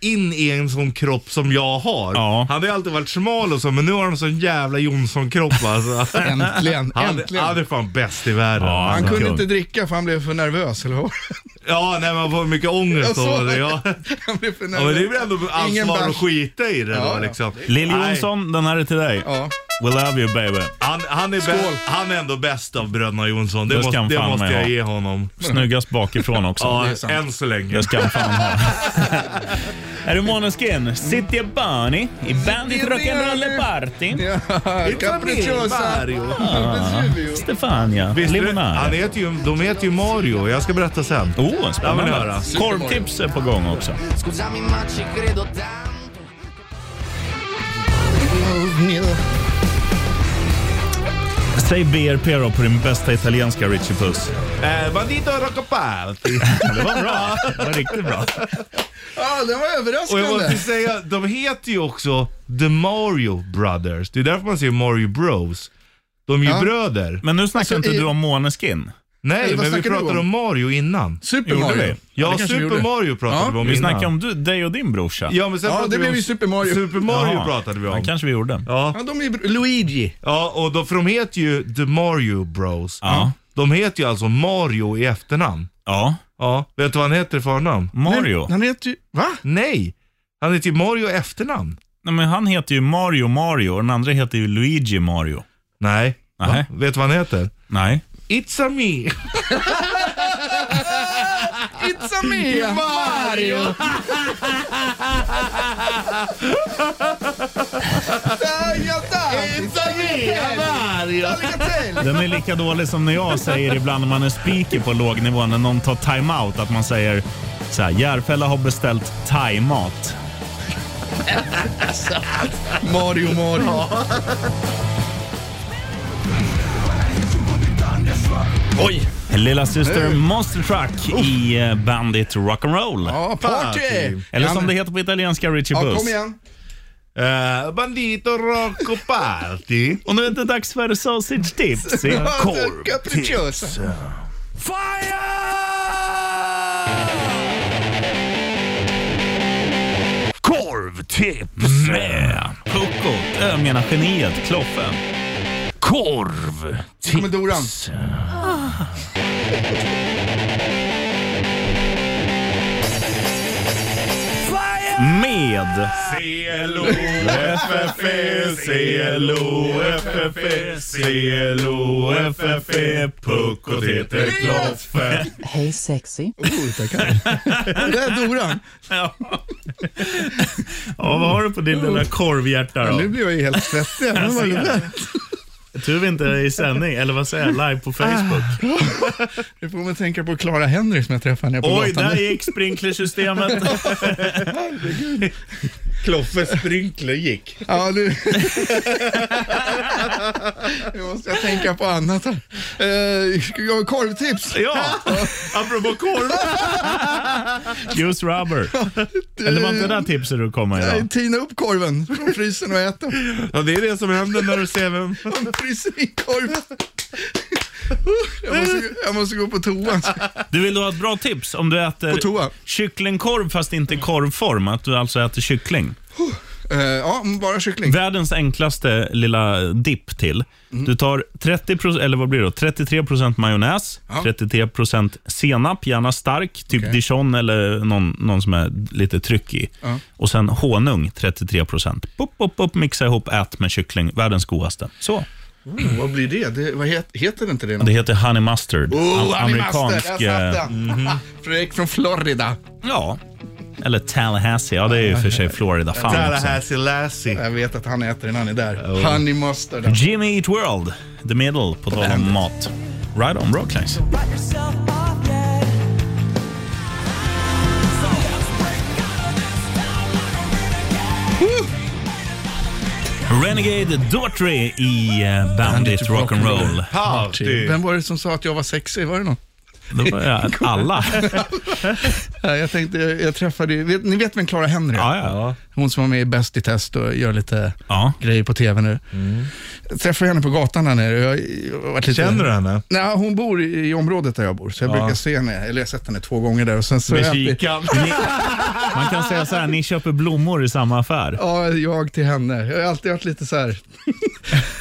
[SPEAKER 4] in i en sån kropp som jag har.
[SPEAKER 2] Ja.
[SPEAKER 4] Han har ju alltid varit smal och så, men nu har han sån jävla Jonsson-kropp alltså.
[SPEAKER 3] Äntligen,
[SPEAKER 4] Han,
[SPEAKER 3] äntligen.
[SPEAKER 4] han är fan bäst i världen.
[SPEAKER 2] Ja,
[SPEAKER 4] alltså.
[SPEAKER 3] Han kunde
[SPEAKER 2] kung.
[SPEAKER 3] inte dricka för han blev för nervös, eller vad?
[SPEAKER 4] ja nej, man får mycket ångest av det. Ja.
[SPEAKER 3] Han blev för nervös.
[SPEAKER 4] Ja, men det är väl ändå
[SPEAKER 3] Ingen
[SPEAKER 4] ansvar att
[SPEAKER 3] bärs.
[SPEAKER 4] skita i det
[SPEAKER 3] Ja,
[SPEAKER 4] då
[SPEAKER 3] ja.
[SPEAKER 4] liksom.
[SPEAKER 2] Lill
[SPEAKER 4] Nej.
[SPEAKER 2] Jonsson, den här är till dig.
[SPEAKER 3] Ja.
[SPEAKER 2] We love you baby.
[SPEAKER 4] Han, han, är
[SPEAKER 3] Skål.
[SPEAKER 4] bä- han är ändå bäst av bröderna Jonsson. Det,
[SPEAKER 2] Det ska
[SPEAKER 4] måste,
[SPEAKER 2] han
[SPEAKER 4] det
[SPEAKER 2] fan
[SPEAKER 4] måste
[SPEAKER 2] med
[SPEAKER 4] jag
[SPEAKER 2] ha.
[SPEAKER 4] ge honom.
[SPEAKER 2] Snyggast bakifrån också.
[SPEAKER 4] Ja,
[SPEAKER 3] är sant.
[SPEAKER 4] än så länge.
[SPEAKER 2] Det ska han fan ha. är du Måneskin? City of Bunny i Bandit Rock'n'Roll Party.
[SPEAKER 3] Ja, Capricciosa.
[SPEAKER 2] Ah. Stefania.
[SPEAKER 4] Visst, du, han
[SPEAKER 2] Limonade.
[SPEAKER 4] heter ju, de heter ju Mario. Jag ska berätta sen.
[SPEAKER 2] Oh,
[SPEAKER 4] Ja, men
[SPEAKER 2] spännande.
[SPEAKER 4] höra.
[SPEAKER 2] Korvtips är på gång också.
[SPEAKER 9] Scusami ma ci credo tanto.
[SPEAKER 2] Säg BRP då på din bästa italienska, Richie Puss.
[SPEAKER 4] Eh, bandito Rockaparty.
[SPEAKER 2] Det var bra. Det var riktigt bra.
[SPEAKER 3] Ja, den var
[SPEAKER 4] Och jag måste
[SPEAKER 3] överraskande.
[SPEAKER 4] säga, de heter ju också The Mario Brothers. Det är därför man säger Mario Bros. De är ju
[SPEAKER 3] Ja.
[SPEAKER 4] bröder.
[SPEAKER 2] Men nu snackar inte
[SPEAKER 4] Alltså,
[SPEAKER 3] i-
[SPEAKER 2] du om Måneskin.
[SPEAKER 4] Nej,
[SPEAKER 3] Eller vad
[SPEAKER 4] men vi
[SPEAKER 3] snackar du
[SPEAKER 4] pratade om?
[SPEAKER 3] om?
[SPEAKER 4] Mario innan.
[SPEAKER 3] Super
[SPEAKER 2] Gjorde vi?
[SPEAKER 3] Mario.
[SPEAKER 2] Ja,
[SPEAKER 4] Ja,
[SPEAKER 3] kanske vi
[SPEAKER 4] Super
[SPEAKER 3] gjorde.
[SPEAKER 4] Mario pratade
[SPEAKER 3] Ja.
[SPEAKER 4] vi om
[SPEAKER 2] Vi
[SPEAKER 4] innan.
[SPEAKER 2] snackar om du, dig och din brorsa.
[SPEAKER 4] Ja, men sen
[SPEAKER 3] Ja,
[SPEAKER 4] pratade
[SPEAKER 3] det
[SPEAKER 4] vi
[SPEAKER 3] blev
[SPEAKER 4] om
[SPEAKER 3] ju Super Mario.
[SPEAKER 4] Super Mario
[SPEAKER 2] Jaha.
[SPEAKER 4] pratade vi
[SPEAKER 2] Det
[SPEAKER 4] om.
[SPEAKER 2] kanske vi gjorde.
[SPEAKER 4] Ja.
[SPEAKER 3] Ja, de är ju br- Luigi.
[SPEAKER 4] Ja, och då, för de heter ju The Mario Bros.
[SPEAKER 2] Ja.
[SPEAKER 4] De heter ju alltså Mario i efternamn.
[SPEAKER 2] Ja.
[SPEAKER 4] Ja, vet du vad han heter i förnamn?
[SPEAKER 2] Mario.
[SPEAKER 3] Han heter ju... Va?
[SPEAKER 4] Nej, han heter ju Mario i efternamn.
[SPEAKER 2] Nej, men han heter ju Mario Mario och den andra heter ju Luigi Mario.
[SPEAKER 4] Nej,
[SPEAKER 2] Nej.
[SPEAKER 4] Va? vet du vad han heter?
[SPEAKER 2] Nej.
[SPEAKER 4] It's a me,
[SPEAKER 3] It's a me, Mario! It's a me, Mario!
[SPEAKER 2] Den är lika dålig som när jag säger ibland när man är speaker på låg nivå när någon tar time-out att man säger så här, Järfälla har beställt thaimat.
[SPEAKER 3] Mario, Mario.
[SPEAKER 2] Lilla syster Monster Truck i eh, Bandit Rock'n'Roll.
[SPEAKER 3] Ja, party!
[SPEAKER 2] Eller
[SPEAKER 3] Ja,
[SPEAKER 2] som
[SPEAKER 3] men-
[SPEAKER 2] det heter på italienska, Richie
[SPEAKER 3] Ja,
[SPEAKER 2] Puss.
[SPEAKER 3] kom igen.
[SPEAKER 4] Eh, Bandito Rocco Party.
[SPEAKER 2] Och nu är det dags för Sausage Tips. Det är korv.
[SPEAKER 3] Capricciosa.
[SPEAKER 1] Korvtips!
[SPEAKER 2] Med Puckot, jag menar geniet, Kloffen.
[SPEAKER 3] Kommer Doran.
[SPEAKER 2] Med E,
[SPEAKER 4] C-L-O-F-F-E, C-L-O-F-F-E,
[SPEAKER 2] E,
[SPEAKER 4] C-L-O-F-F-E, Puckot heter Kloffe.
[SPEAKER 10] Hej sexy.
[SPEAKER 3] Oh, tackar. Det där är Doran.
[SPEAKER 2] Ja. ja, vad har du på din lilla korvhjärta
[SPEAKER 3] Nu
[SPEAKER 2] då?
[SPEAKER 3] blir jag ju helt svettig. Men vad är det där?
[SPEAKER 2] Tur vi inte är i sändning, eller vad säger jag, live på Facebook.
[SPEAKER 3] Nu får man tänka på Clara Henry som jag träffade nere på
[SPEAKER 2] Oj,
[SPEAKER 3] gatan.
[SPEAKER 2] där gick sprinklersystemet.
[SPEAKER 4] Kloffes sprinkler gick.
[SPEAKER 3] Ja, nu... nu måste jag tänka på annat här. Eh, jag har korvtips.
[SPEAKER 2] Ja,
[SPEAKER 4] Apropå korv.
[SPEAKER 2] use rubber. Eller var inte det där tipset du kom med
[SPEAKER 3] Nej,
[SPEAKER 2] idag?
[SPEAKER 3] Eh, Tina upp korven från frysen och ät den.
[SPEAKER 4] Ja, det är det som händer när du ser vem.
[SPEAKER 3] Hon fryser in korven. Jag måste, jag måste gå på toan.
[SPEAKER 2] Du vill ha ett bra tips om du äter
[SPEAKER 3] På toa.
[SPEAKER 2] kycklingkorv fast inte i korvform, att du alltså äter kyckling.
[SPEAKER 3] Eh, ja, bara kyckling.
[SPEAKER 2] Världens enklaste lilla dipp till. Du tar 30 eller vad blir det då? 33 majonnäs, 33 senap, gärna stark, typ
[SPEAKER 3] Okej.
[SPEAKER 2] dijon eller någon, någon som är lite tryckig.
[SPEAKER 3] Ja.
[SPEAKER 2] Och sen honung, 33 Pop, pop, pop, mixa ihop, ät med kyckling. Världens godaste. Så.
[SPEAKER 3] Mm, vad blir det? det vad heter, heter inte det? något?
[SPEAKER 2] Det heter honey mustard.
[SPEAKER 3] Oh,
[SPEAKER 2] Am-
[SPEAKER 3] amerikansk...
[SPEAKER 2] amerikansk,
[SPEAKER 3] Där
[SPEAKER 2] eh,
[SPEAKER 3] satt den. Fredrik från Florida.
[SPEAKER 2] Ja. Eller Tallahassee. Ja, det är ju för sig Florida. Fan också.
[SPEAKER 4] Tallahassee Lassie.
[SPEAKER 3] Jag vet att han äter den, han är där. Honey mustard.
[SPEAKER 2] Jimmy Eat World, The Middle, på tal om mat. Right on, bra Claes. Renegade Daughtry i eh, Bandit Rock'n'Roll.
[SPEAKER 4] Party.
[SPEAKER 2] typ.
[SPEAKER 3] Vem var det som sa att jag var sexig? Var det någon?
[SPEAKER 2] Då var jag- Alla.
[SPEAKER 3] Ja, jag tänkte, jag, jag träffade ju- vet, ni vet vem Clara Henry är?
[SPEAKER 2] Ja, ja.
[SPEAKER 3] Hon som var med i Bäst i test och gör lite
[SPEAKER 2] ja.
[SPEAKER 3] grejer på tv nu. Jag träffade henne på gatan där nere. och Jag, jag har varit lite,
[SPEAKER 4] Mm. Känner du henne?
[SPEAKER 3] Nej, hon bor i, i området där jag bor, så jag brukar se henne, eller jag har sett henne två gånger där. Och sen så har jag alltid,
[SPEAKER 2] Ni, man kan säga så här, ni köper blommor i samma affär.
[SPEAKER 3] ja, jag till henne. Jag har alltid varit lite så här...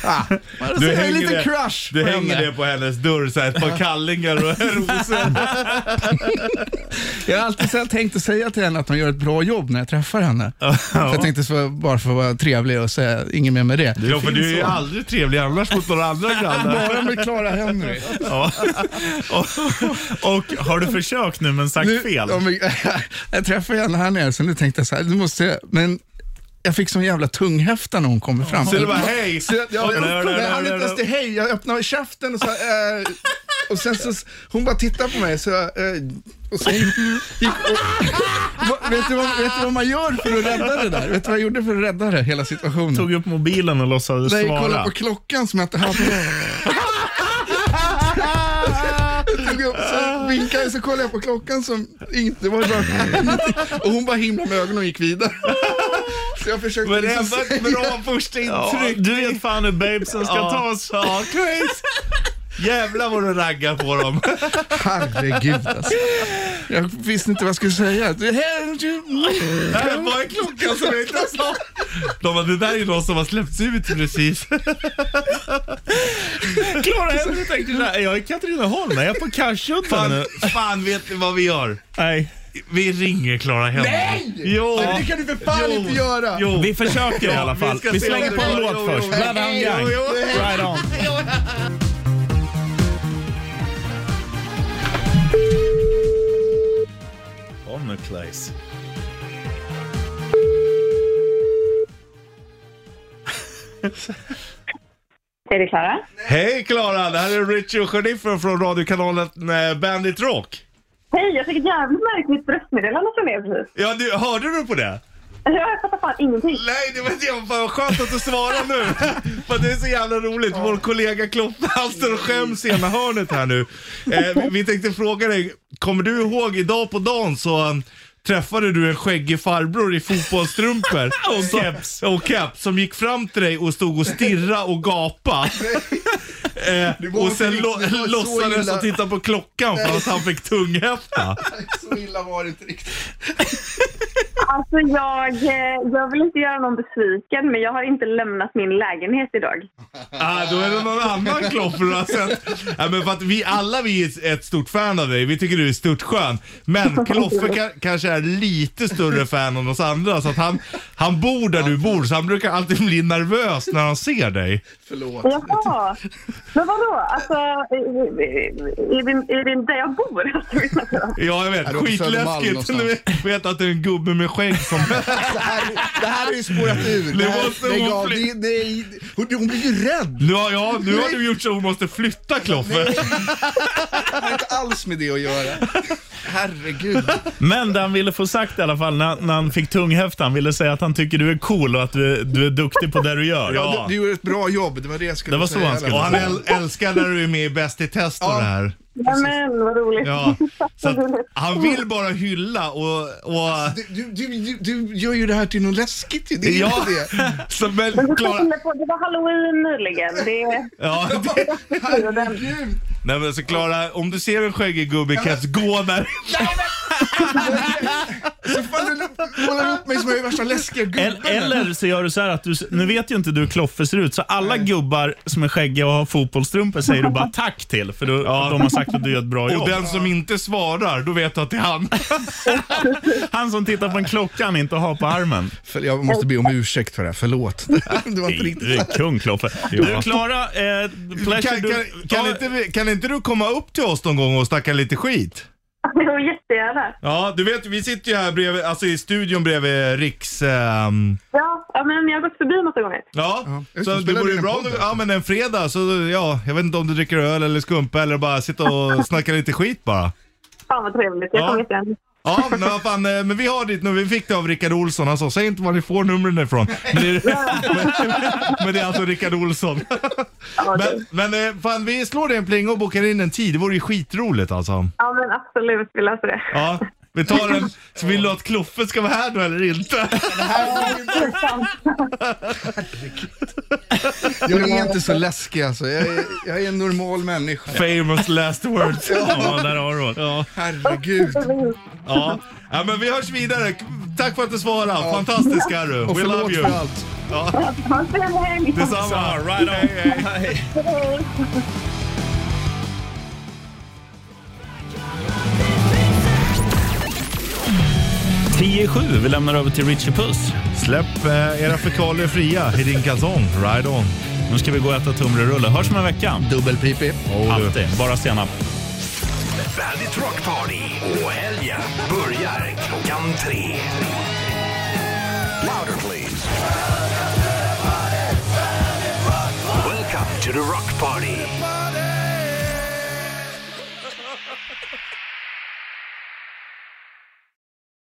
[SPEAKER 3] ah,
[SPEAKER 4] Du
[SPEAKER 3] du en
[SPEAKER 4] hänger
[SPEAKER 3] liten
[SPEAKER 4] det-
[SPEAKER 3] crush
[SPEAKER 4] Du
[SPEAKER 3] på
[SPEAKER 4] hänger
[SPEAKER 3] henne.
[SPEAKER 4] det på hennes dörr, så här, ett par kallingar och en rosor.
[SPEAKER 3] Jag har alltid så här tänkt att säga till henne att hon gör ett bra jobb när jag träffar henne. Så jag tänkte så, bara för att vara trevlig och säga inget mer med det.
[SPEAKER 4] Ja, för du är ju aldrig trevlig annars mot några andra grannar.
[SPEAKER 3] Bara med Clara Henry.
[SPEAKER 2] Ja. Och, och har du försökt nu men sagt
[SPEAKER 3] Nu-
[SPEAKER 2] fel?
[SPEAKER 3] Ja, men, jag träffade henne här nere, så nu tänkte jag så här, du måste jag- men jag fick sån jävla tunghäfta när hon kommer fram.
[SPEAKER 4] Så det var hej.
[SPEAKER 3] Så jag, jag, jag, jag, jag hann inte ens
[SPEAKER 4] Okej,
[SPEAKER 3] till hej, jag öppnade käften och så, eh, och sen så, hon bara tittade på mig så, jag, eh, och sen gick, och, Va- vet, du vad, vet du vad man gör för att rädda det där? Vet du vad jag gjorde för att rädda det, hela situationen?
[SPEAKER 2] Tog upp mobilen och låtsades
[SPEAKER 3] Nej, kolla
[SPEAKER 2] svara.
[SPEAKER 3] på klockan som jag inte hade. Jag tog upp, så vinkade jag, så kollade jag på klockan som inte var bara Och hon bara himlade med ögonen och gick vidare. Så jag försökte
[SPEAKER 4] Men det
[SPEAKER 3] liksom
[SPEAKER 4] ändå ett
[SPEAKER 3] säga-
[SPEAKER 4] bra första
[SPEAKER 2] Ja,
[SPEAKER 4] intryck.
[SPEAKER 2] du vet fan hur babesen ska tas.
[SPEAKER 4] Ja, Chris. Jävlar vad du raggar på dem.
[SPEAKER 3] Herregud alltså. Jag visste inte vad jag skulle säga. Det här-
[SPEAKER 4] Här, Vad är klockan som jag inte sa? De bara, det där är ju någon som har släppts ut precis.
[SPEAKER 2] Klara Henry tänkte såhär, jag är i Katrineholm, jag är på Karsuddar
[SPEAKER 4] Fan,
[SPEAKER 2] nu.
[SPEAKER 4] fan vet ni vad vi gör?
[SPEAKER 2] Nej.
[SPEAKER 4] Vi ringer Klara Henry. Nej! Jo.
[SPEAKER 3] Nej, Det kan du för fan
[SPEAKER 4] Jo,
[SPEAKER 3] inte göra.
[SPEAKER 4] Jo.
[SPEAKER 2] Vi försöker i alla
[SPEAKER 4] vi
[SPEAKER 2] fall.
[SPEAKER 4] ska
[SPEAKER 2] Vi
[SPEAKER 4] se
[SPEAKER 2] slänger
[SPEAKER 4] om
[SPEAKER 2] på
[SPEAKER 4] det
[SPEAKER 2] en
[SPEAKER 4] går.
[SPEAKER 2] låt
[SPEAKER 4] Jo,
[SPEAKER 2] först.
[SPEAKER 4] jo,
[SPEAKER 2] Blood
[SPEAKER 4] jo,
[SPEAKER 2] on
[SPEAKER 4] jo,
[SPEAKER 2] Gang.
[SPEAKER 4] jo.
[SPEAKER 2] Right on. Kom nu Claes.
[SPEAKER 11] Är det Klara?
[SPEAKER 4] Hej Klara, det här är Richie och Jennifer från radiokanalen eh, Bandit Rock.
[SPEAKER 11] Hej, jag fick ett jävligt märkligt röstmeddelande från er precis. Alltså,
[SPEAKER 4] Ja, du, hörde du på det?
[SPEAKER 11] Jag fattar fan ingenting.
[SPEAKER 4] Nej, det var inte jag. Fan vad skönt att du svarar nu. Fan, det är så jävla roligt. Vår kollega Kloppe, han står och skäms i ena hörnet här nu. Eh, vi- vi tänkte fråga dig, kommer du ihåg idag på dagen så eh, träffade du en skäggig farbror i fotbollsstrumpor och keps. Och keps som gick fram till dig och stod och stirra och gapa. Eh,
[SPEAKER 3] var
[SPEAKER 4] och
[SPEAKER 3] inte
[SPEAKER 4] sen
[SPEAKER 3] riktigt-
[SPEAKER 4] lo-
[SPEAKER 3] det var så
[SPEAKER 4] låtsades
[SPEAKER 3] illa.
[SPEAKER 4] och tittade på klockan för att han fick tunghäfta.
[SPEAKER 3] Så illa var det inte riktigt.
[SPEAKER 11] Alltså jag, eh, jag vill inte göra någon besviken, men jag har inte lämnat min lägenhet idag.
[SPEAKER 4] Ah, då är det någon annan kloffer du har sett. Ja, men för att vi alla vi är ett stort fan av dig. Vi tycker du är störtskön. Men Kloffe ka- kanske är lite större fan än oss andra. Så att han, han bor där du bor, så han brukar alltid bli nervös när han ser dig.
[SPEAKER 3] Förlåt.
[SPEAKER 11] Jaha. Men vadå? Alltså, eh, eh, är det, är det där jag bor? Alltså, vi snackar om.
[SPEAKER 4] Ja, jag vet.
[SPEAKER 3] Ja, du är på Södermalm
[SPEAKER 4] Skitläskigt.
[SPEAKER 3] någonstans.
[SPEAKER 4] Du vet- vet att det är en gubbe med skägg som...
[SPEAKER 3] Det här, det här är ju spårat ur.
[SPEAKER 4] Det
[SPEAKER 3] Det här,
[SPEAKER 4] måste
[SPEAKER 3] lägg
[SPEAKER 4] hon
[SPEAKER 3] av.
[SPEAKER 4] fly-
[SPEAKER 3] Det- nej. Hon hon blir ju rädd.
[SPEAKER 4] Nu har, ja, nu har du gjort så hon måste flytta Kloffe.
[SPEAKER 3] Det har inte alls med det att göra. Herregud.
[SPEAKER 2] Men det han ville få sagt i alla fall när, när han fick tunghäfta, han ville säga att han tycker du är cool och att du, du är duktig på det du gör.
[SPEAKER 4] Ja.
[SPEAKER 3] Du gjorde ett bra jobb, det var det jag skulle
[SPEAKER 2] Det var så
[SPEAKER 3] säga.
[SPEAKER 2] han skulle
[SPEAKER 4] Och han
[SPEAKER 3] säga.
[SPEAKER 4] äl- älskar när du är med i Bäst i test och det här.
[SPEAKER 11] Ja, men vad roligt.
[SPEAKER 4] Ja, så att
[SPEAKER 11] Vad roligt.
[SPEAKER 4] han vill bara hylla och... och
[SPEAKER 3] Du, du, du, du, du gör ju det här till något läskigt ju. Alltså, Det är
[SPEAKER 4] Ja.
[SPEAKER 3] inte det.
[SPEAKER 4] så,
[SPEAKER 11] Men
[SPEAKER 4] men
[SPEAKER 11] du ska
[SPEAKER 4] Klara,
[SPEAKER 11] skynda på. Det var halloween nyligen. Det är
[SPEAKER 4] ja, det,
[SPEAKER 3] Herregud.
[SPEAKER 4] nej men så Klara, om du ser en skäggig gubbe i keps, gå där.
[SPEAKER 3] Så fan, du målar upp mig som jag är värsta läskiga gubben.
[SPEAKER 2] El- Eller så gör du så här att du, nu vet ju inte du hur Kloffe ser ut, så alla gubbar som är skäggiga och har fotbollstrumpor säger du bara tack till, för du, de har sagt att du gör ett bra jobb.
[SPEAKER 4] Och den som inte svarar, då vet du att det är han.
[SPEAKER 2] Han som tittar på en klocka han inte har på armen.
[SPEAKER 3] Jag måste be om ursäkt för det här, förlåt. Det var inte
[SPEAKER 2] Nej,
[SPEAKER 3] riktigt
[SPEAKER 2] du är kung Kloffe. Du Klara, eh, pleasure,
[SPEAKER 4] Kan,
[SPEAKER 2] du,
[SPEAKER 4] kan, kan, inte, vi- kan inte du komma upp till oss någon gång och snacka lite skit?
[SPEAKER 11] Jo, jättegärna.
[SPEAKER 4] Ja, du vet, vi sitter ju här bredvid, alltså i studion bredvid Riks... ehm,
[SPEAKER 11] Ja, ja, men jag har gått förbi några gånger.
[SPEAKER 4] ja,
[SPEAKER 3] just det,
[SPEAKER 4] så det
[SPEAKER 3] spelar
[SPEAKER 4] vore
[SPEAKER 3] in
[SPEAKER 4] ju
[SPEAKER 3] en
[SPEAKER 4] bra
[SPEAKER 3] podd
[SPEAKER 4] om du-
[SPEAKER 3] alltså.
[SPEAKER 4] ja, men en fredag, så ja, jag vet inte om du dricker öl eller skumpa eller bara sitta och snacka lite skit bara.
[SPEAKER 11] Fan vad trevligt. Jag
[SPEAKER 4] Ja.
[SPEAKER 11] kommer jättegärna.
[SPEAKER 4] Ja, men, vad fan, eh, men vi har ditt nummer, vi fick det av Rickard Olsson. Han sa, säg inte var ni får numren ifrån. Men det är, men, men det är alltså Rickard Olsson.
[SPEAKER 11] Ja, det-
[SPEAKER 4] Men, men eh, fan, vi slår dig en plinga och bokar in en tid. Det vore ju skitroligt alltså.
[SPEAKER 11] ja, men absolut. Vi löser det.
[SPEAKER 4] Ja, vi tar en... Så vill du att Kloffe ska vara här då eller inte?
[SPEAKER 3] Jag är inte så läskig alltså. Jag är, jag är en normal människa.
[SPEAKER 4] Famous last words.
[SPEAKER 2] Ja, där har du det.
[SPEAKER 4] Ja,
[SPEAKER 3] Herregud.
[SPEAKER 4] ja. ja, men vi hörs vidare. Tack för att du svarade. Fantastisk Harry.
[SPEAKER 3] Och
[SPEAKER 4] We love
[SPEAKER 3] förlåt
[SPEAKER 4] you.
[SPEAKER 3] för allt.
[SPEAKER 11] Ha en trevlig helg!
[SPEAKER 4] Detsamma. Right on.
[SPEAKER 2] Tio i sju, vi lämnar över till Richie Puss.
[SPEAKER 4] Släpp eh, era fekalier fria i din kalsong. Ride on.
[SPEAKER 2] Nu ska vi gå och äta tunnbrödsrulle. Hörs om en vecka.
[SPEAKER 3] Dubbelpipig.
[SPEAKER 4] Oh, du.
[SPEAKER 2] Alltid, bara senap.
[SPEAKER 1] Bandit Rock Party och helgen börjar klockan tre. Louder please. Welcome to the Rock Party.